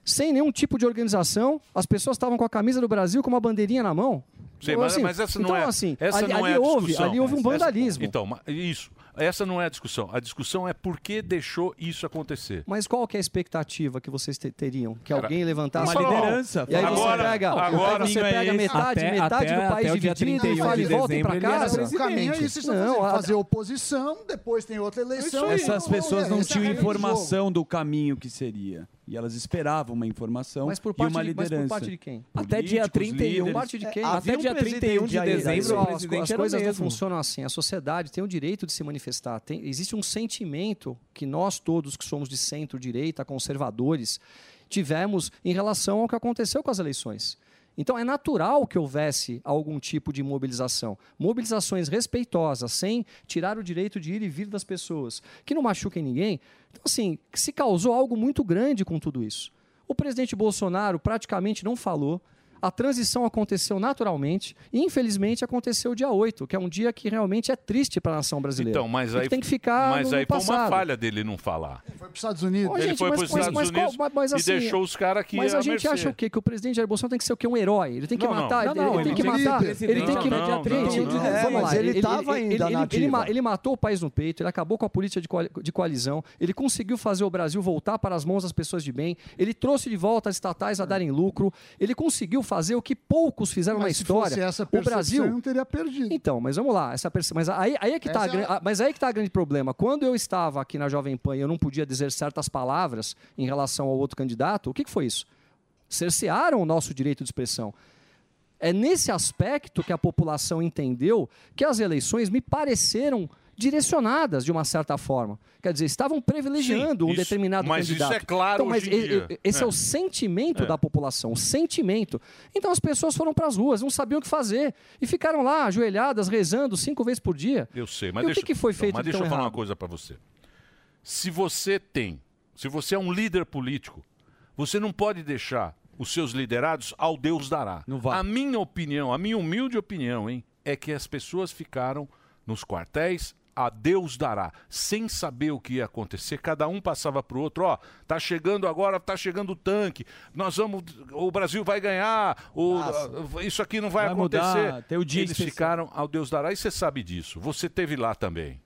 sem nenhum tipo de organização. As pessoas estavam com a camisa do Brasil com uma bandeirinha na mão. Sim, Então, mas, assim, mas essa não então, é. assim, essa ali, não ali é a houve, discussão. ali houve um Essa- vandalismo. então, ma- isso. Essa não é a discussão. A discussão é por que deixou isso acontecer. Mas qual que é a expectativa que vocês te- teriam? Que alguém levantasse uma liderança. E aí Agora- você pega, agora- aí tá você o caminho pega é esse. metade, Até- metade até- do país até o dia dividindo e 31 fala, de voltem pra dezembro, ele era casa. O caminho é isso. Não, Não, fazendo, a- fazer oposição, depois tem outra É eleição. Essas pessoas não Essa tinham é a regra do jogo. informação do caminho que seria. E elas esperavam uma informação Mas por e parte uma de- mas por liderança. parte de quem? Até dia 31. Parte de quem? É, Até um dia 31 de dezembro, Pessoal, o as- presidente as era o coisas não mesmo. funcionam assim. A sociedade tem o direito de se manifestar. Tem- existe um sentimento que nós todos que somos de centro-direita, conservadores, tivemos em relação ao que aconteceu com as eleições. Então é natural que houvesse algum tipo de mobilização. Mobilizações respeitosas, sem tirar o direito de ir e vir das pessoas, que não machuquem ninguém. Então, assim, se causou algo muito grande com tudo isso. O presidente Bolsonaro praticamente não falou. A transição aconteceu naturalmente e, infelizmente, aconteceu dia 8, que é um dia que realmente é triste para a nação brasileira. Então, mas E que aí, tem que ficar mas no, aí no foi uma passado. falha dele não falar. Foi para os Estados Unidos. Ô, Ele gente, foi mas- pros mas- Estados mas qual- Unidos mas- mas e assim, deixou os caras aqui Mas à a gente mercê. acha o quê? Que o presidente Jair Bolsonaro tem que ser o quê? Um herói. Ele tem que Não, não. matar, Não, ele- não, ele, ele tem que tem que ser matar. presidente. Ele tem que Não, não, Gente, não, não. ele- vamos lá, Mas ele tava ele- ainda ele- na ele ma- ativa. ele matou o país no peito, ele acabou com a política de coali- de coalizão, ele conseguiu fazer o Brasil voltar para as mãos das pessoas de bem, ele trouxe de volta as estatais a darem lucro, ele conseguiu fazer o que poucos fizeram na Mas se história. fosse essa o percepção, Brasil eu não teria perdido. Então, mas vamos lá, essa perce- mas aí, aí é que está Essa é a- mas aí que tá o grande problema. Quando eu estava aqui na Jovem Pan e eu não podia dizer certas palavras em relação ao outro candidato, o que que foi isso? Cercearam o nosso direito de expressão. É nesse aspecto que a população entendeu que as eleições me pareceram direcionadas de uma certa forma. Quer dizer, estavam privilegiando Sim, um isso- determinado mas isso candidato. é claro Então, mas hoje em e- dia. e- esse é. É. o sentimento É. da população, o sentimento. Então as pessoas foram para as ruas, não sabiam o que fazer e ficaram lá ajoelhadas, rezando cinco vezes por dia. Eu sei, mas E o deixa, que que foi não, feito mas de deixa tão eu falar errado? uma coisa pra você. Se você tem, se você é um líder político, você não pode deixar os seus liderados ao Deus dará. A minha opinião, a minha humilde opinião, hein, é que as pessoas ficaram nos quartéis a Deus dará, sem saber o que ia acontecer. Cada um passava pro outro, ó, tá chegando agora, tá chegando o tanque. Nós vamos, o Brasil vai ganhar, o- ah, isso aqui não vai, Vai mudar, acontecer. tem o dia Eles especial. ficaram ao Deus dará e você sabe disso. Você teve lá também.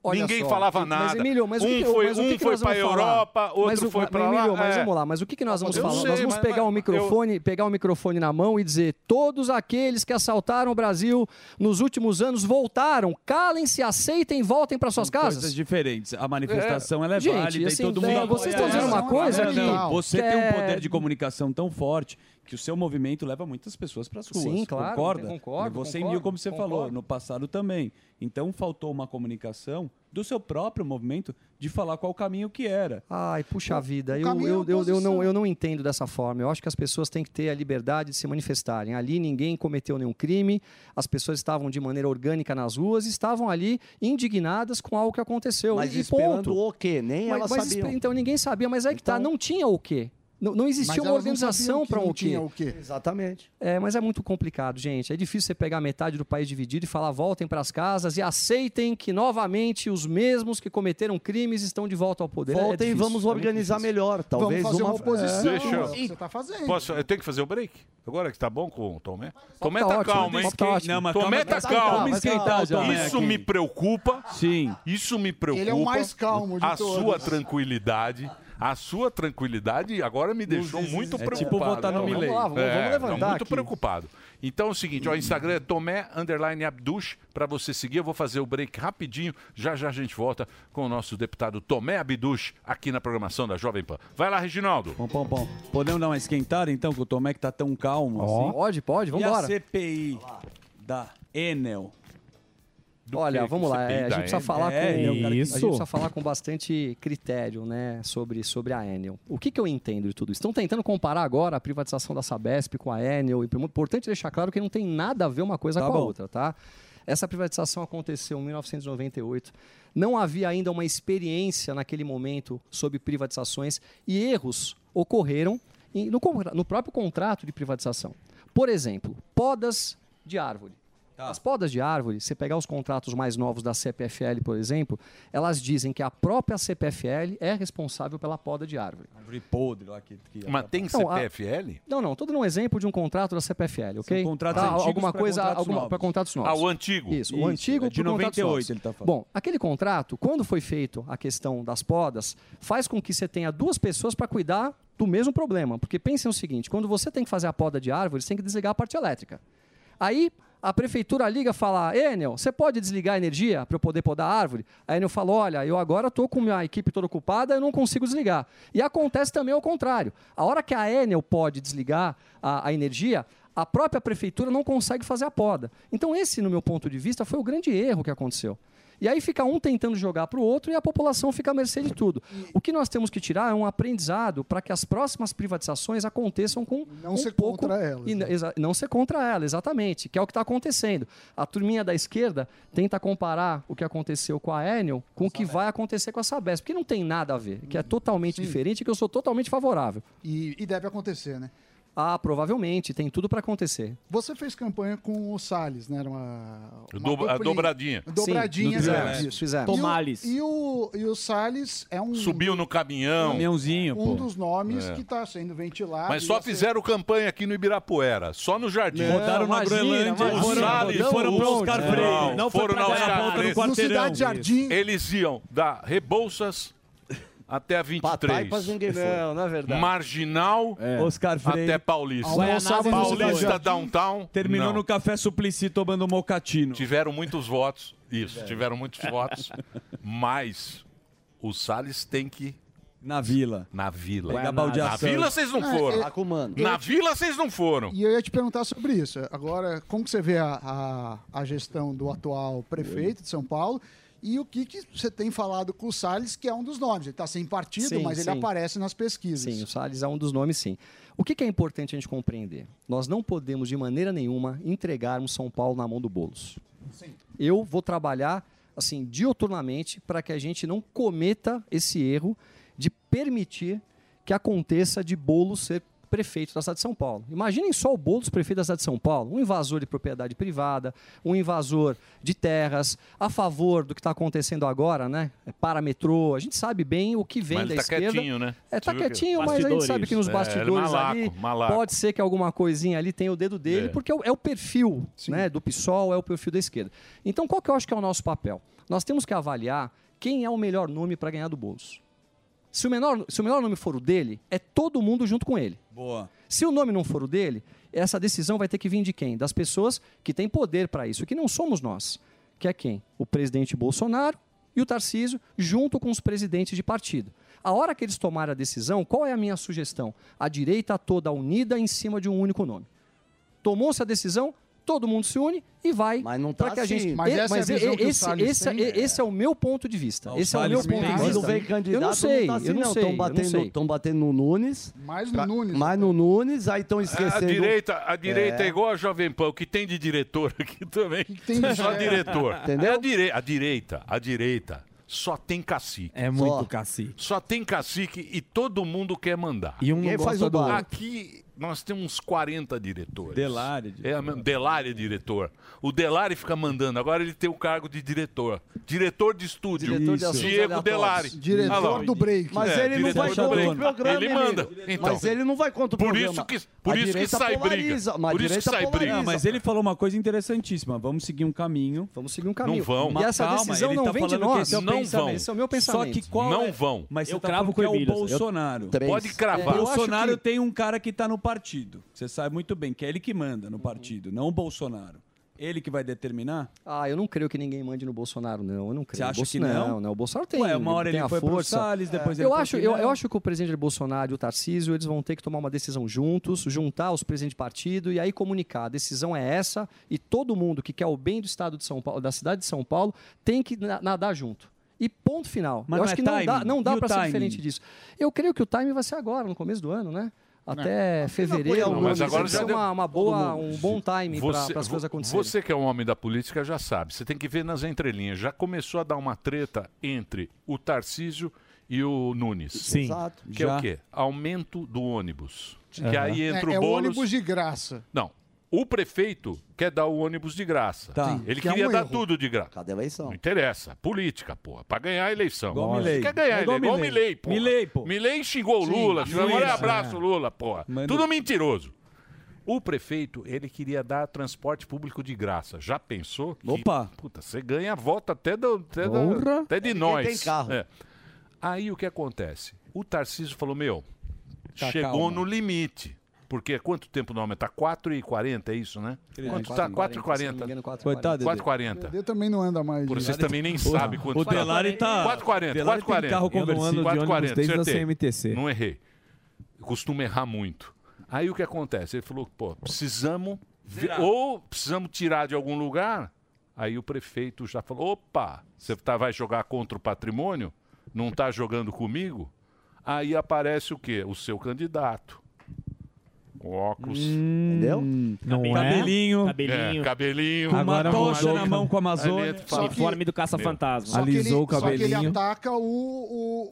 Olha Ninguém só, falava mas, nada. Emílio, mas o um que, foi, mas o que um que foi nós para vamos a falar? Europa, outro mas, o- foi mas, para lá. Emílio, mas é. vamos lá, mas o que, que nós vamos Eu falar? sei, nós vamos mas- pegar o microfone, pegar o microfone na mão e dizer: todos aqueles que assaltaram o Brasil nos últimos anos voltaram. Calem-se, aceitem, voltem para suas casas. Coisas diferentes. A manifestação ela é Gente, válida assim, e todo mundo é, apoia vocês estão dizendo ela. uma coisa Não, não, que- Você que tem um é- poder de comunicação tão forte que o seu movimento leva muitas pessoas para as ruas. Sim, claro, Concorda? concordo, Você concordo, viu como você concordo. falou, no passado também. Então faltou uma comunicação do seu próprio movimento de falar qual o caminho que era. Ai, puxa vida, eu, caminho é eu, eu, eu oposição. não, eu não entendo dessa forma. Eu acho que as pessoas têm que ter a liberdade de se manifestarem. Ali ninguém cometeu nenhum crime, as pessoas estavam de maneira orgânica nas ruas, e estavam ali indignadas com algo que aconteceu. Mas e esperando ponto. o quê? Nem mas, elas mas espe- sabiam. Então- Então ninguém sabia, mas aí que tá, não tinha o quê. Não, não existia Mas uma elas não organização sabiam que para não um o quê. tinha o quê. Exatamente. É, mas é muito complicado, gente. É difícil você pegar metade do país dividido e falar voltem para as casas e aceitem que novamente os mesmos que cometeram crimes estão de volta ao poder. É- é Voltem, difícil, vamos é muito organizar difícil. melhor, talvez um- É. Deixa eu- tá fazendo. Posso, eu tenho que fazer o break? Agora que tá bom com o Tomé? Tomé tá tá, ótimo, calmo, mas hein? tá ótimo. Não, mas Tomé calma, tá mas tá calmo. calmo, esquentar, Tomé, Isso aqui. me preocupa. Sim. Isso me preocupa. Ele é o mais calmo de A todos. sua tranquilidade. A sua tranquilidade agora me deixou muito é tipo preocupado. votar no Tomé. Milei. É, Vamos lá, vamos- vamos não, levantar muito aqui. preocupado. Então é o seguinte, ó, o Instagram é Tomé underline Abdush para você seguir. Eu vou fazer o break rapidinho. Já já a gente volta com o nosso deputado Tomé Abdush aqui na programação da Jovem Pan. Vai lá, Reginaldo. Pom, pom, pom. Podemos dar uma esquentada então, que o Tomé que tá tão calmo Ó. assim? Pode, pode, E a vambora. CPI da Enel? Olha, que vamos que lá. você é, a tem gente da precisa Enel? falar É, com né? Enel, cara, que- a gente precisa falar com bastante critério, né, sobre, sobre a Enel. O que, que eu entendo de tudo isso? Estão tentando comparar agora a privatização da Sabesp com a Enel. E é importante deixar claro que não tem nada a ver uma coisa Tá com a bom. outra, tá? Essa privatização aconteceu em 1998. Não havia ainda uma experiência naquele momento sobre privatizações e erros ocorreram em- no, contra- no próprio contrato de privatização. Por exemplo, podas de árvore. Tá. As podas de árvore, se pegar os contratos mais novos da CPFL, por exemplo, elas dizem que a própria CPFL é responsável pela poda de árvore. Árvore podre lá que... que Mas tem Então, a- CPFL? Não, não, estou dando um exemplo de um contrato da CPFL, ok? Tá, contratos Tá, antigos alguma pra coisa, contratos alguma novos. para contratos novos. Ah, o antigo. Isso, Isso, o antigo é de pro contratos 98 novos. ele tá falando. Bom, aquele contrato, quando foi feito a questão das podas, faz com que você tenha duas pessoas para cuidar do mesmo problema, porque pensem o seguinte, quando você tem que fazer a poda de árvores, tem que desligar a parte elétrica. Aí a prefeitura liga e fala: Enel, você pode desligar a energia para eu poder podar a árvore? A Enel fala: Olha, eu agora estou com minha equipe toda ocupada, eu não consigo desligar. E acontece também ao contrário. A hora que a Enel pode desligar a, a energia, a própria prefeitura não consegue fazer a poda. Então, esse, no meu ponto de vista, foi o grande erro que aconteceu. E aí fica um tentando jogar para o outro e a população fica à mercê de tudo. O que nós temos que tirar é um aprendizado para que as próximas privatizações aconteçam com não um ser pouco contra ela, né? não ser contra ela, exatamente, que é o que está acontecendo. A turminha da esquerda tenta comparar o que aconteceu com a Enel com o que vai acontecer com a Sabesp, que não tem nada a ver, que é totalmente diferente e que eu sou totalmente favorável. Uhum. E, e deve acontecer, né? Ah, provavelmente, tem tudo para acontecer. Você fez campanha com o Salles, né? Era uma, uma Dobra- a duplinha. dobradinha. Sim, Dobradinha. do né? Fizemos, Isso. fizemos. E o- Tomales. E o, e o Salles é um, Subiu no caminhão. um dos nomes É. que está sendo ventilado. Mas e só ia ser- fizeram campanha aqui no Ibirapuera, só no jardim. assim. Não, Botaram na imagina, Groenlândia, imagina. Os foram- Salles, foram os- pra Oscar não, Freire, não foi foram pra na Guarapó, Oscar no Freire. quarteirão. No Cidade Jardim. Eles iam da Rebouças até a 23. Pataipas ninguém- não, não é verdade. Marginal É. Oscar Freire. é até Paulista. Almoçava no Paulista Cidade Jardim. Downtown. Terminou não. no Café Suplicy tomando um mocatino. Tiveram muitos votos. É. Isso, tiveram muitos votos. Mas o Salles tem que. Na vila. Na vila. Pegar Na baldeação. vila vocês não É, Ah, foram. é- tá Acumando. Na Eu te- vila vocês não foram. E eu ia te perguntar sobre isso. Agora, como que você vê a, a, a gestão do atual prefeito de São Paulo e o que, que você tem falado com o Salles, que é um dos nomes. Ele está sem partido, Sim, mas ele sim. aparece nas pesquisas. Sim, o Salles é um dos nomes, sim. O que, que é importante a gente compreender? Nós não podemos, de maneira nenhuma, entregarmos São Paulo na mão do Boulos. Eu vou trabalhar, assim, dioturnamente para que a gente não cometa esse erro de permitir que aconteça de Boulos ser prefeito da cidade de São Paulo. Imaginem só o Boulos prefeito da cidade de São Paulo, um invasor de propriedade privada, um invasor de terras, a favor do que está acontecendo agora, né? Para metrô, a gente sabe bem o que vem Mas ele da tá esquerda. quietinho, né? É, tá Você viu que- quietinho, mas a gente sabe que nos É, ele é bastidores malaco, ali malaco. pode ser que alguma coisinha ali tenha o dedo dele, É. porque é o, é o perfil né, do PSOL, é o perfil da esquerda. Então, qual que eu acho que é o nosso papel? Nós temos que avaliar quem é o melhor nome para ganhar do bolso. Se o, menor, se o melhor nome for o dele, é todo mundo junto com ele. Boa. Se o nome não for o dele, essa decisão vai ter que vir de quem? Das pessoas que têm poder para isso, que não somos nós. Que é quem? O presidente Bolsonaro e o Tarcísio, junto com os presidentes de partido. A hora que eles tomarem a decisão, qual é a minha sugestão? A direita toda unida em cima de um único nome. Tomou-se a decisão, todo mundo se une e vai mas não tá que a assim. gente. Mas e- essa é a e- visão que o esse- Salles esse- tem? né? esse é o meu ponto de vista. O Esse é o meu Salles ponto de tem. vista. Quando vem candidato, eu não sei, tá assim, eu não, sei. Estão eu não batendo, sei. tão batendo no Nunes. Mais né? no Nunes. Mais no Nunes, aí estão A esquecendo. direita, a direita é. É. igual a Jovem Pan, o que tem de diretor aqui também. tem de- Só É. diretor. Entendeu? É a, direi- a direita, a direita. Só tem cacique. É muito Só. cacique. Só tem cacique e todo mundo quer mandar. E um não Ninguém faz gosta o do bar. outro. Aqui nós temos uns 40 diretores. Delari, É, a mesma- Delari é diretor. O Delari fica mandando. Agora ele tem o cargo de diretor. Diretor de estúdio. Diretor de assuntos Diego aleatórios. Delari. Diretor Ah, lá. do break. Mas É, ele não diretor vai do contra o break. programa. Ele Emílio. manda. Então. Mas ele não vai contra o Por programa. isso que- por A isso que direita sai briga. polariza, mas a Por isso que direita sai briga. polariza. Não, mas ele falou uma coisa interessantíssima. Vamos seguir um caminho. Vamos seguir um caminho. E essa decisão tá não vem de nós. Não vão. Esse é o meu pensamento. Só que qual Não é- vão. Mas Eu eu tá cravo cravo com que é o o Emílias. Bolsonaro. Eu- Três. Pode cravar. O Eu acho Bolsonaro que- tem um cara que tá no partido. Você sabe muito bem que é ele que manda no partido, não o Bolsonaro. Ele que vai determinar? Ah, eu não creio que ninguém mande no Bolsonaro, não. Eu não creio. Você O acha Bolso- que não? Não, O Bolsonaro tem. Ué, uma hora tem ele a foi pro força. Salles, depois É. ele eu foi acho, pro eu, Melo. eu acho que o presidente Bolsonaro e o Tarcísio, eles vão ter que tomar uma decisão juntos, juntar os presidentes de partido e aí comunicar. A decisão é essa e todo mundo que quer o bem do estado de São Paulo, da cidade de São Paulo, tem que na- nadar junto. E ponto final. Mas eu não acho é que não dá, timing? não E dá o para ser timing? diferente disso. Eu creio que o time vai ser agora, no começo do ano, né? Até fevereiro. Não, mas agora vai ser já deu- uma, uma boa, um bom time Você- para as coisas vo- acontecerem. Você que é um homem da política já sabe. Você tem que ver nas entrelinhas. Já começou a dar uma treta entre o Tarcísio e o Nunes. Sim. Exato. Que é Já. o quê? Aumento do ônibus. Que Aham. aí entra é, o é Boulos... ônibus de graça. Não. O prefeito quer dar o ônibus de graça. Tá. Ele Que é queria um dar erro. tudo de graça. Cada eleição. Não interessa. Política, porra. Pra ganhar a eleição. Igual Lógico. Milei. Quer ganhar É a igual eleição. Igual Milei. Milei, porra. Milei, xingou o Sim, Lula. xingou- isso, Agora é é. abraço, Lula, porra. Manda- Tudo mentiroso. O prefeito, ele queria dar transporte público de graça. Já pensou? Que, Opa! Puta, você ganha a volta até, do, até, da- Porra. até de É quem nós. tem carro. É. Aí o que acontece? O Tarcísio falou, meu, Tá, chegou calma. no limite. Porque quanto tempo Tá não aumenta? 4,40 é isso, né? Quanto tá? 4,40. Coitado, Dedê. 4,40. Eu também não anda mais. Por gente. vocês também nem sabem quanto o Delari tá- 440, Delari tem 440. carro Eu não conversível. ando de ônibus 440, desde a acertei. CMTC. Não errei. Eu costumo errar muito. Aí o que acontece? Ele falou, pô, precisamos ver- ou precisamos tirar de algum lugar Aí o prefeito já falou: opa, você tá, vai jogar contra o patrimônio? Não está jogando comigo? Aí aparece o quê? O seu candidato. Com óculos. Entendeu? Não é? Cabelinho. Hum. Cabelinho. Cabelinho. É, cabelinho. Com uma Agora tocha na mão com a Amazônia. Uniforme do caça-fantasma. Só que ele- Alisou o Só que ele cabelinho. ataca o,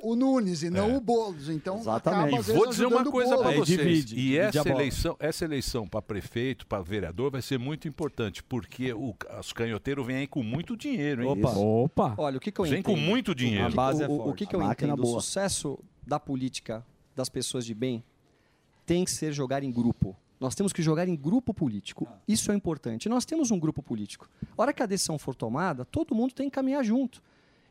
o, o Nunes e não o Boulos. Então, acaba, E às vezes, vou dizer uma ajudando o coisa para Boulos. vocês. e essa eleição, essa eleição para prefeito, para vereador, vai ser muito importante, porque o, os canhoteiros vêm aí com muito dinheiro, hein? Opa. Opa. Olha, o que, que eu Vem entendo? é com muito dinheiro. O que- o, o que, que eu entendo? O sucesso da política das pessoas de bem tem que ser jogar em grupo. Nós temos que jogar em grupo político. Isso é importante. Nós temos um grupo político. A hora que a decisão for tomada, todo mundo tem que caminhar junto.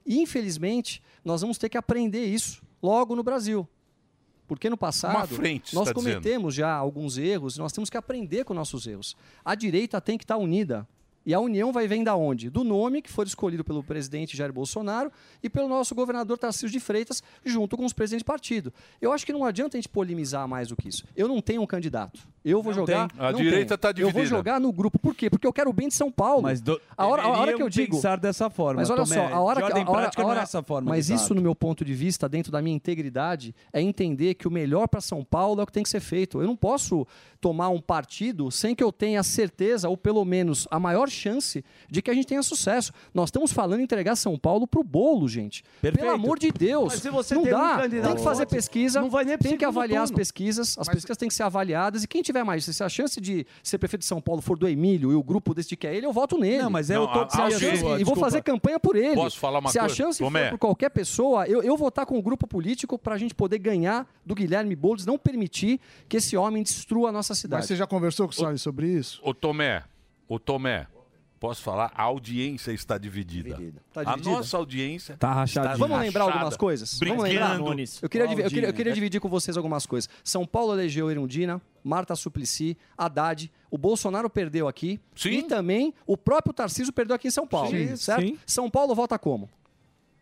E, infelizmente, nós vamos ter que aprender isso logo no Brasil. Porque no Uma passado frente, você nós tá dizendo. cometemos já alguns erros, nós temos que aprender com nossos erros. A direita tem que estar unida. E a união vai vem da onde? Do nome que foi escolhido pelo presidente Jair Bolsonaro e pelo nosso governador Tarcísio de Freitas, junto com os presidentes de partido. Eu acho que não adianta a gente polemizar mais do que isso. Eu não tenho um candidato. Eu vou jogar. tem. A não direita tenho. tá Eu vou dividida. jogar no grupo. Por quê? Porque eu quero o bem de São Paulo. Mas do- a, hora, a hora que eu deveríamos digo. pensar dessa forma, Mas olha Tomé. só, a hora De que a ordem hora- prática a não é hora- essa forma Mas de isso, dar. no meu ponto de vista, dentro da minha integridade, é entender que o melhor para São Paulo é o que tem que ser feito. Eu não posso tomar um partido sem que eu tenha certeza, ou pelo menos a maior chance, de que a gente tenha sucesso. Nós estamos falando em entregar São Paulo pro bolo, gente. Perfeito. Pelo amor de Deus. Mas se você não tem um dá. candidato tem que fazer forte, pesquisa, não vai nem pro tem que segundo avaliar as turno. pesquisas, as pesquisas têm que ser avaliadas, e quem tiver mais, se a chance de ser prefeito de São Paulo for do Emílio e o grupo desse que é ele, eu voto nele. Não, mas é Não, eu utopia a- a- sua, E vou desculpa. fazer campanha por ele. Posso falar uma Se coisa? a chance Tomé. for por qualquer pessoa, eu, eu votar com o grupo político para a gente poder ganhar do Guilherme Boulos, não permitir que esse homem destrua a nossa cidade. Mas você já conversou com o Salles sobre isso? Ô Tomé, ô Tomé, posso falar? A audiência está dividida. Tá A dividida? nossa audiência Tá rachada. Vamos lembrar algumas coisas? Brigando. Vamos lembrar? Eu queria, divi- eu, queria, eu queria dividir com vocês algumas coisas. São Paulo elegeu Erundina, Marta Suplicy, Haddad. O Bolsonaro perdeu aqui. E também o próprio Tarcísio perdeu aqui em São Paulo. Sim, certo? sim. São Paulo vota como?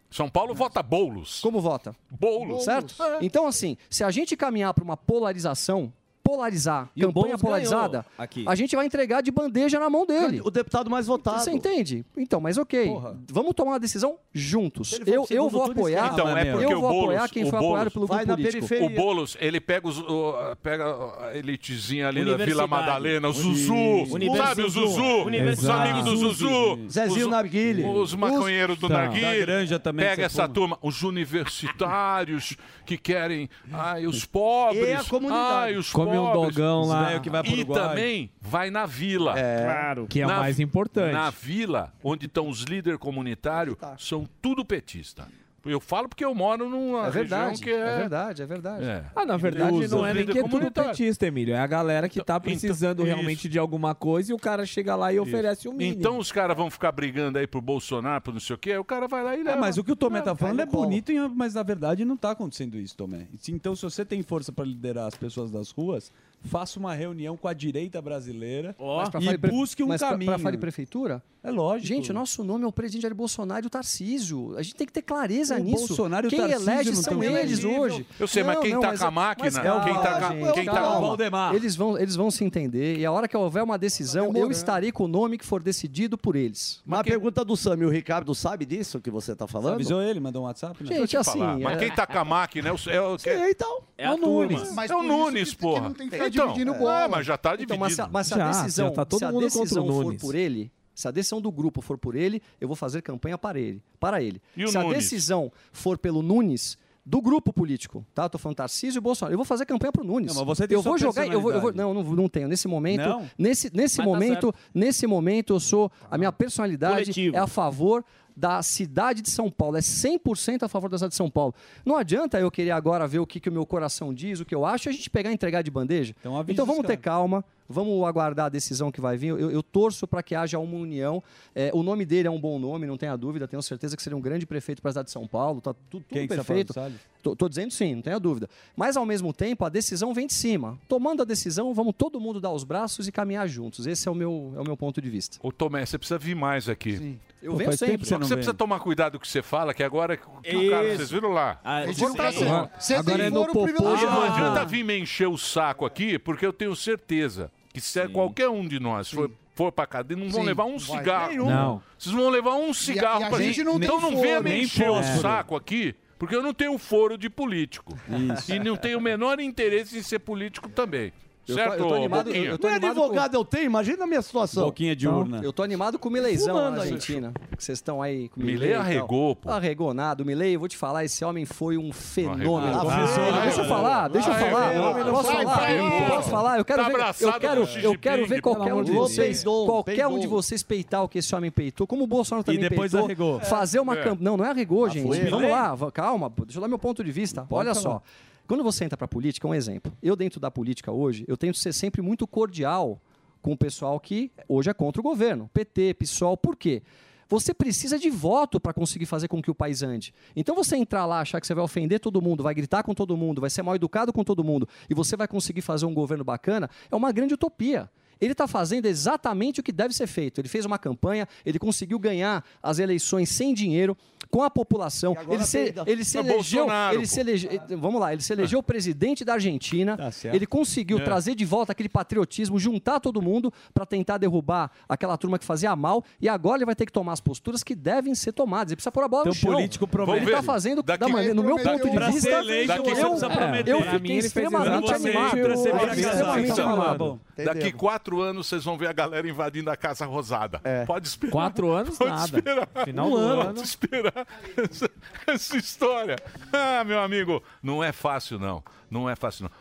São Paulo vota bolos. Como vota? Boulos. Certo? Então, assim, se a gente caminhar para uma polarização, polarizar, E o campanha Boulos polarizada, ganhou aqui. a gente vai entregar de bandeja na mão dele. O deputado mais votado. Você entende? Então, mas ok. Porra. Vamos tomar uma decisão juntos. ele for Eu, pro eu segundo vou turno, apoiar. esquece. Então, é porque eu o vou Boulos, apoiar quem o foi Boulos, apoiado pelo grupo político. O Boulos, ele pega, os, o- pega a elitezinha ali da Vila Universidade. Madalena, é o Uni- Zuzu, sabe o Zuzu? Os Universidade. amigos do Zuzu. Zezinho os, Narguile. Os maconheiros do Tá. Narguile. Da Granja também Pega você essa fuma. turma, os universitários que querem, ai, os pobres. E a comunidade. Ai, os Come um pobres. dogão Os lá. velho que vai pro E Uruguai. também vai na vila. É. Claro. Que é o mais importante. Na vila, onde estão os líderes comunitários, são tudo petista. Eu falo porque eu moro numa É verdade, região que é... é verdade, é verdade. É. Ah, na verdade, Usa não é nem vida que é tudo tá- comunitária. petista, Emílio. É a galera que tá precisando então, realmente de alguma coisa e o cara chega lá e oferece o mínimo. Então os caras vão ficar brigando aí pro Bolsonaro, pro não sei o quê, aí o cara vai lá e É, leva. mas o que o Tomé tá falando é bonito, e- mas na verdade não tá acontecendo isso, Tomé. Se- Então, se você tem força para liderar as pessoas das ruas, faça uma reunião com a direita brasileira Mas pra falar e de pre- busque um mas pra- caminho. Pra, falar de prefeitura? É lógico. Gente, o nosso nome é o presidente Jair Bolsonaro e o Tarcísio. A gente tem que ter clareza O nisso. Bolsonaro e o quem Tarcísio elege não são tão eles elegível. hoje. Eu sei, mas quem tá com a máquina, quem tá com a- é- gente, quem tá com- calma. Valdemar. Eles vão, eles vão se entender e a hora que houver uma decisão, eu estarei com o nome que for decidido por eles. Mas a pergunta do Sam e o Ricardo sabe disso que você tá falando? Avisou ele, mandou um WhatsApp, né? Deixa eu te assim, falar. Mas quem tá com a máquina é o... É o, é, então. é o Nunes. Mas é o por isso Nunes, porra. não tem que ficar então, dividindo é, bola. mas já tá dividido. Então, mas se a, mas se a decisão, tá se a decisão for por ele, se a decisão do grupo for por ele, eu vou fazer campanha para ele. Para ele. E o se Nunes? a decisão for pelo Nunes, do grupo político, tá? Eu tô falando Tarcísio e Bolsonaro. Eu vou fazer campanha pro Nunes. Não, mas você tem eu vou sua jogar, eu vou, eu vou- não, não, não tenho. Nesse momento, Não? nesse nesse Mas tá momento, certo. Tá. nesse momento eu sou a minha personalidade é a favor da cidade de São Paulo, é 100% a favor da cidade de São Paulo. Não adianta eu querer agora ver o que, que o meu coração diz, o que eu acho, e a gente pegar e entregar de bandeja. Então, vamos ter calma, vamos aguardar a decisão que vai vir. Eu, eu torço para que haja uma união. É, o nome dele é um bom nome, não tenha dúvida, tenho certeza que seria um grande prefeito para a cidade de São Paulo, tá tudo, tudo Quem que você tá perfeito. falando, Salles? Tô, tô dizendo sim, não tenha dúvida. Mas, ao mesmo tempo, a decisão vem de cima. Tomando a decisão, vamos todo mundo dar os braços e caminhar juntos. Esse é o meu, é o meu ponto de vista. Ô, Tomé, você precisa vir mais aqui. Eu Pô, venho faz tempo sempre. que você Só que não você vem. precisa tomar cuidado com o que você fala, que agora é que o cara, Isso. vocês assim, viram lá. Ah, Eu sim. vou pra Sim. cima. Você Agora tem é no foro popô. privilegiado. Não adianta vir me encher o saco aqui, porque eu tenho certeza que se é qualquer um de nós for for pra cadeia, não vão Sim, levar um vai. cigarro. Nenhum. Não. Vocês vão levar um cigarro e a pra gente não Então tem não venha foro, me nem encher o fósforo. saco aqui, porque eu não tenho foro de político. Isso. E não tenho o menor interesse em ser político também. Eu tô- certo, eu tô animado- Boquinha? eu tô é Nem animado com- advogado é eu tenho, imagina a minha situação. Boquinha de urna. Então, Eu tô animado com o Mileizão lá Fumando na aí. Argentina. Que vocês estão aí com o Milei Milei. e tal. arregou, pô. Arregou nada. O Milei, eu vou te falar, esse homem foi um fenômeno. Arregou. Ah, Começou, né? deixa eu falar, deixa eu Arregou. falar. Arregou. Posso Sai, falar? sai, Posso falar? Eu quero Tá ver, abraçado eu quero, com o Xi eu quero Jinping, ver qualquer pelo um de amor de vocês, Deus. qualquer um Peidou. de vocês peitar o que esse homem peitou, como o Bolsonaro também depois peitou. arregou. Fazer uma É. campanha. Não, não é arregou, gente. foi. Vamos Milei? lá, va- calma, pô, deixa eu dar meu ponto de vista. Pode Olha falar. só. Quando você entra pra política, um exemplo. Eu, dentro da política hoje, eu tento ser sempre muito cordial com o pessoal que hoje é contra o governo. PT, PSOL, por quê? Você precisa de voto para conseguir fazer com que o país ande. Então você entrar lá, achar que você vai ofender todo mundo, vai gritar com todo mundo, vai ser mal educado com todo mundo e você vai conseguir fazer um governo bacana, é uma grande utopia. Ele está fazendo exatamente o que deve ser feito. Ele fez uma campanha, ele conseguiu ganhar as eleições sem dinheiro, com a população. agora Ele se, peida. ele se É elegeu. Bolsonaro, Ah. Ele se elege- eh, vamos lá, ele se elegeu presidente da Argentina. certo. ele conseguiu É. trazer de volta aquele patriotismo, juntar todo mundo para tentar derrubar aquela turma que fazia mal. E agora ele vai ter que tomar as posturas que devem ser tomadas. Ele precisa pôr a bola no Então, chão. político promete. Ele está fazendo o que- Daqui- da maneira, no meu Prometeu. ponto de Pra ser vista. eleito, eu, você precisa prometer. é. eu Pra mim, fiquei ele fez extremamente exatamente animado. pra ser Eu fiquei eleito. extremamente Então, animado. bom. Daqui quatro anos vocês vão ver a galera invadindo a Casa Rosada. É. Pode esperar. Quatro anos, Pode nada. esperar. Um Final do ano. Pode esperar essa, essa história. Ah, meu amigo, não é fácil, não. Não é fácil, não.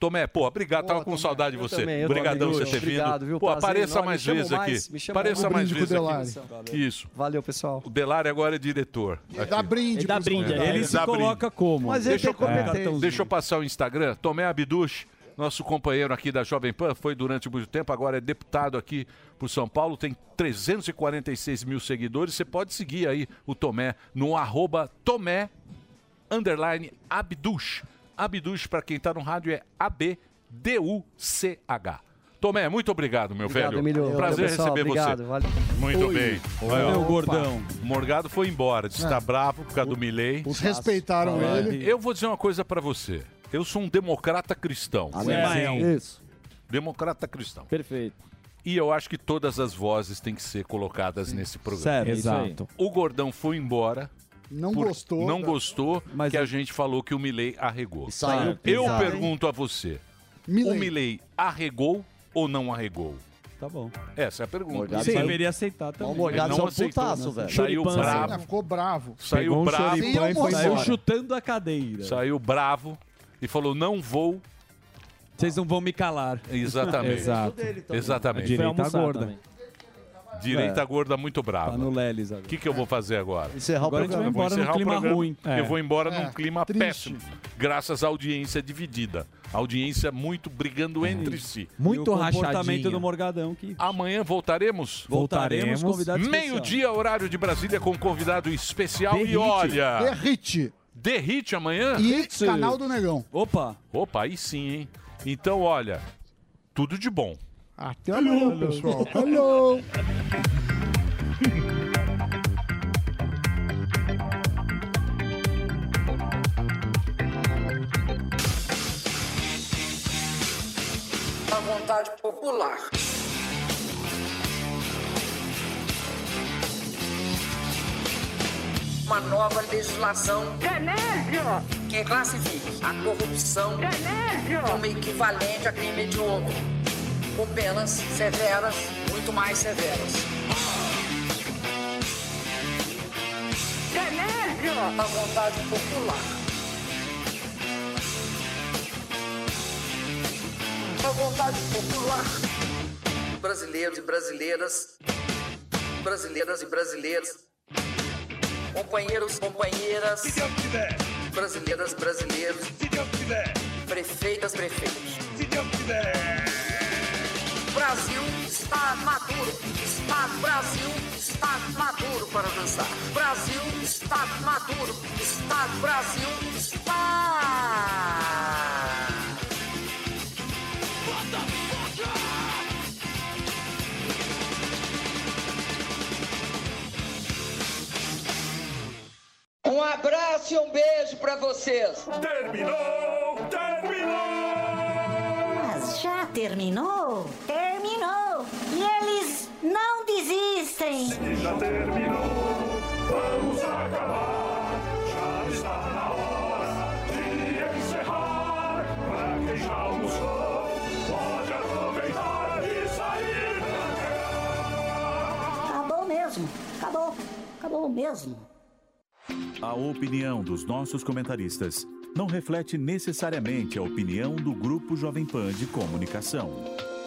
Tomé, pô, obrigado. Tava com saudade de eu você. também, eu Obrigadão também, por você ter Júlio. Obrigado, vindo. viu? Pô, Prazer apareça enorme. mais Me chama vezes mais, aqui. me chama mais. Apareça Um mais brinde vezes com o aqui. Isso. Valeu, pessoal. O Delari agora é diretor. Aqui. dá brinde Ele dá pros brinde, convidados. ele se Dá coloca como? Mas ele deixa, tem eu, competência. deixa eu passar o Instagram. Tomé Abduch, nosso companheiro aqui da Jovem Pan, foi durante muito tempo, agora é deputado aqui por São Paulo, tem 346 mil seguidores. Você pode seguir aí o Tomé no arroba Tomé underline Abduch. Abduch, para quem tá no rádio, é A-B-D-U-C-H. Tomé, muito obrigado, meu Obrigado, velho. Emílio. Prazer Valeu, pessoal. receber Obrigado, você. valeu. Muito Oi. bem. Oi, Aí, ó. meu gordão. O Morgado foi embora, disse tá É. bravo por causa do Milley. Respeitaram Olha, ele. Eu vou dizer uma coisa pra você. Eu sou um democrata cristão. Amém. Sim. Isso. Democrata cristão. Perfeito. E eu acho que todas as vozes têm que ser colocadas nesse programa. Certo, exato. O Gordão foi embora. Não por- gostou. né? Não da- gostou que é- a gente falou que o Milley arregou. saiu eu pesado, hein? pergunto a você. Milley. O Milley arregou ou não arregou? Tá bom. Essa é a pergunta. Morgado Sim, saiu- deveria aceitar também. Ó, o Morgado Ele né? não saiu aceitou. putaço, velho. Saiu Churipan, bravo. Ah, Ficou bravo. Saiu Pegou um bravo. choripão Sem e foi almoçar. saiu chutando a cadeira. Saiu bravo e falou: não vou. Vocês não vão me calar. Exatamente. Exato. Exatamente. A direita gorda. Direita É. gorda muito brava. Tá no Lelis agora. O que, que eu vou fazer agora? Encerrar o Agora a gente programa. vai Eu vou embora num encerrar o clima programa. ruim. Eu É. vou embora É, num clima péssimo. Graças à audiência dividida. Audiência muito brigando É entre si. Muito rachadinho. comportamento do Morgadão que... Amanhã voltaremos? Voltaremos, convidado especial. Meio-dia, horário de Brasília, com um convidado especial. E olha. Derrite. Derrite amanhã? E canal do Negão. Opa! Opa, aí sim, hein? Então, olha, tudo de bom. Até amanhã, pessoal. Hello. A vontade popular. Uma nova legislação que classifique a corrupção como equivalente a crime hediondo, com penas severas, muito mais severas. A vontade popular. a vontade popular. Brasileiros e brasileiras, brasileiras e brasileiros, companheiros, companheiras, brasileiras, brasileiros, prefeitas, prefeitos. Brasil está maduro, está Brasil está maduro para dançar. Brasil está maduro, está Brasil está. Um abraço e um beijo pra vocês. Terminou, terminou. Mas já terminou? Terminou! E eles terminou, vamos acabar. Já está na hora de encerrar. Pra quem já almoçou, pode aproveitar e sair pra Acabou mesmo. Acabou. Acabou mesmo. A opinião dos nossos comentaristas não reflete necessariamente a opinião do Grupo Jovem Pan de Comunicação.